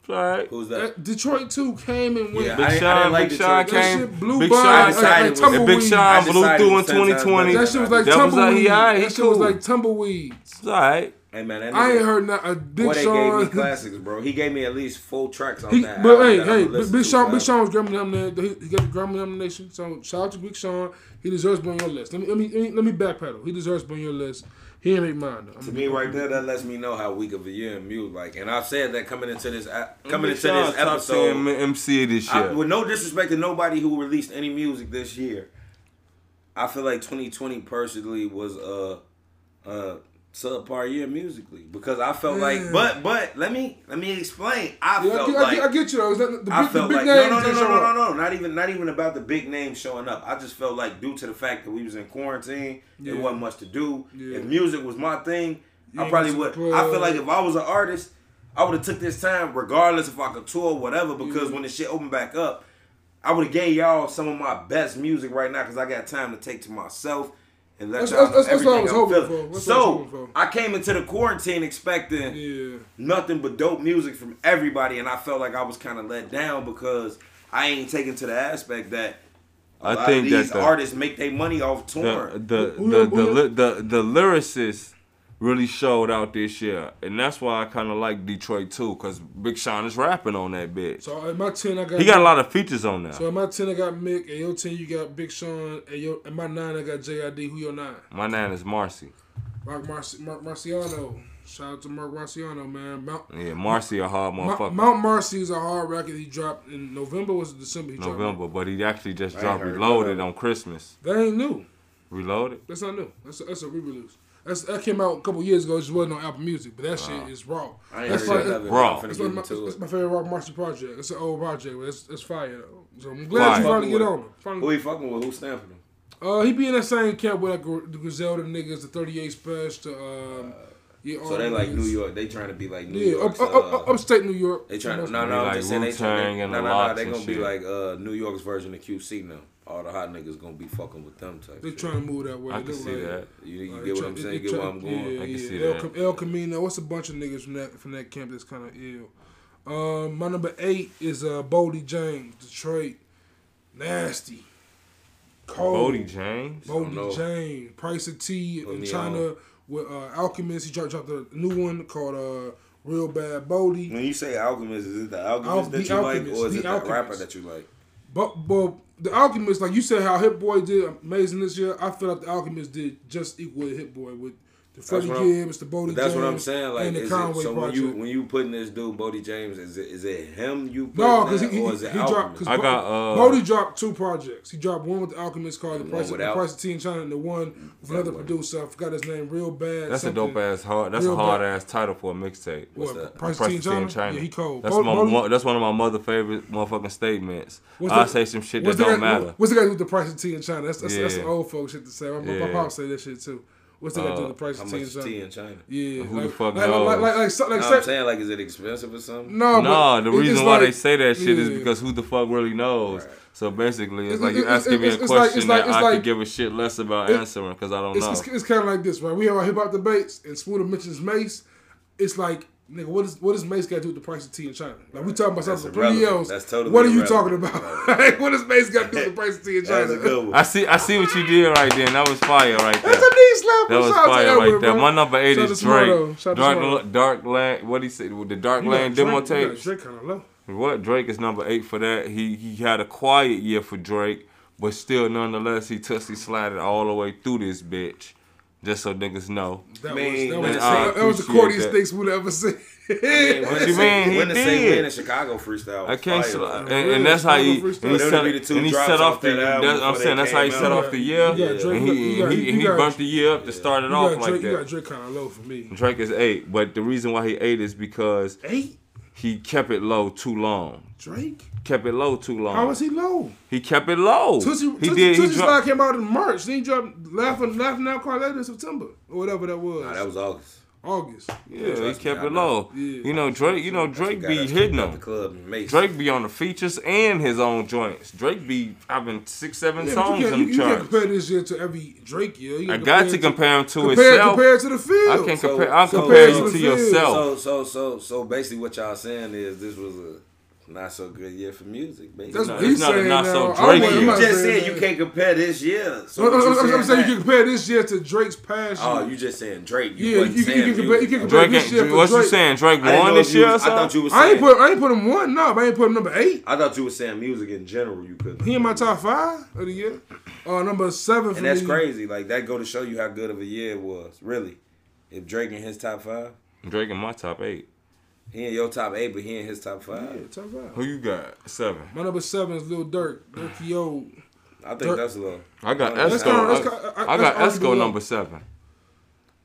It's all right.
Who's that?
That Detroit too came and went.
Yeah,
Big
I didn't- I
Sean,
didn't like
Big
Detroit.
Sean
That
came.
shit blew
Big
by.
Sean,
Like- like
and Big
tumbleweed.
Sean
I
blew
decided
through
it
in
was ten times
2020.
better.
That shit was like
That was like,
tumbleweed.
he alright, he
that shit was
cool.
like tumbleweed.
It's all right.
Hey man, that
I ain't
nigga-
heard not a Big
Boy, they gave me
Sean.
classics, bro. He gave me at least four tracks on
He,
that.
but
album
hey,
that I'ma
hey,
listen
Big
to
Sean, Big
forever.
Sean was Grammy nominated. He, he got the Grammy nomination. So shout out to Big Sean. He deserves to be on your list. Let me, let me, let me, let me backpedal. He deserves to be on your list. He ain't make mine. Though.
To me, right there, that lets me know how weak of a year in Mule like. And I said that coming into this uh, coming
Big
into
Sean,
this
top ten
episode.
MC this
I,
year.
with no disrespect to nobody who released any music this year, I feel like 2020 personally was a, a subpar year musically because I felt like.
Yeah.
But but let me let me explain. I
Hmm. Yeah, I,
felt
get,
like.
I, get, I get you though. It's not- The big,
I felt
the big
like no, no,
names
no,
didn't
no,
show
no, no,
up.
no, not even, not even about the big names showing up. I just felt like due to the fact that we was in quarantine, there
Yeah.
wasn't much to do.
Yeah.
If music was my thing,
You
I
ain't
probably
go
would.
to the
I feel
club.
like if I was an artist, I would have took this time, regardless if I could tour or whatever. Because when the shit opened back up, I would have gave y'all some of my best music right now because I got time to take to myself and let
That's-
y'all know
that's- that's what I
everything
was
I'm
hoping
feeling.
for. That's what I was hoping
So
for.
I came into the quarantine expecting
Yeah.
nothing but dope music from everybody, and I felt like I was kind of let down because I ain't taken to the aspect that a
I
lot
think
of these
that the- uh,
artists make their money off
the
touring.
the
Who- who-
the, the,
who-
li- the the lyricists really showed out this year, and that's why I kind of like Detroit too, cause Big Sean is rapping on that bitch.
So at my ten, I got.
He got a lot of features on that.
So at my ten, I got Mick. At your ten, you got Big Sean. At your at my nine, I got JID. Who your nine?
My name is Marcy.
Mark Marci- Mark Marciano. Shout out to Mark Marciano, man. Mount
Yeah, Marcy a hard motherfucker.
Mount, Mount Marcy is a hard record he dropped in November. Was it December? He Dropped
November, but he actually just
I
dropped
heard
Reloaded
that.
on Christmas.
it. That ain't new.
Reloaded.
That's not new. That's a, that's a re-release. That's, that came out a couple years ago. It just wasn't on Apple Music, but that shit is raw.
I ain't
That's
heard
like-
that of it.
Raw.
I'm finna
It's
get
one of my,
into
it's
it.
my favorite Rock Marcy project. It's an old project, but it's, it's fire though. So I'm glad
Fire.
you finally
Fucking
get
with
on
it.
him.
Who
Finally,
he fucking with? Who stamping him?
uh, he be in that same camp with like Gr- the Griselda niggas, the 38 Special, to um, yeah, all
So they
them
like
niggas.
New York. They trying to be like New
Yeah,
York.
up, up, up, up-
uh,
upstate New York.
they trying to
Most-
no no.
Be
I'm
like
just saying they trying
Wu-Tang
to
and
no
the
no no.
Lox
They
and
gonna be
shit.
like uh, New York's version of QC now. All the hot niggas gonna be fucking with them type.
They
shit.
trying to move that way.
I can
They
see
like-
that.
You, you
like,
get what
try-
I'm
they-
saying?
they
Get where
try-
I'm going.
Yeah,
I can
yeah.
see
El,
that.
Cam- El Camino. What's a bunch of niggas from that from that camp that's kind of ill? Um, my number eight is uh, Bodie James, Detroit. Nasty. Cold.
Bodie James.
don't know.
Bodie James. Price of Tea
Put
in
me
China with uh, Alchemist. He dropped, dropped a new one called uh, Real Bad Bodie.
When you say Alchemist, is it the
Al-
Alchemist
the
that you like,
Alchemist,
or is
the
it that rapper
Alchemist.
that you like?
But, but the Alchemist, like you said, how Hit Boy did amazing this year. I feel like the Alchemist did just equal to Hit Boy with the Freddie
what I'm-
Gibbs, the Bodie
But that's
James,
what I'm saying. Like,
and the
is
Conway
it, so when
Project.
you when you putting this dude Bodie James, is it is it him you put
No, because he,
in
he,
there, or
he
is it
dropped.
Alchemist?
Cause
I got, uh,
Bodie dropped two projects. He dropped one with the Alchemist called the
one
Price, of, the
without-
Price of Tea in China, and the one with another
one.
producer. I forgot his name. Real bad.
That's
something.
a dope ass hard. That's
Real
a hard ass title for a mixtape.
What,
that?
Price, of
Price
Tea in
Tea
China?
in China.
Yeah, he cold.
That's,
Bo-
my,
Bodie-
one, that's one of my mother favorite motherfucking statements.
what's
I
the-
say some shit that
what's the
don't
guy-
matter.
What's the guy with the Price of Tea in China? That's that's, that's
Yeah.
some old folk shit to say. My, my, my
Yeah. Uh,
pops say that shit too. What's the guy do with the Price
How
of
much
Tea in
is
China?
tea in China?
Yeah,
Who the
like- like,
fuck
like,
knows?
like, like, like, so- like,
No,
so-
I'm saying like, is it expensive or something?
no,
No,
but
the
it- it's
reason why
like-
they say that shit is
yeah.
because who the fuck really knows.
Right.
So basically, it's
It's-
like you
it's-
asking me a
it's- it's like-
question
it's like-
that
it's
I
like-
could give a shit less about
it-
answering because I don't
it's,
know.
it's, it's kind of like this, right? We have our hip hop debates, and Smooter mentions Mace. It's like, nigga, what is what does Mace got to do with the price of tea in China? Like we talking about something completely
irrelevant.
else.
That's totally
What are you
irrelevant.
talking about? Like, what does Mace got to do with the price of tea in China?
That's a good one.
I see. I see what you did right then. That was fire right there.
That's a knee slap.
That was
Shout out to
fire
Edward,
right there.
bro.
My number eight
Shout out
is
to Smarto.
Drake.
Shout out to
Dark,
Smarto.
L- Dark Land. What he said with the Dark
You got
Land demo
Drake- you got
tapes.
Drake kind of low.
What Drake is number eight for that. He he had a quiet year for Drake, but still nonetheless he tussy slided all the way through this bitch. Just so niggas know.
That
Man,
was that
man,
was, the-
I
that was the
appreciate
corniest
that.
thing Smooter ever said.
What you mean? He
When the same
did.
man in Chicago freestyle.
I
was
can't,
fire,
sl-
though.
and, and that's how he and
But
he
those
set,
would be the two
and he
drops
set
off
off the.
that album
That's, I'm
before
saying
they
that's how he
came
set
out.
off the
You
year,
got Drake-
and he
you got-
he,
you
he
got-
burnt the year up to start it
You
off
got
like
Drake, you got
that.
Drake kind of low for me.
Drake is eight, but the reason why he eight is because
Eight
he kept it low too long.
Drake.
Kept it low too long.
How is he low?
He kept it low.
Tootsie,
Oh. he
Tootsie,
did.
Tootsie
he dropped.
Slide came out in March. Then he dropped Laughing Laughing Out Cry Later in September or whatever that was.
Nah, that was August.
August.
Yeah, he
Trust me,
kept
I
it
know.
low.
Yeah.
You know Drake. You know Drake
Got
be
us
hitting them.
out The club and Mace.
Drake be on the features and his own joints. Drake be having six, seven
Yeah, but
songs
you
in
can't, you,
the
you can't
charts.
compare this year to every Drake year. You
I
gotta
got to
it
compare him to
compare,
himself.
compare it to the field.
I can't
So-
compare. I'll
so-
compare
so-
you to yourself.
So so so so basically, what y'all saying is this was a not so good year for music. Basically,
That's
No,
what
it's
he's
not a
saying.
not so
now. I
Drake
wouldn't-
year.
I'm not
you just
saying
said you
that.
can't compare this year. So
No,
what
no,
you
no, I'm, I'm saying you
that?
can compare this year to Drake's past
Oh,
year.
you just saying Drake. You
Yeah,
wasn't
you, you,
saying
can compare. You
music.
can compare
Drake,
this year
ain't,
to
what you
Drake.
saying? Drake
I didn't
won
know
this
if you
year? Or
was- I
something?
thought you was
I
saying.
ain't put. I ain't put him one. No, but I ain't put him number eight.
I thought you were saying music in general. You couldn't.
He in my top five of the year. Uh, number seven. for
And that's
me.
crazy. Like that go to show you how good of a year it was. Really, if Drake in his top five,
Drake in my top eight.
he in your top eight, but he in his top
Yeah,
five.
top five.
Who you got? Seven.
My number seven is Lil Durk. Durky O.
I think
Dirk-
that's a little.
I got
That's
Esco.
kinda- that's
I-
kinda-
I, got
that's
Esco
arguable.
number seven.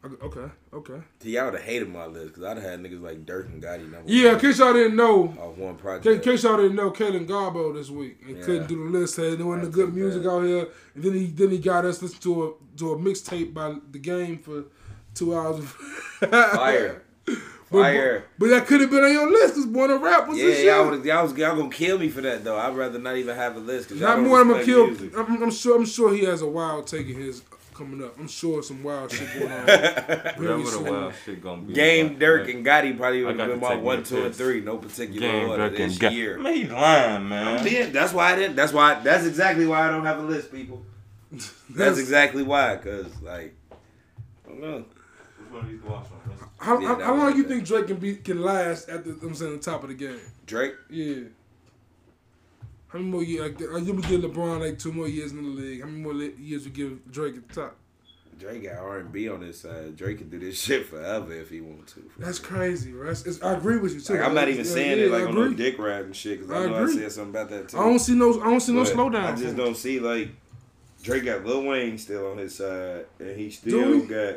Okay, okay.
See, I would have hated my list because I'd have had niggas like Dirk and Gotti number
Yeah, in
one
case y'all didn't know,
off one
in
project.
case y'all didn't know, Kalen Garbo this week and couldn't do the list. Said there wasn't
That's
good
too
music
bad.
out here. And then he then he got us listen to a to a mixtape by the game for two hours.
Fire.
But,
Fire.
But that could have been on your list because Born a Rap was
Yeah,
this
y'all,
year.
would've- y'all was y'all gonna kill me for that though. I'd rather not even have a list because y'all
Not
don't
more. I'm gonna
respect
kill.
music.
I'm, I'm sure. I'm sure he has a wild take in his coming up. I'm sure some wild shit going on. Very
Whatever the
soon.
wild shit gonna be.
Game
Like,
Dirk
like,
and Gotti probably would
got to
have been my
take me
one,
to
two, and
piss.
three. No particular
Game
order
Dirk and
this
Ga-
year.
Man, he lying, man.
Yeah, that's why I didn't. That's why. That's exactly why I don't have a list, people. That's exactly why, cause like, I don't know.
How,
Yeah,
how,
that
how
was
long you
bad.
think Drake can be can last at the I'm saying the top of the game?
Drake.
Yeah. How many more years? Like, you would give LeBron like two more years in the league. How many more li- years you give Drake at the top?
Drake got R and B on his side. Drake can do this shit forever if he want to.
That's crazy, bro. It's, it's, I agree with you too.
Like, I'm not
Yeah,
even
yeah,
saying
yeah,
it like
I
on
agree.
no dick ride and shit. Cause I,
I
know
agree.
I said something about that too.
I don't see no. I don't see no
But
slowdown.
I just don't see like Drake got Lil Wayne still on his side, and he
Do
still
we?
got.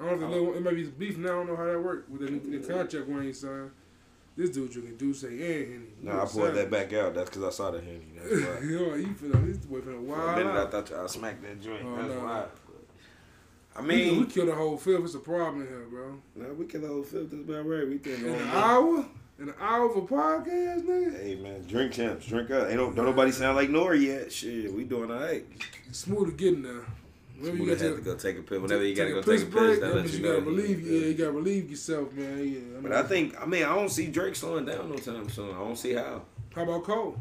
I don't
Oh.
know. It might be beef now. I don't know how that worked with the, the contract Wayne signed. This dude drinking Douce and Henny.
No, I pulled that back out. That's because I saw the henny. That's
Yo,
why.
you feel like this boy finna
For a
wild
minute, I
out.
thought y'all smacked that joint.
Oh,
That's
no.
why. I
We, we
mean,
killed the whole film. It's a problem here, bro.
nah, we can hold filth. That's about right. We think.
In an
on-
hour, in an hour of a podcast, nigga.
Hey man, drink champs, drink up. Ain't no, don't nobody sound like Nori yet. Shit, we doing all right.
Smooth to getting there. Whenever
We
you
had
got
to
to
go take a piss. Whenever you gotta go
piss
take a piss,
break,
that
that
lets
means
you
you
know.
gotta believe. Yeah, you gotta believe yourself, man. Yeah. I
But
mean,
I think, I mean, I don't see Drake slowing down no time soon. I don't see how.
How about Cole?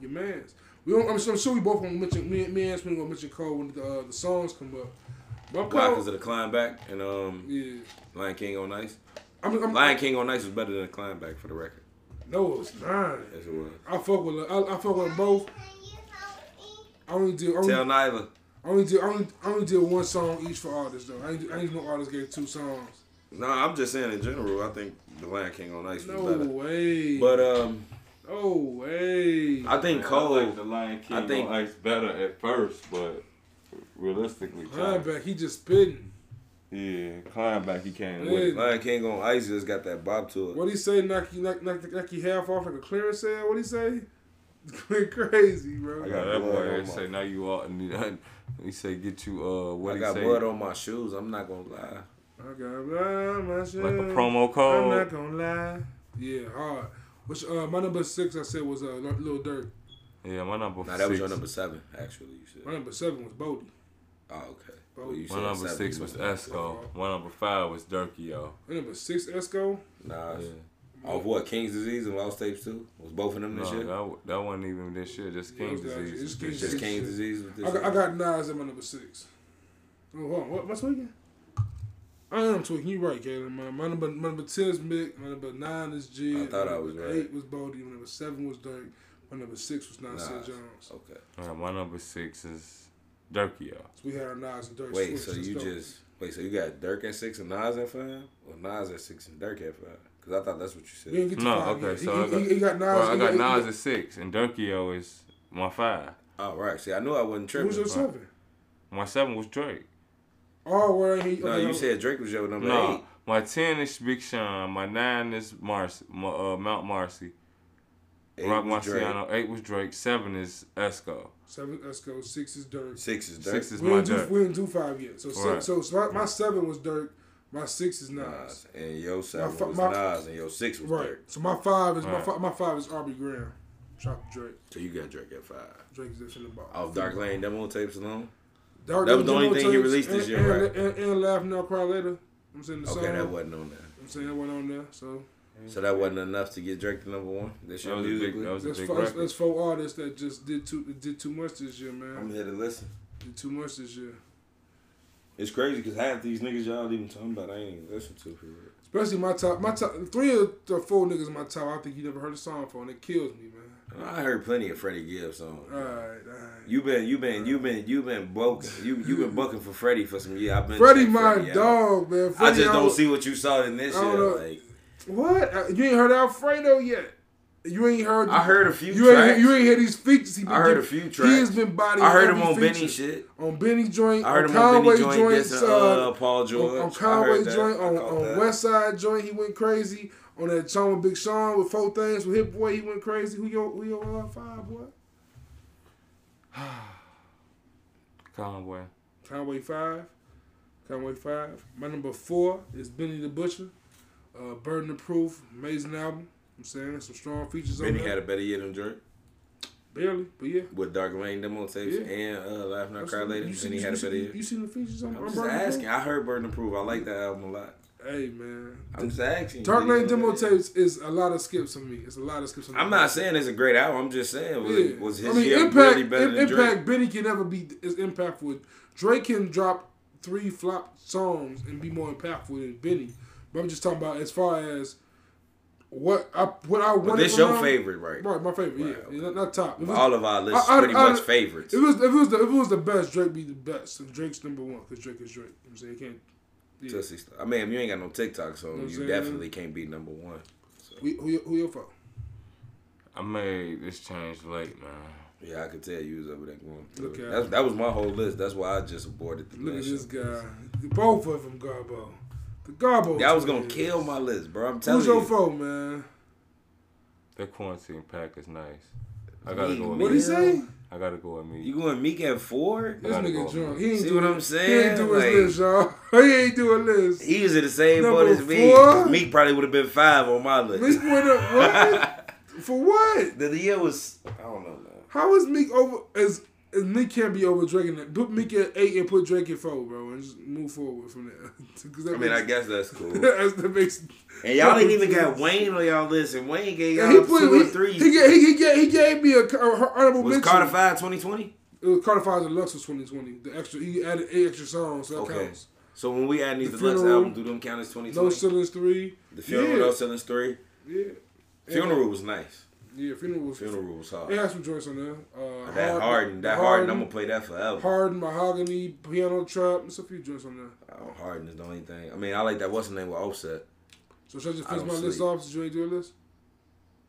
Your man's. We don't, I'm, sure, I'm sure we both gonna mention me, and- me and Swing gonna mention Cole when the, uh, the songs come up. But
Why?
Cole,
Because of the climb back and um,
yeah. Um,
Lion King on Ice.
I'm, I'm,
Lion King on Ice was better than climb back for the record.
no, it's nine.
That's what.
I fuck with I, I fuck with 'em both. I only do I only,
Tell Nyla.
I only do I only, I only do one song each for artists though. I ain't, I ain't no artist get two songs.
No, I'm just saying in general. I think the Lion King on Ice was
No
better.
way.
But um,
no way.
I think Cole.
I like the Lion King
I think-
on Ice better at first, but realistically,
Linebacker, he just spitting.
yeah, climb back. He came
Yeah.
with it.
Lion King on Ice just got that bob to it.
What he say? Knock you, knock, knock, knock you half off like a clearance sale. What he say? Went crazy, bro.
I
Yeah,
got
that
blood
boy
on
he
my-
say now you all. He say get you uh what
I
he
got
say
blood on my shoes. I'm not gonna lie.
I got blind, my shit.
like a promo
I'm
code.
not gonna lie. Yeah, hard. Which uh, my number six I said was uh, Lil Durk.
Yeah, my number
Nah, that
six.
was your number seven, actually. You said.
My number seven was Bodie.
Oh, okay.
Bro,
Well, you
My
said
number
seven,
six
you
was
must have-
Esco. My number five was Durkio.
My number six Esco.
Nah. Off what? King's disease and Lost Tapes too? Was both of them
No,
this year?
that, wa- that wasn't even this year. Just
Yeah,
King
it was last year.
disease.
It's
It's just
King's
King's disease with
I
this.
got, I
year?
got Nas at my number six. Oh, hold on. What, what's weekend? I am tweaking. You right, Kaylin. My, my number my number ten is Mick. My number nine is Jid.
I thought
my
I was
number
right.
Eight was Bodie. My number seven was Dirk. My number six was Nas
Nas.
Jones. So
Okay.
All right, my number six is Durkio.
we had our Nas and Dirk.
Wait,
switch.
so
Let's
you
go.
just wait, so you got Dirk at six and Nas at five, or Nas at six and Dirk at five? Because I thought that's what
We didn't
you said.
get to
No,
five
okay,
yet.
so I
he,
got-
he, he got Nas.
Well, I
he
got
he
Nas at six, and Durkio is my five.
Oh right. See, I knew I wasn't
Who's your
tripping.
seven?
My seven was Drake.
Oh, where he?
No,
okay,
you
okay.
said Drake was your number
No,
eight.
my ten is Big Sean. My nine is Marcy, my, uh, Mount Marcy.
Eight
Rock
was Drake.
Marciano. Eight was Drake. Seven is Esco.
seven. Esco. Six is Dirk.
Six is Dirk.
Six is
We
my
didn't, do,
Dirk.
we didn't do five yet. So
Right.
six, so, so my, my seven was Dirk. My six is Nas.
Nas. And your seven
fi-
was
my-
Nas, and your six was
Right.
Drake.
So my five is my
Alright.
five, my five is Arby Graham. Shout out to Drake.
So you got Drake at five.
Drake's just in the box.
Off Oh, Dark Lane demo tapes alone.
Dark
That was the
Angel
only thing he
tapes
released this
and-
year,
and,
right?
And, and, Laugh Now Cry Later. I'm saying the
Okay,
song.
that wasn't on there.
I'm saying that one on there. So
So that wasn't enough to get Drake to number one. This
That
year
was a big-
musically.
that was- a
that's
big
four,
record.
that's four artists that just did too did too much this year,
I'm
man.
here to listen.
Did too much this year.
It's crazy because half these niggas y'all even talking about I ain't even listen to for real.
Especially my top, my top three of the four niggas in my top. I think you never heard a song for, and it kills me, man.
I heard plenty of Freddie Gibbs songs.
All right, all right.
You been, you been, you been, you been bucking. You you been bucking for Freddie for some years. I've been
Freddie,
checking
my
out.
dog, man.
I
Freddie,
just don't
was-
see what you saw in this
I don't
year.
know.
Like
what Uh, you ain't heard Alfredo yet. You ain't heard.
I heard a few
you ain't
tracks.
you ain't heard these features. He been
I heard a
getting-
few
He has
tracks.
been bodying.
I heard him
every
on
feature.
Benny shit.
On Benny joint.
I heard
on
him on Benny
Conway's
joint.
joint.
this,
uh,
uh, Paul George.
on, on
I
Conway's
heard that.
joint,
I
on,
caught
on
that.
West Side joint, he went crazy. On that song with Big Sean with four things with Hit Boy, he went crazy. Who your who your uh, five boy?
Conway.
Conway five, Conway five. My number four is Benny the Butcher. Uh, Burden of Proof, amazing album. I'm saying some strong features on
Benny had
there.
a better year than Drake
Barely, but yeah.
with Dark Lane demo tapes
Yeah.
and uh, Laugh Not Cry Later.
You see-
And he
you
had a
see-
better year.
You seen the features on
I'm
on
just
Burden of Proof?
asking. I heard Burden Proof. I like that album a lot.
Hey man,
I'm just asking.
Dark
Did he
Lane
have a
demo
better year?
tapes is a lot of skips on me. It's a lot of skips on me.
I'm not saying it's a great album. I'm just saying was,
Yeah.
was his year really better
im-
than Drake?
impact, Benny can never be as impactful. Drake can drop three flop songs and be more impactful than Benny. But I'm just talking about as far as what I what I
But
wanted.
this
from
your
him-
favorite, right?
Right, my favorite. yeah,
Right,
Yeah, not, not top. If it's-
All of our lists
I- I-
pretty
I-
much favorites.
If it was if it was the, if it was the best, Drake be the best. And Drake's number one because Drake is Drake. You know what I'm saying You can't. Yeah.
Tussie Star. I mean, if you ain't got no TikTok, so
Know what
you
I'm saying?
definitely can't be number one.
Who, who, your- who your fault?
I made this change late, man.
Yeah, I could tell you was over there going through.
Look
it.
at
That's, that was my whole list. That's why I just aborted the
Look at
list.
this guy. Both of them Garbo. The Garbo.
That was gonna
twins.
kill my list, bro. I'm telling
Who's your
you.
foe, man?
That quarantine pack is nice. I gotta go.
What
With
he
me.
is-
say?
I gotta go with me.
You going Meek at four?
This
gotta
nigga
go.
drunk. He ain't
See
do
what
it.
I'm
He ain't
saying?
do
Like,
his list, y'all. He ain't do a list.
he was in the same boat
Number
as me.
four?
Meek probably would have been five on my
This
list.
point up what? For what?
The the year was I don't know. Man.
How is Meek over? Is, is Meek can't be over Drake in that. Put Meek at eight and put Drake at four, bro, and just move forward from there. 'Cause that
I mean,
makes,
I guess that's cool.
that's- that makes.
And y'all didn't even got Wayne on y'all list, and Wayne gave y'all
Yeah, he put
two or
he,
three.
He, gave, he, gave, he gave me a, co- a honorable
was
mention.
Carter Five 2020?
It was Carter Five Deluxe was 2020. The extra he added eight extra songs, so that
Okay.
counts.
So when we add these
The
deluxe
Funeral.
album, do them count as 2020?
No Ceilings three.
the funeral,
Yeah.
no ceilings three.
Yeah,
Funeral was nice.
yeah. Funeral was
Funeral was hard.
It has some joints on there. Uh,
That Harden, that Harden, I'm gonna play that forever.
Harden, Mahogany, Piano Trap. There's a few joints on there.
Oh, Harden is the only thing. I mean, I like that. What's the name with Offset?
So should I just
I
finish
don't
my list
sleep.
off since you ain't doing this?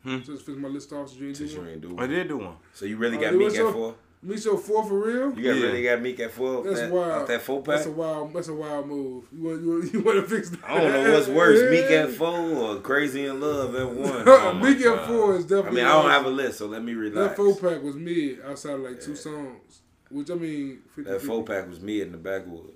Hmm?
Should I just finish my list off since you ain't
Since you
doing it?
ain't do
I
it.
did do one.
So you really
Oh,
got
you
Meek
was
at
so-
four?
Me so four for real?
You got
Yeah.
really got Meek at four?
That's
that,
wild.
Off that four pack?
That's a wild. That's a wild move. You want you want, you want to fix that?
I don't know what's worse, Meek at four or Crazy in Love at one.
Oh my
Meek at
God.
four is
I
definitely.
mean, I don't have a list, so let me
that
relax.
four pack was mid outside of like two
Yeah.
songs, which I mean, 50,
That four pack was me in the backwood.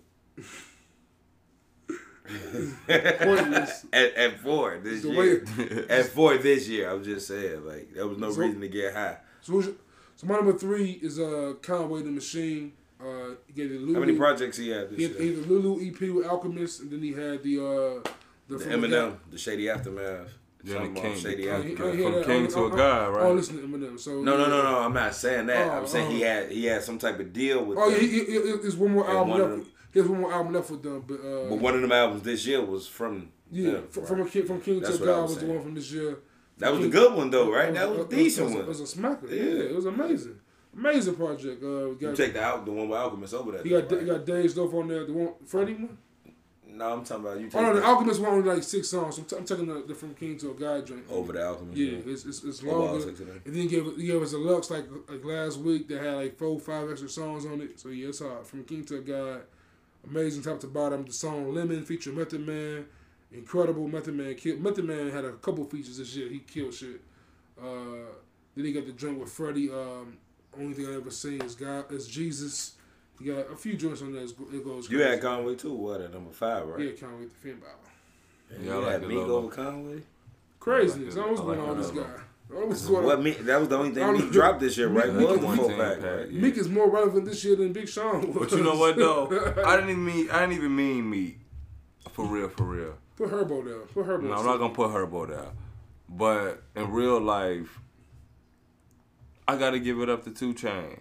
Pointless.
at, at four this
The
year.
way-
at four this year, I'm just saying, like there was no
So-
reason to get high.
So, who's your- so my number three is uh Conway the Machine. Uh, he gave it Lulu.
How many projects he had this
He had, he
year?
had the Lulu EP with Alchemist, and then he had the uh,
The
from
Eminem, the Shady Aftermath.
Yeah,
Something
the
about
King.
Shady
The
King.
Aftermath.
yeah,
From
that-
king
oh,
to
oh,
a god,
Oh,
right?
listen to Eminem. So
No, no, no, no. I'm not saying that.
Oh,
I'm saying he
oh.
had he had some type of deal with.
Oh yeah,
them.
he, he, he, there's one more
And
album
one of
left.
them-
There's one more album left with them, but, uh,
but one of them albums this year was from.
yeah,
them,
from,
right.
from a kid from King to
That's
a
what I
God
was
was the
saying.
one from this year.
that was the good one though, right? That
Uh,
was a decent
It
one.
was a smacker. Yeah,
Yeah.
it was amazing, amazing project. Uh, we
You
got,
take the out the one with Alchemist over that.
he got
though,
he
right?
got Dave Stuff on there. The one Freddie one.
No, I'm talking about you. Take
Oh no, the
that
Alchemist one only like six songs. I'm, t- I'm taking the, the from King to a God joint.
over the Alchemist.
Yeah, it's it's, it's
Over all
longer.
six of them.
And then he gave, he gave us a Lux like like last week that had like four five extra songs on it. So yeah, it's hard. From King to God, amazing top to bottom. The song Lemon featuring Method Man, incredible Method Man killed. Method Man had a couple features this year. He killed shit. Uh, then he got the joint with Freddie. Um, only thing I ever seen is God is Jesus. You got a few joints on there. It goes.
You had Conway too. What at number five, right?
Yeah, Conway the Finn Balor.
Yeah, I
you
like
had
the
Meek
little.
over Conway.
Craziness.
I
I
like
was
it. I
going
like
on
it.
this guy. I was going
What
on.
Meek? That was the only
I
thing
don't
Meek
know.
dropped this year, right?
Yeah, Meek
Was the
one
four
ten
pack,
pack,
right?
yeah.
Meek is more relevant this year than Big Sean was.
But you know what though? I didn't even mean I didn't even mean Meek. For real, for real.
Put Herbo down. Put Herbo.
No, I'm not gonna put Herbo there. But in real life, I gotta give it up to Two Chains.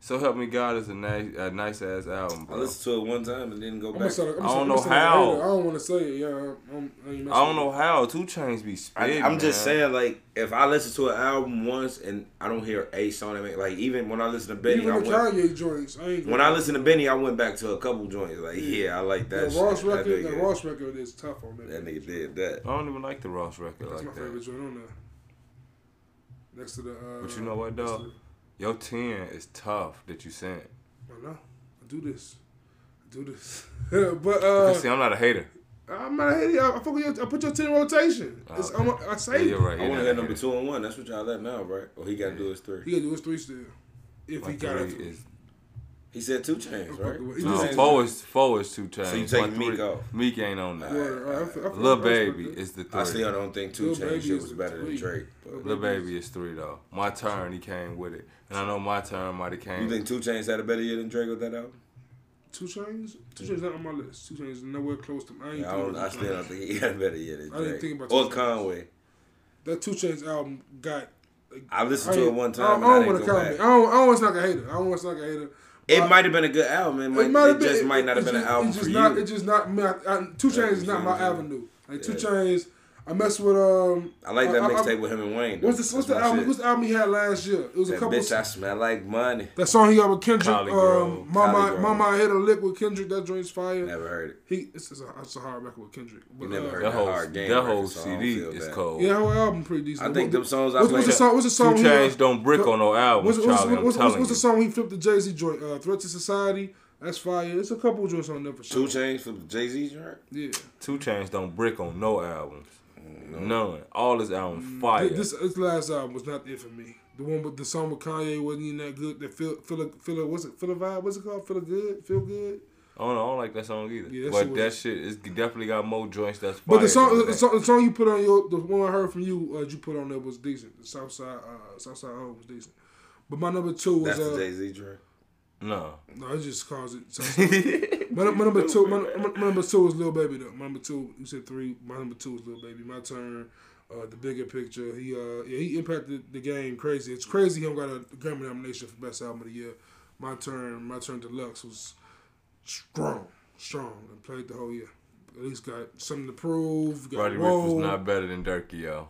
So help me God is a nice, a nice ass album,
I
bro.
listened to it one time and didn't go
I'm gonna
back.
start, I'm
I
gonna
don't
start,
know
I'm gonna start
how.
hater. I don't want to say it. Yeah, I'm, I'm, I, ain't messing
I don't
with
know how Two Chains be
I,
spitting.
I'm just
man.
saying, like, if I listen to an album once and I don't hear a song, that make, like, even when I listen to
it.
Benny, I
Even the
went,
Kanye joints. I ain't
when I listen to Benny, I went back to a couple joints. Like, yeah, I like
the
that. shit.
Ross
that,
record, that
nigga,
Ross record is tough on that.
that nigga did that.
I don't even like the Ross record
That's my
like
favorite
that.
joint on there. Next to the. Uh,
But you know what
next
though?
to-
Your ten is tough that you sent.
I know. I do this. I do this. but
Cause
uh,
see, I'm not a hater.
I'm not hating. I, I, fuck with your, I put your ten in rotation. It's,
Okay.
I'm, I
Yeah,
say
you're right.
I
you're
want
not
to
a
get number
hater.
two and one. That's what y'all at now, right? Or he got to do his
He
three.
gotta do his three still. If
My
he got
three
it.
is-
He said two chains, right?
No,
Two
No,
chains.
four is four is two chains.
So you taking
My
Meek
three-
off.
Meek ain't on
Yeah,
that.
all right, I feel- I feel
Lil
like that's
baby
what
is the three.
I still don't think two
Lil
chains
Baby
shit
is
was
the
better than
three.
Drake. But
Lil
Lil Baby is three though. My turn, he came with it, and I know my turn might have came.
you think two chains had a better year than Drake with that album?
Two Chains? Two Chains not on my list. Two Chains is nowhere close to. I, ain't
Yeah, I, don't, I
thinking
still don't think he had a better year than
I didn't think
Drake.
about
Or
Two Chainz.
Conway.
That Two Chains album got.
I listened
I
to it
ain't-
one
I, I
time. and I
don't
didn't
want to
go
comment.
back.
I don't. I don't want to knock a hater. I don't want to knock a hater.
It
But-
might have been a good album. It, might, it,
might have been-
just might not have
it
been an
just-
album
it's
for
just
you.
not, It's just not my, I, Two
Yeah,
Chains is
you
not
see
my
what I'm
avenue. Like Two
Yeah.
Chains, I mess with um.
I like that
I- I-
mixtape with him and Wayne. though.
What's this? What's
That's
the
my
album?
shit.
What's the album he had last year? It was
That
a couple.
bitch, I smell like money.
that song he got with Kendrick,
Cali Grove.
um, Mama,
Cali Grove.
Mama, I hit a lick with Kendrick. That joint's fire.
Never heard it.
He, it's, it's, a, it's a hard record with Kendrick. But,
never
uh,
heard
that whole
Hard Game
that
record,
whole
so I don't
CD
feel
is
that.
cold.
Yeah, that whole album pretty decent.
I think
What-
them songs I
what's, what's
played.
the song? What's the song?
Two
he, uh,
Chains don't brick on no albums,
What's, what's,
Charlie.
what's-
I'm
what's-
telling
what's the
you.
song he flipped the Jay Z joint? Uh, Threat to Society. That's fire. It's a couple joints on there for sure.
Two Chains for Jay Z joint.
Yeah.
Two Chains don't brick on no albums. None. All his albums fire.
Th- Mm, This, this last album was not it for me. The one with the song with Kanye wasn't even that good. That feel feel feel what's it feel a vibe? What's it called? Feel good? Feel good?
I don't know. I don't like that song either.
Yeah, that shit
but
was-
that shit is definitely got more joints. That's fire.
But the song,
than
the
that.
song, the song you put on your, the one I heard from you, uh, you put on there was decent. The Southside, uh, Southside album was decent. But my number two was
That's the
uh,
Jay Z joint.
no.
no, I just calls it. Southside. my, my number two, my, my, my number two was Lil Baby though. My number two, you said three. My number two was Lil Baby. My turn. Uh, the bigger picture, he uh, yeah, he impacted the game crazy. It's crazy he don't got a Grammy nomination for best album of the year. My turn, my turn deluxe was strong, strong, and played the whole year. At least got something to prove. Got
Roddy Rich was
Roll.
not better than Durkee, yo.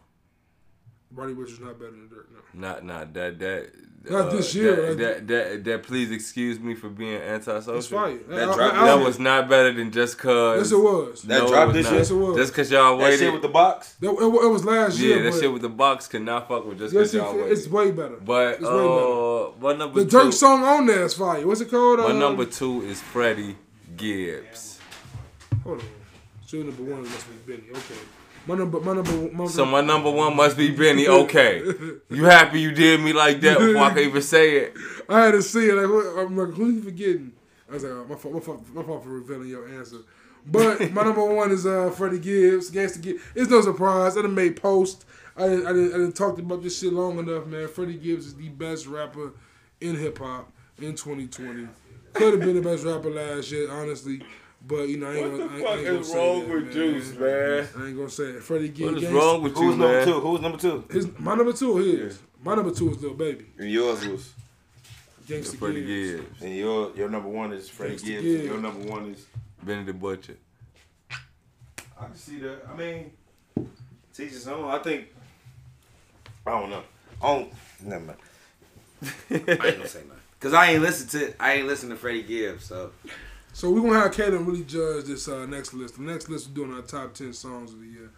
Roddy Rich is not better than Dirk. No,
Not not that that. uh,
Not this year,
That,
like-
that, that that please excuse me for being antisocial.
it's fire.
That
I-
drop-
I- I-
That was not better than just cause.
Oh. Yes, it was. That,
That dropped
it was
this
not.
year?
Yes, it was.
Just cause y'all
That
waited.
shit with the box.
it, it was last
yeah,
year.
that
but
shit with the box could not fuck with just
yes,
cause y'all
it-
waited.
it's way better.
but
it's way better.
uh, my number
The
two,
Dirk song on there is fire. What's it called?
my
Um,
number two is Freddie Gibbs.
Hold on. So your number one must be Benny. Okay. My number. My number. My,
So my number one must be Benny. Okay, you happy you did me like that before I could even say it?
I had to see it. Like what, I'm like, who you forgetting? I was like, oh, my fault. My fault. My fault for revealing your answer. But my number one is uh, Freddie Gibbs, Gangsta Gibbs. It's no surprise. I done made post. I didn't, I didn't, I didn't talked about this shit long enough, man. Freddie Gibbs is the best rapper in hip hop in 2020. Could have been the best rapper last year, honestly. But you know, I ain't gonna, I ain't- I ain't gonna say that, man.
man?
I ain't gonna say it. Freddie Gibbs.
What is
Gangsta-
wrong with you,
Who's number two?
man?
Who's number two?
His, my number two is my number two is Lil Baby.
And yours was.
Gangsta
Freddie
Gibbs.
Gibbs,
And your your number one is Freddie
Thanks to
Gibbs.
Gibbs.
Your number one is.
Benny the Butcher.
I can see that. I mean, teach his own. I think. I don't know. I don't. Never mind. I ain't gonna say nothing. Cause I ain't listen to I ain't listen to Freddie Gibbs, so
So we're gonna have Kaden really judge this uh, next list. The next list we're doing our top ten songs of the year.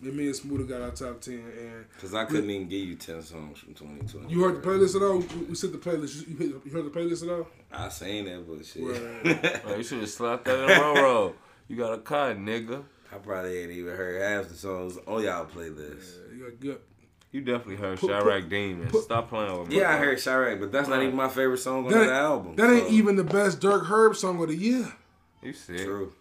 And me and Smoother got our top ten, and
cause I couldn't even give you ten songs from 2020.
you heard the playlist at all? We we sent the playlist. You, you heard the playlist at all?
I seen that bullshit.
Right.
Man, you should have slapped that in my row. You got a car, nigga.
I probably ain't even heard half the songs on y'all playlist.
Yeah, you got good.
You definitely heard
Put- put-
Chirac Demon.
put-
Stop playing with me.
Yeah, I heard Chirac, but that's not even my favorite song on
That
that,
ain't,
album.
that ain't
so-
even the best Dirk Herb song of the year.
You sick.
true.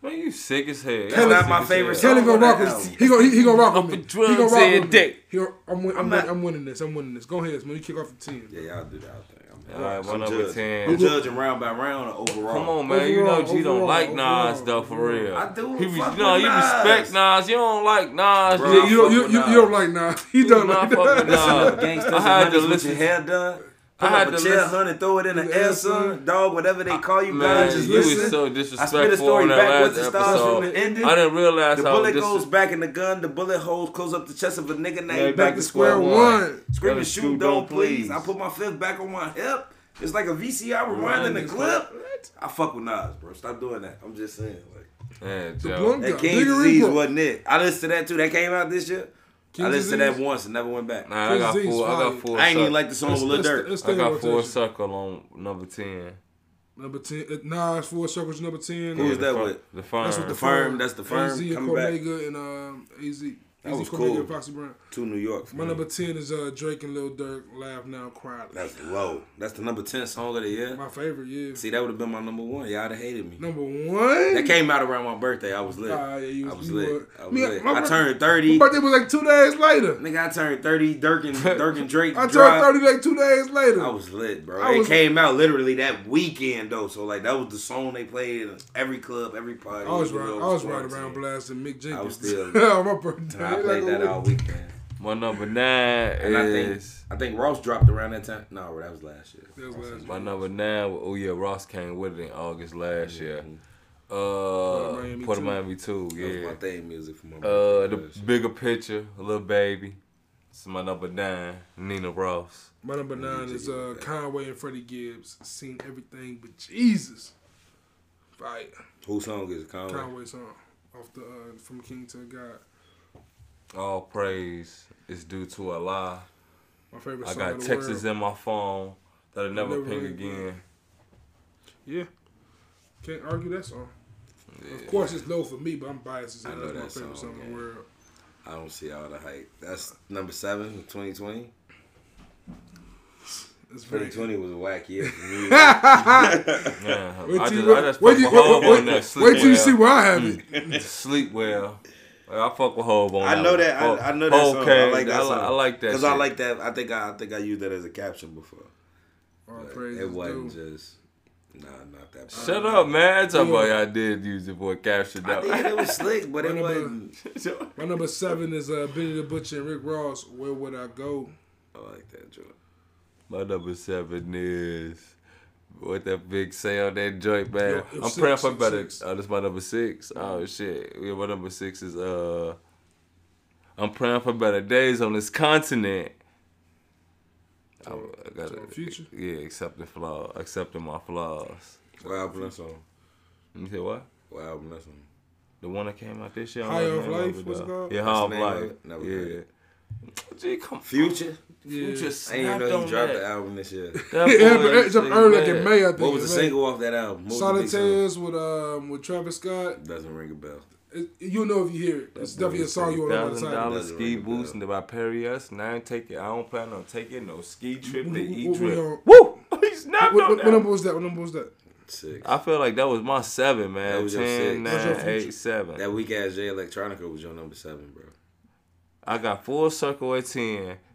Man, you sick as hell. That's
not my favorite song.
Kelly gonna
on
rock
that
with
album.
he gonna he, he gonna rock with me.
Up in
He gonna
drums
rock
and
with me.
dick.
He gonna, I'm, win, I'm, win,
I'm not-
I'm winning this. I'm winning this. Go ahead, man. You kick off the team.
Yeah, y'all do that thing. I'm,
All right, one
I'm
over
judging.
10.
I'm judging round by round or overall.
Come on, man. you know
Overall,
G don't
overall,
like Nas
overall,
though for real.
I do
He, re-
fuck
no,
with
you respect Nas. You don't like Nas.
Bro,
G.
Yeah, you, don't-
fuck
you,
with
you,
Nas.
you don't like Nas. He
do
don't
not
like
fuck with
Nas.
Nas.
Gangsters
I had
and
to
honeys with
listen.
your hair done.
I
Pull
had
up a
to
chair,
listen-
hun, and throw it in the air, son. Dog, whatever they call you,
Man,
guys, just
you was
listen.
so
I spit a
disrespectful
story
on that
backwards
last
and starts from
episode.
the ending.
I didn't realize
the
how
bullet
dis-
goes back in the gun. The bullet holes close up the chest of a nigga. Now you
Like,
back to square one. Scream
Gotta
and shoot, don't please. I put my fifth back on my hip. It's like a VCR rewinding
Rewind
the
is
clip. I fuck with Nas, bro. Stop doing that. I'm just saying. Like,
Yeah,
The
Joe.
blunt
that
Yeah,
King's
Diggory
Disease
Brook.
wasn't it. I listened to that too. That came out this year. I
King's
listened to that
Disease?
once and never went back.
Nah, I got
Disease
four. I
fire.
got four.
I ain't even
suck-
like the song with
Let's-
Lil
let's-
Durk.
let's
I
stay in
got full
rotation.
circle on number ten.
Number ten, uh, Nas, Four Circles, number ten.
Who is
The
that
fir-
with?
The firm.
That's what
The Firm, that's The Firm,
AZ and
coming back.
Cormega and um, AZ.
That
AZ
was
Cormega
cool. Mm.
and Foxy Brown.
To New York. for
My
me.
number ten is uh, Drake and Lil Durk. Laugh now, cry later.
That's low. That's the number ten song of the year.
my favorite. Yeah,
See, that would have been my number one. Y'all'd have hated me.
number one.
That came out around my birthday. I was lit.
Ah, yeah, you-
I was
you
lit.
were-
I was
Me-
lit.
my
I
bir-
turned
My
thirty.
birthday was like two days later.
Nigga, I turned thirty. Dirk and Dirk and Drake.
I turned
dropped.
thirty like two days later.
I was lit, bro.
I
it
was-
came out literally that weekend though, so like that was the song they played in every club, every party.
I was
even
right.
though it
I was right around
quarantine.
blasting Mick Jenkins.
was still-
on my birthday.
I played
Like, oh,
that all weekend,
My number nine
and I think
is.
I think Ross dropped around that time. No, that was last year.
That was last
My number nine, oh yeah, Ross came with it in August last year. Uh,
of Miami
Port of
two.
Miami too,
That was
yeah.
my theme music for my
Uh,
birthday.
the bigger picture, little baby. This is my number nine, Nina Ross.
My number nine
you
is
take it
uh,
back.
Conway and Freddie Gibbs. Seen everything but Jesus. Right.
Whose song is it? Conway.
Conway song off the uh, from King to God.
All praise is due to Allah.
My favorite
I
song.
got
of the
Texas
World.
in my phone that'll never,
Never
ping
ring
again.
Yeah. Can't argue that song. Of course, it's low for me, but I'm biased. As
I
hell.
know
That's my
that
favorite
song,
song in
yeah.
the world.
I don't see all the hype. That's number seven, 2020.
It's very.
2020 was a whack year for me.
Yeah,
Wait till
I just,
you-
I just
wait till
fuck with
you- wait-
Hov
wait-
on that. Sleep
Wait till you
well.
see where I have
Hmm.
it.
Sleep well. Like, I fuck with Hov on
I
that
know
one.
that.
Hov-
I, I know that
Hov
song. I
came.
like that
I,
song.
I like that.
Cause I
shit.
like that. I think I, I think I used that as a caption before.
All
But
praise
it
is
wasn't
due.
just. Nah, not that.
Shut up, man. That's about y'all did use your boy Capture
I
Dog.
think it was slick, but it
Whatever.
wasn't.
My number seven is uh, Benny the Butcher and Rick Ross. Where would I go?
I like that joint.
My number seven is what that big say on that joint, man.
Yo,
I'm
six,
praying for
six,
better.
six.
Oh, that's my number six. Oh shit. Yeah, my number six is uh I'm praying for better days on this continent. I, I got
to our future?
Yeah, accepting flaws. Accepting my flaws.
What album that song?
You said what?
What album that song?
The one that came out this year. I
High
don't know
of
the name
Life,
it,
what's it
though.
called?
Yeah,
That's
High
the
of
name of
Life.
it? Never heard
yeah. Gee, come
Future.
Yeah.
Future
I didn't even
snapped
know
on
he dropped the
that.
album this year.
That boy
Yeah, but
is
it's up
sick,
early like in
man.
May, I think.
What was the
right?
single off that album? What was the big song?
Solitaires with um with Travis Scott.
Doesn't ring a bell.
It, Uh, you'll know if you hear it. It's definitely a song you want to know
Thousand
about
dollar
Doesn't
ski
ring a bell.
boots and by Perry us. Now I ain't take it. I don't plan on taking no ski trip to
What-
eat
what we
drip.
on?
Woo! He
What,
snapped on
what, what
that.
number was that? What number was that?
Six.
I feel like that was my seven,
That
man.
was your
Ten,
six.
nine,
That's your
eight,
future.
seven.
That weak ass J Electronica was your number seven, bro.
I got full circle at 10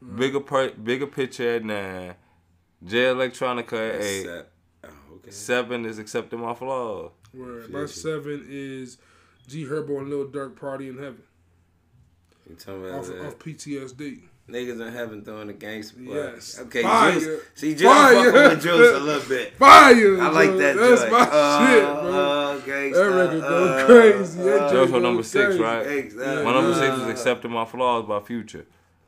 Mm.
bigger per, bigger picture at nine, J Electronica at
That's
eight.
set. Oh, okay.
Seven is accepting my flaws.
Word. My seven is G Herbo and Lil Durk Party in Heaven
You talking about
off,
that?
off PTSD.
Niggas in heaven throwing the gangster.
Yes.
Okay,
Fire.
Juice. See, Juice
Fire.
fucking with Juice a little bit.
Fire!
I like that.
That's
joint.
my
uh,
shit, bro.
Uh, gangsta,
that record go
uh,
crazy. That
uh,
joint
Joe's
go
number six,
crazy.
right?
Exactly.
My number six
Uh,
is accepting my flaws by Future.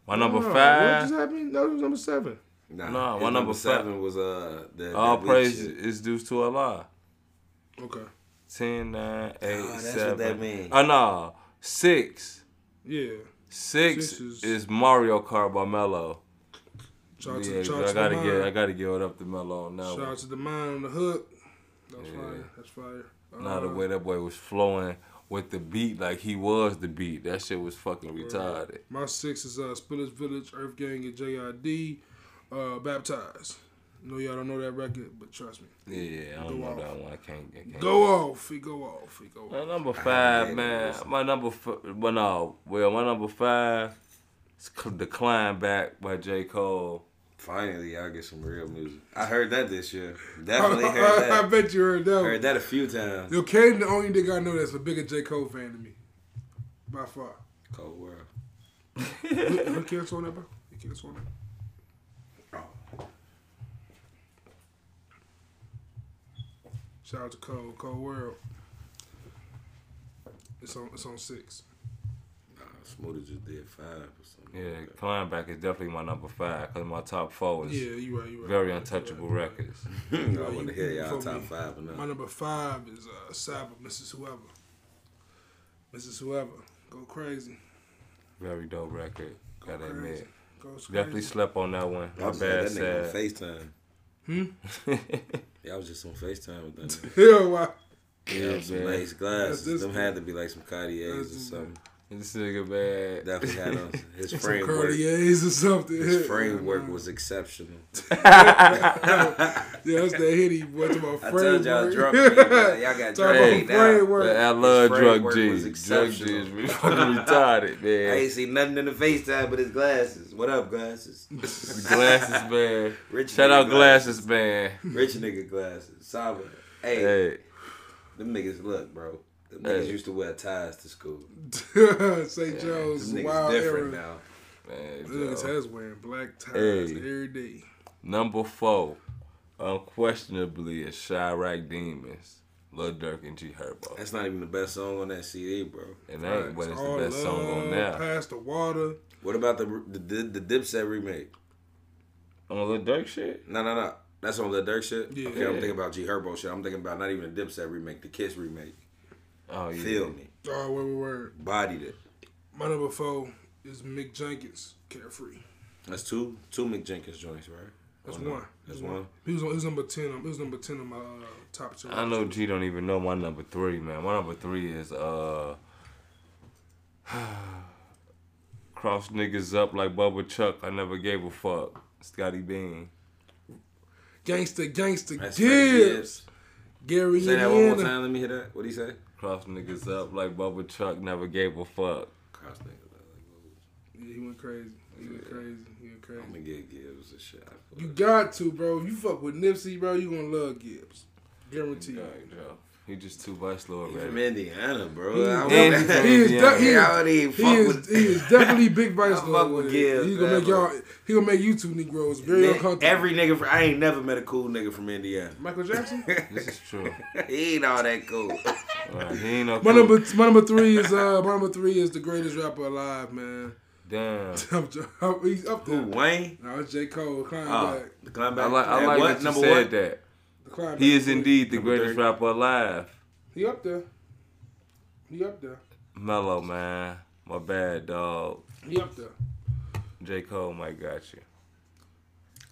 My
No,
number
What
five,
just happened? That was number seven.
Nah,
Nah,
his
my number five-
seven was uh the
all
that weak
praise
shit.
is due to Allah.
Okay.
Ten, nine, eight, seven.
Ah, that's what that mean.
Oh, no. Six.
Yeah.
Six,
Six
is,
is-
Mario Kart by Mello.
Shout out
yeah,
to, shout out
I
to
gotta
the
get, I
mind.
gotta give it up to Mello on that
Shout
one.
out to the mind on the hook. That's fire. That's fire.
Nah, the
Uh,
way that boy was flowing with the beat like he was the beat. That shit was fucking retarded.
My six is uh, Spillers Village, Earth Gang, and JID, uh, Baptized. No, y'all don't know that record, but trust me.
Yeah, I don't
Go
know
off.
that one. I can't. I can't.
Go off, he go off, he go off.
My number
hate
five,
it.
man. My number, f- well, no, well, my number five is C- "The Climb Back" by J. Cole.
Finally, I get some real music. I heard that this year.
I,
Definitely heard
I- I
that.
bet you heard that.
Heard
one.
that a few times.
Yo, Caden, the only nigga I know that's a bigger J Cole fan than me, by far.
Cold world.
Who who cares on that, bro? You cares on that? Shout out to Cold Cold World. It's on. It's on six.
Nah, Smoothie just did five or something.
Yeah, "Climb Back" is definitely my number five because my top four is
Yeah, you right. You right.
very
You right,
untouchable
you right.
records.
I want to hear y'all
Fuck
top
me.
five or
My
nothing.
number five is uh, Saba, Mrs. Whoever. Mrs. Whoever, go crazy.
Very dope record.
Go
Gotta
crazy.
admit.
Go crazy.
Definitely slept on that one.
Y'all
My
just had
bad,
that nigga on
sad.
FaceTime.
yeah,
Y'all was just on FaceTime with them.
Hell, why?
Yeah, some
man.
nice
That's
glasses.
this
Them
one.
had to be like some Cartiers or
That's-
something.
This nigga bad.
Definitely had on his
Some
framework.
Cartiers or something.
His
Yeah,
framework
nah.
was exceptional.
Yeah, that's that hitty. What's about
I
framework?
told y'all drunk. people, man. Y'all got
Talk
drunk.
about
Hey, now.
framework.
But I
His
love Drug
framework
G.
was
Drug G is
exceptional.
really fucking retarded,
I
man.
ain't seen nothing in the FaceTime but his glasses. What up, glasses?
Glasses, man.
Rich
Shout
nigga
out Glasses, man.
Rich nigga glasses. Saba. Hey,
Hey,
them niggas look, bro. Them niggas
Hey.
used to wear ties to school.
St.
Them
Joe's
niggas
wild
different
era.
now.
man.
Niggas
yo.
has wearing black ties
Hey.
every day.
Number four, unquestionably, is Chirac Demons, Lil Durk and G Herbo.
That's not even the best song on that CD, bro.
And that ain't, but it's the
All
best song on
love,
there.
Past the water.
What about the the, the, the Dipset remake?
On Lil Durk shit?
No, no, no. That's on the Dirk shit.
Yeah.
Okay, I'm thinking about G Herbo shit. I'm thinking about not even the Dipset remake, the Kiss remake.
Oh, yeah.
Feel me,
Oh, word, word, word.
bodied it.
My number four is Mick Jenkins, Carefree.
That's two two Mick Jenkins joints, right?
That's
Or no?
one.
That's one.
He was, on, he was number 10. on- He was number 10 on my uh, top two.
I know G don't even know my number three, man. My number three is uh Cross niggas up like Bubba Chuck. I never gave a fuck. Scotty Bean.
Gangsta, Gangsta
That's Freddie
Gibbs. Gary
Say that one more
Indiana.
time. Let me hear that. What do you say?
Cross niggas up like Bubba Chuck. Never gave a fuck.
Cross nigga.
Yeah, he went crazy. He went crazy. He went
I'm
crazy.
gonna get Gibbs and shit. I
You
feel
got to, bro. If you fuck with Nipsey, bro, you gonna love Gibbs. Guaranteed.
Alright, Joe. He just too much
it. He
already.
from Indiana, bro.
He-
I
he
And
don't
he
is,
from
he is,
Indiana.
de- he is,
I don't even
he
fuck
is,
with.
he is definitely big vice lord
I fuck with
with it.
Gibbs,
He gonna make
man.
y'all. He gonna make you two Negroes very uncomfortable.
Every nigga from I ain't never met a cool nigga from Indiana.
Michael Jackson.
This is true.
he ain't all that cool.
Alright, he ain't no
my
cool-
number, my number three is uh, my number three is the greatest rapper alive, man.
Damn.
I'm, j- I'm, he's up
Who
there.
Wayne?
No, it's J Cole. Climb
Oh,
back.
the climb
I
back.
like I
At
like
what?
that you
Number
said
one?
that.
The Climb back.
He is indeed the
Number
greatest
three.
rapper alive.
He up there. He up there.
Mellow man. My bad dog.
He up there.
J. Cole might got you.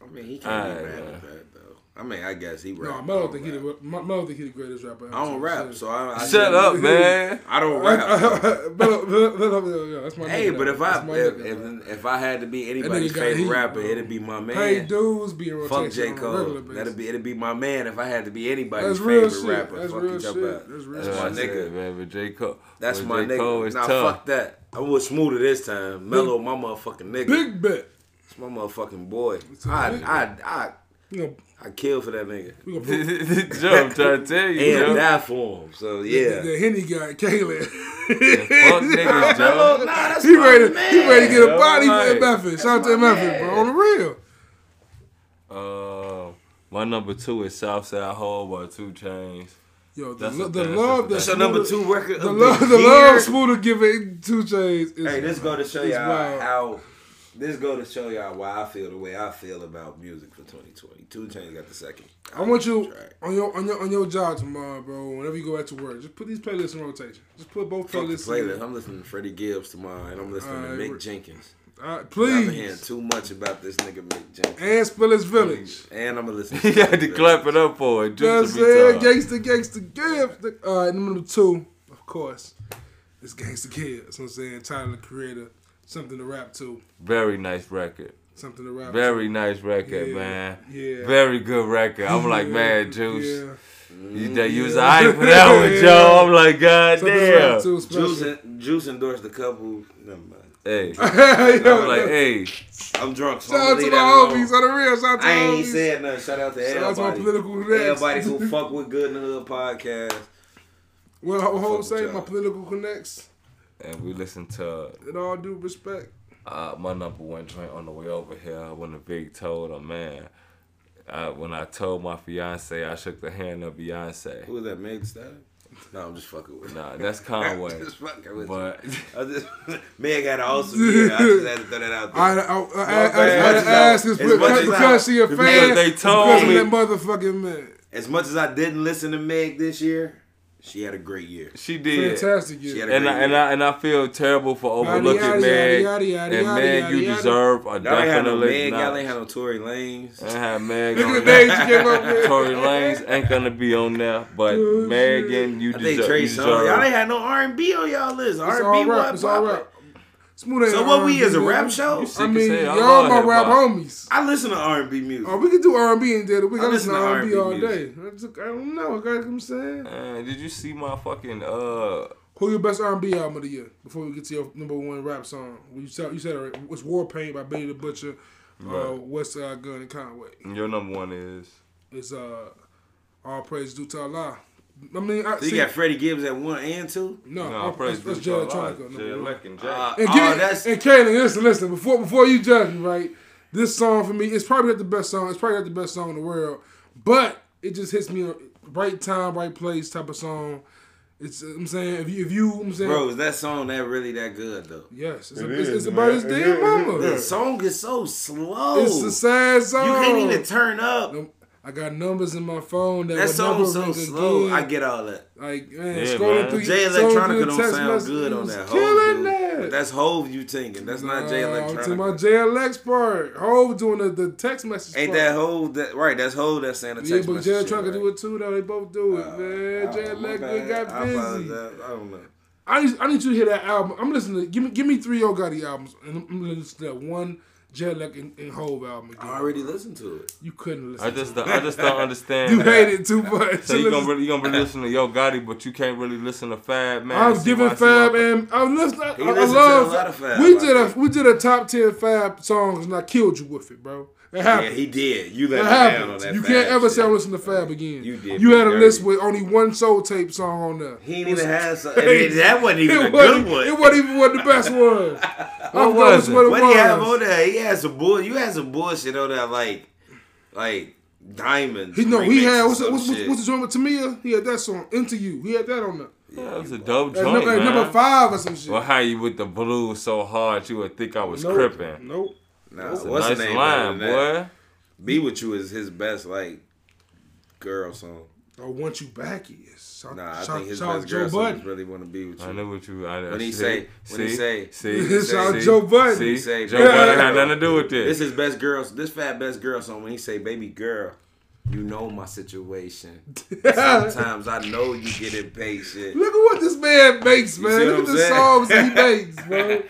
I mean, he can't be
Alright,
mad
man.
at that though. I mean, I guess he.
No,
rap.
Melo
I
think he
don't rap.
the Mel- Melo think he the greatest rapper. ever.
I don't rap, so I, I
Shut up, man.
I don't
I-
rap. though.
I- Melo- Melo- Melo- Melo- yeah, that's my
Hey,
nigga.
but if
That's
I
my
if,
nigga.
if, if I had to be
nigga
anybody's
got
favorite
heat,
rapper,
bro.
it'd be my man.
Hey, dudes be in
Fuck J
rotation on a
Cole.
regular
That'd
basis.
be it'd be my man if I had to be anybody's
That's real
favorite
shit.
rapper.
That's
fuck
real
you,
shit.
talk about.
That's real
That's
shit.
my
my nigga.
nigga, man. But J. Cole.
That's
but
my
J. Cole
nigga.
is
Nah,
tough.
fuck that. I was smoother this time. Mellow, my motherfucking nigga.
Big bet.
It's my motherfucking boy.
a
I,
nigga.
I
We gonna,
I I kill for that nigga.
we gonna prove
Joe, I'm trying to tell you,
And
Joe.
die for him. So yeah.
the Henny guy, Kalen.
Fuck niggas,
Mellow, nah,
Joe.
that's
he
my
ready.
man.
He ready to get a
yo,
body
right.
for Memphis. Shout out to Memphis, bro. On the real.
Uh, my number two is Southside Hall by Two Chains.
Yo, the,
That's
lo-
a-
the
that's a-
love that
That's your number
Smooter-
two record.
The
of
love,
the
the
year.
love, smoother giving two chains. Is,
Hey, this go to show
It's
y'all
wild.
how. This go to show y'all why I feel the way I feel about music for 2020. Two Chainz got the second.
I want you
track.
on your on your on your job tomorrow, bro. Whenever you go back to work, just put these playlists in rotation. Just put both
Fuck the
playlists. in.
playlist. I'm listening to Freddie Gibbs tomorrow, and I'm listening
Alright,
to Mick
we're-
Jenkins.
All right,
I've been hearing
please.
too much about this nigga Mick Jenkins,
And Spillers Village.
and I'm gonna listen.
He had to
Freddie
clap
Gibbs.
it up for it.
You know what I'm
Just to be
saying?
tough.
Gangsta, gangsta, gift. All right, number two. Of of course, it's Gangsta Kid. That's what I'm saying. Tyler the Creator, something to rap to,
Very nice record.
something to rap.
Very nice record,
Yeah,
man.
yeah.
Very good record.
to.
I'm like,
Yeah,
man, Juice.
Yeah.
You, that you was
yeah.
alright for that one,
Yeah.
Joe. I'm like, god
Something to rap
damn.
to.
Juice,
Special.
Juice endorsed the couple. Never mind.
Hey,
Yo,
I'm like, hey,
I'm drunk. So
Shout out
I'm gonna
to
leave
my
that alone.
homies on the real. Shout out to
I
my
ain't
homies.
said nothing. Shout out to
Shout out
everybody.
to my political next.
everybody who fuck with Good in the Hood podcast.
Well, the whole
Fuck with
saying, my
y'all.
political connects.
and we listened to
In all due respect,
uh, my number one joint on the way over here when the big told him, man. I, when I told my fiance, I shook the hand of Beyonce.
Who was that, Meg Stallion? No, I'm just fucking with.
Nah, that's
I'm
Conway.
just fucking with.
but
you. I just, Meg had an awesome year. I just had to throw that out there.
I I, I, I, I, I,
bad.
had to ask this
As much
because,
as I-
because she a fan.
because they told
because of
me.
that motherfucking man.
as much as I didn't listen to Meg this year, she had a great year.
she did.
Fantastic
She
year.
had
And
a
I, and I and I feel terrible for overlooking
yada,
Meg.
yada, yada,
and
yada,
Meg,
yada,
you
yada.
deserve a
Y'all ain't had no
definitely
Meg. Y'all ain't
not. Eh,
had no Tory Lanes.
I had Meg
Look at the
on
names
there.
you came up with.
Tory Lanez ain't gonna be on there, but
Oh,
Megan, you
I think
deserve.
Trey
You
Songz. Y'all ain't
deserve.
had no R&B on y'all list.
It's
R&B
all rap.
wasn't
It's all
poppin'.
rap. Smooth ain't
So what we
R&B,
is a
man.
rap show?
I
You can
mean,
say I'm
y'all
all
my rap
hip-hop.
homies.
I listen to R&B music.
Oh, we can do R and B and then we
I
gotta
listen
listen to
to
R and B
R&B
all day.
music.
I just- I don't know. I got what I'm saying.
Man, did you see my fucking uh?
Who your best R and B album of the year? Before we get to your number one rap song, you said you said it right. It's War Paint by Benny the Butcher, uh,
Right.
West Side Gun and Conway.
Your number one is
It's uh, all praise due to Allah. I mean, I
So you
see,
got Freddie Gibbs at one and two.
no,
no.
all
Praise
praise
be
Oh, that's
to
Jay
Allah.
Electronica.
Jay
number one.
Elec and Jay.
Uh,
And,
oh,
give me,
that's
and Kaylin, listen, listen. Before before you judge me, right? This song for me is probably not the best song. It's probably not the best song in the world, but it just hits me a right time, right place type of song. It's I'm saying if you if you I'm saying
bro. Is that song that really that good though?
yes, it's,
It
a, it's,
is,
it's
man.
about his
It
dead
is,
mama.
it
The song is so slow.
It's a sad song.
you can't even turn up.
Um, I got numbers in my phone that,
That
would
song
never
so
ring
slow.
again.
I get all that.
Like man,
Yeah,
scrolling
man.
through
Jay
scrolling through
Electronica
the
don't
text
sound
messages,
good on
it was
that.
Killing
Hove,
that.
dude. That's Hove you thinking. That's not Jay
Nah, To my
Electronica.
JLX part, Hove doing the, the text message.
Ain't
part.
that Hove? That right? That's Hove that's saying the text
Yeah, but
message
Jay
shit,
Trunk
right?
can do it too. Though they both do it,
Uh,
man. Jay
uh, my
Leck
bad.
got
I apologize.
busy.
I don't know.
I need, I need you to hear that album. I'm listening. To, give me give me three Yo Gotti albums, and I'm gonna listen to that one Jay Leck and, and Hove album again.
I already listened to it.
You couldn't listen.
I just I just don't understand.
you
that.
hate it too much.
So you gonna really, you gonna be listening to Yo Gotti, but you can't really listen to Fab Man.
I was
See
giving
why- see why-
Fab and I was listening. I,
He
I
listened to
love.
a lot of Fab,
we
I
did a
think.
we did a top ten Fab songs, and I killed you with it, bro. It happened.
Yeah, he did. You
That
let me down on
happens.
that.
You
Fab
can't ever
shit.
say I listen to Fab again.
You did
You
me
had a list
dirty.
with only one soul tape song on there.
He ain't even had some. I mean, that wasn't even a
It
good
wasn't,
one.
it wasn't even one of the best ones. I
What
forgot
was it?
what it
What do you have on
was.
there? He had some bull. You had some bullshit on there, like, like diamonds.
He no, he
remixes
had what's,
some
what's, what's,
shit.
what's the joint with Tamia? He had that song Into You. He had that on there.
Yeah, it was a dope
That's
joint,
number,
man.
number five or some shit.
Well, how you with the blues so hard you would think I was
nope.
cripping.
Nope.
Nah,
That's a
what's
nice
the name
line,
better than that?
boy.
Be with you is his best like girl song.
I want you back. Yes. Shout-
Nah, I
shout-
think his
shout
best girl
Joe
song is
Budden.
really want to be with
I
you.
knew what you. I,
When he
see,
say- when he
see,
say-
see,
Shout
see,
out
see,
Joe Budden.
See,
He say-
Joe
Yeah.
Budden had nothing to do with this.
This is best girl. This fat best girl song. When he say baby girl. You know my situation. Sometimes I know you get impatient.
Look at what this man makes,
see
man.
what
Look at
I'm
the
saying?
songs he makes, bro.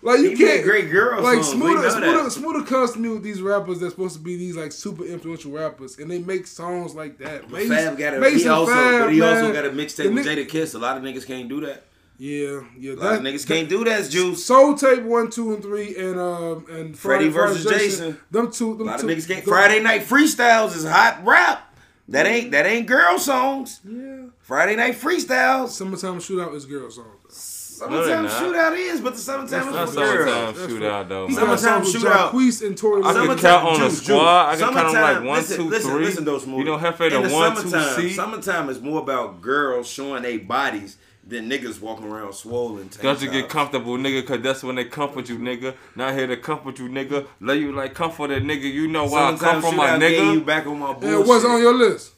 Like you
He made
can't
great girl
like
songs. we know
smoother, smoother,
that.
smoother comes to me with these rappers that's supposed to be these like super influential rappers, and they make songs like that.
But Fab got a, he
Mason
also, but he also
man.
got a mixtape with
The ni-
Jada Kiss. A lot of niggas can't do that.
Yeah, yeah.
A lot of
that-
niggas can't do that, Juice.
Soul Tape one, two, and three, and um and Friday
Freddy versus
Friday
Jason.
Them two,
A
them
lot
two.
of niggas can't.
them-
Friday night freestyles is hot rap. That ain't that ain't girl songs.
Yeah.
Friday night freestyles.
Summertime Shootout is girl songs.
Summertime
not.
shootout is, but the summertime
That's
is for girls.
summertime shootout though.
He
Man.
got a song with
Oh, Shootout.
Jacquees and Tory
I can
Lanez.
Summertime-
count on a
Juice,
squad.
Juice.
I can count on like
Summertime-
one,
listen,
two,
listen,
three.
Listen, though, Smoothie.
You know, Hefe
In
the one, two,
summertime,
C.
Summertime is more about girls showing their bodies than niggas walking around swollen. tank
Don't you get
tops.
comfortable, nigga, cause that's when they comfort you, nigga. Not here to comfort you, nigga. Let you like comforted, nigga. You know why I come
Summertime
from, my
Shootout getting You
nigga.
back on my bullshit.
And what's on your list?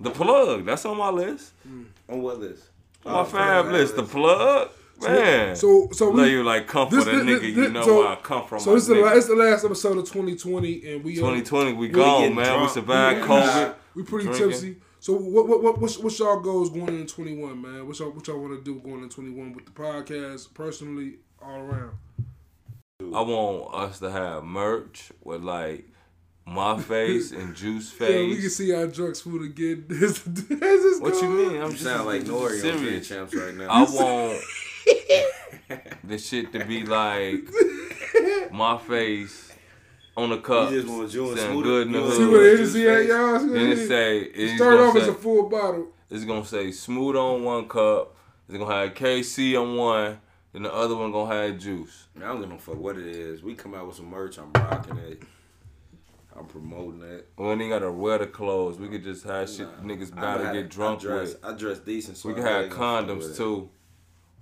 The plug. That's on my list.
On what list?
On my
Oh,
fab
Fab
list. The plug. Man.
So, so we,
Let you like comfort
this-
a
this-
nigga.
this-
you know
so-
where I come from.
So
my
this is the,
nigga.
la- it's the last episode of 2020, and we uh,
2020, we
getting
gone, man.
drunk.
We survived
We
COVID.
getting
we pretty
Drinking.
tipsy. So what what what what's, what's y'all goals going in twenty one, man? What y'all what y'all want to do going in twenty one with the podcast, personally, all around?
I want us to have merch with like my face and Juice face.
Yeah, we can see our drugs food again. This- this is
what you
going
mean?
on.
I'm
You
just
sound like
just
Nori on Grand
serious.
Champs right now.
I want the shit to be like my face on the cup.
You just want June
saying
Smoothie.
good in the
You want
See
hood.
what it
Juice
is, yeah,
face.
y'all. See what
Then
it
it
is.
say it's
Start
gonna
off as
say-
a full bottle.
it's gonna say smooth on one cup. It's gonna have KC on one. Then the other one gonna have juice.
Man, I don't give a fuck what it is. We come out with some merch. I'm rocking it. I'm promoting it.
We ain't gotta wear the clothes. We could just have shit niggas
I'm
about
not-
to get drunk
I dress,
with.
I dress decent. So
We can
I
have
ain't gonna fuck with
condoms
it.
too.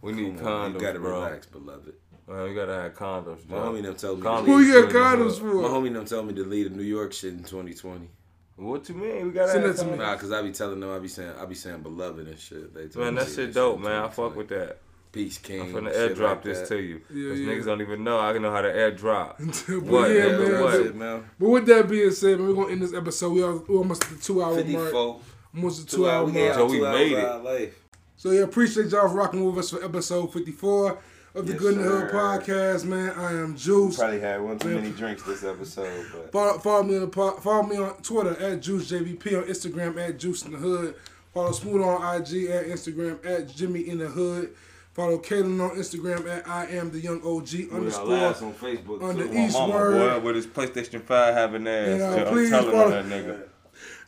We need
Come on, You
condoms,
gotta
bro.
relax, beloved.
Man, we gotta have condoms,
My
bro.
homie done told me.
Condoms
Who
is
you got
good in the
condoms
hood.
My
for?
homie done told me to leave the New York shit in 2020.
What you mean? We gotta
Send
have
that to me.
condoms.
Nah, cause I be telling them, I be saying, I be saying beloved and shit. They told
Man,
me
that
to
shit
leave
dope,
in
man. I
2020.
fuck with that.
Peace King.
I'm finna
shit
airdrop
like
this
that.
to you.
Yeah,
Cause
yeah.
niggas don't even know. I know how to airdrop.
But
What?
yeah,
Yeah,
man.
what?
but- But with that being said, man, we're gonna end this episode. We are we're almost at the two hour mark.
54.
Almost the two hour
we
mark.
out,
So we
two hours
made
of
it.
our life.
So yeah, appreciate y'all for rocking with us for episode fifty four of the
Yes,
Good in the Hood
sir.
podcast, man. I am Juice.
Probably had one too many drinks this episode, but
Follow, follow me on the pod, follow me on Twitter at JuiceJVP on Instagram at Juice in the Hood. Follow Smooth on IG at Instagram at Jimmy in the Hood. Follow Caitlin on Instagram at I am the Young OG
we got
underscore.
lives on Facebook.
under
too. My
East
mama,
Word.
boy, with his PlayStation 5 having ass.
Yeah,
Yo,
please
on
follow-
nigga.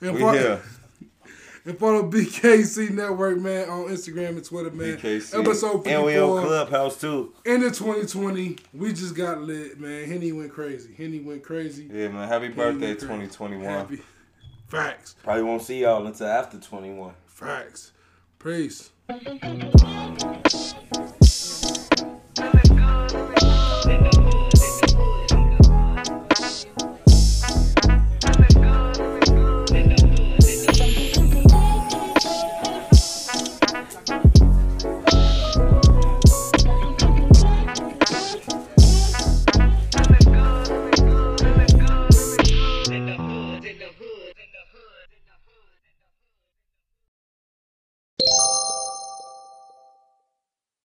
And
We
follow,
here.
and follow BKC Network man on Instagram and Twitter man.
KC.
Episode
And we on
54.
Clubhouse too.
End of 2020, we just got lit, man. Henny went crazy. Henny went crazy.
Yeah, man. Happy birthday,
went crazy.
2021.
Happy. Facts.
Probably won't see y'all until after 21.
Facts. Peace.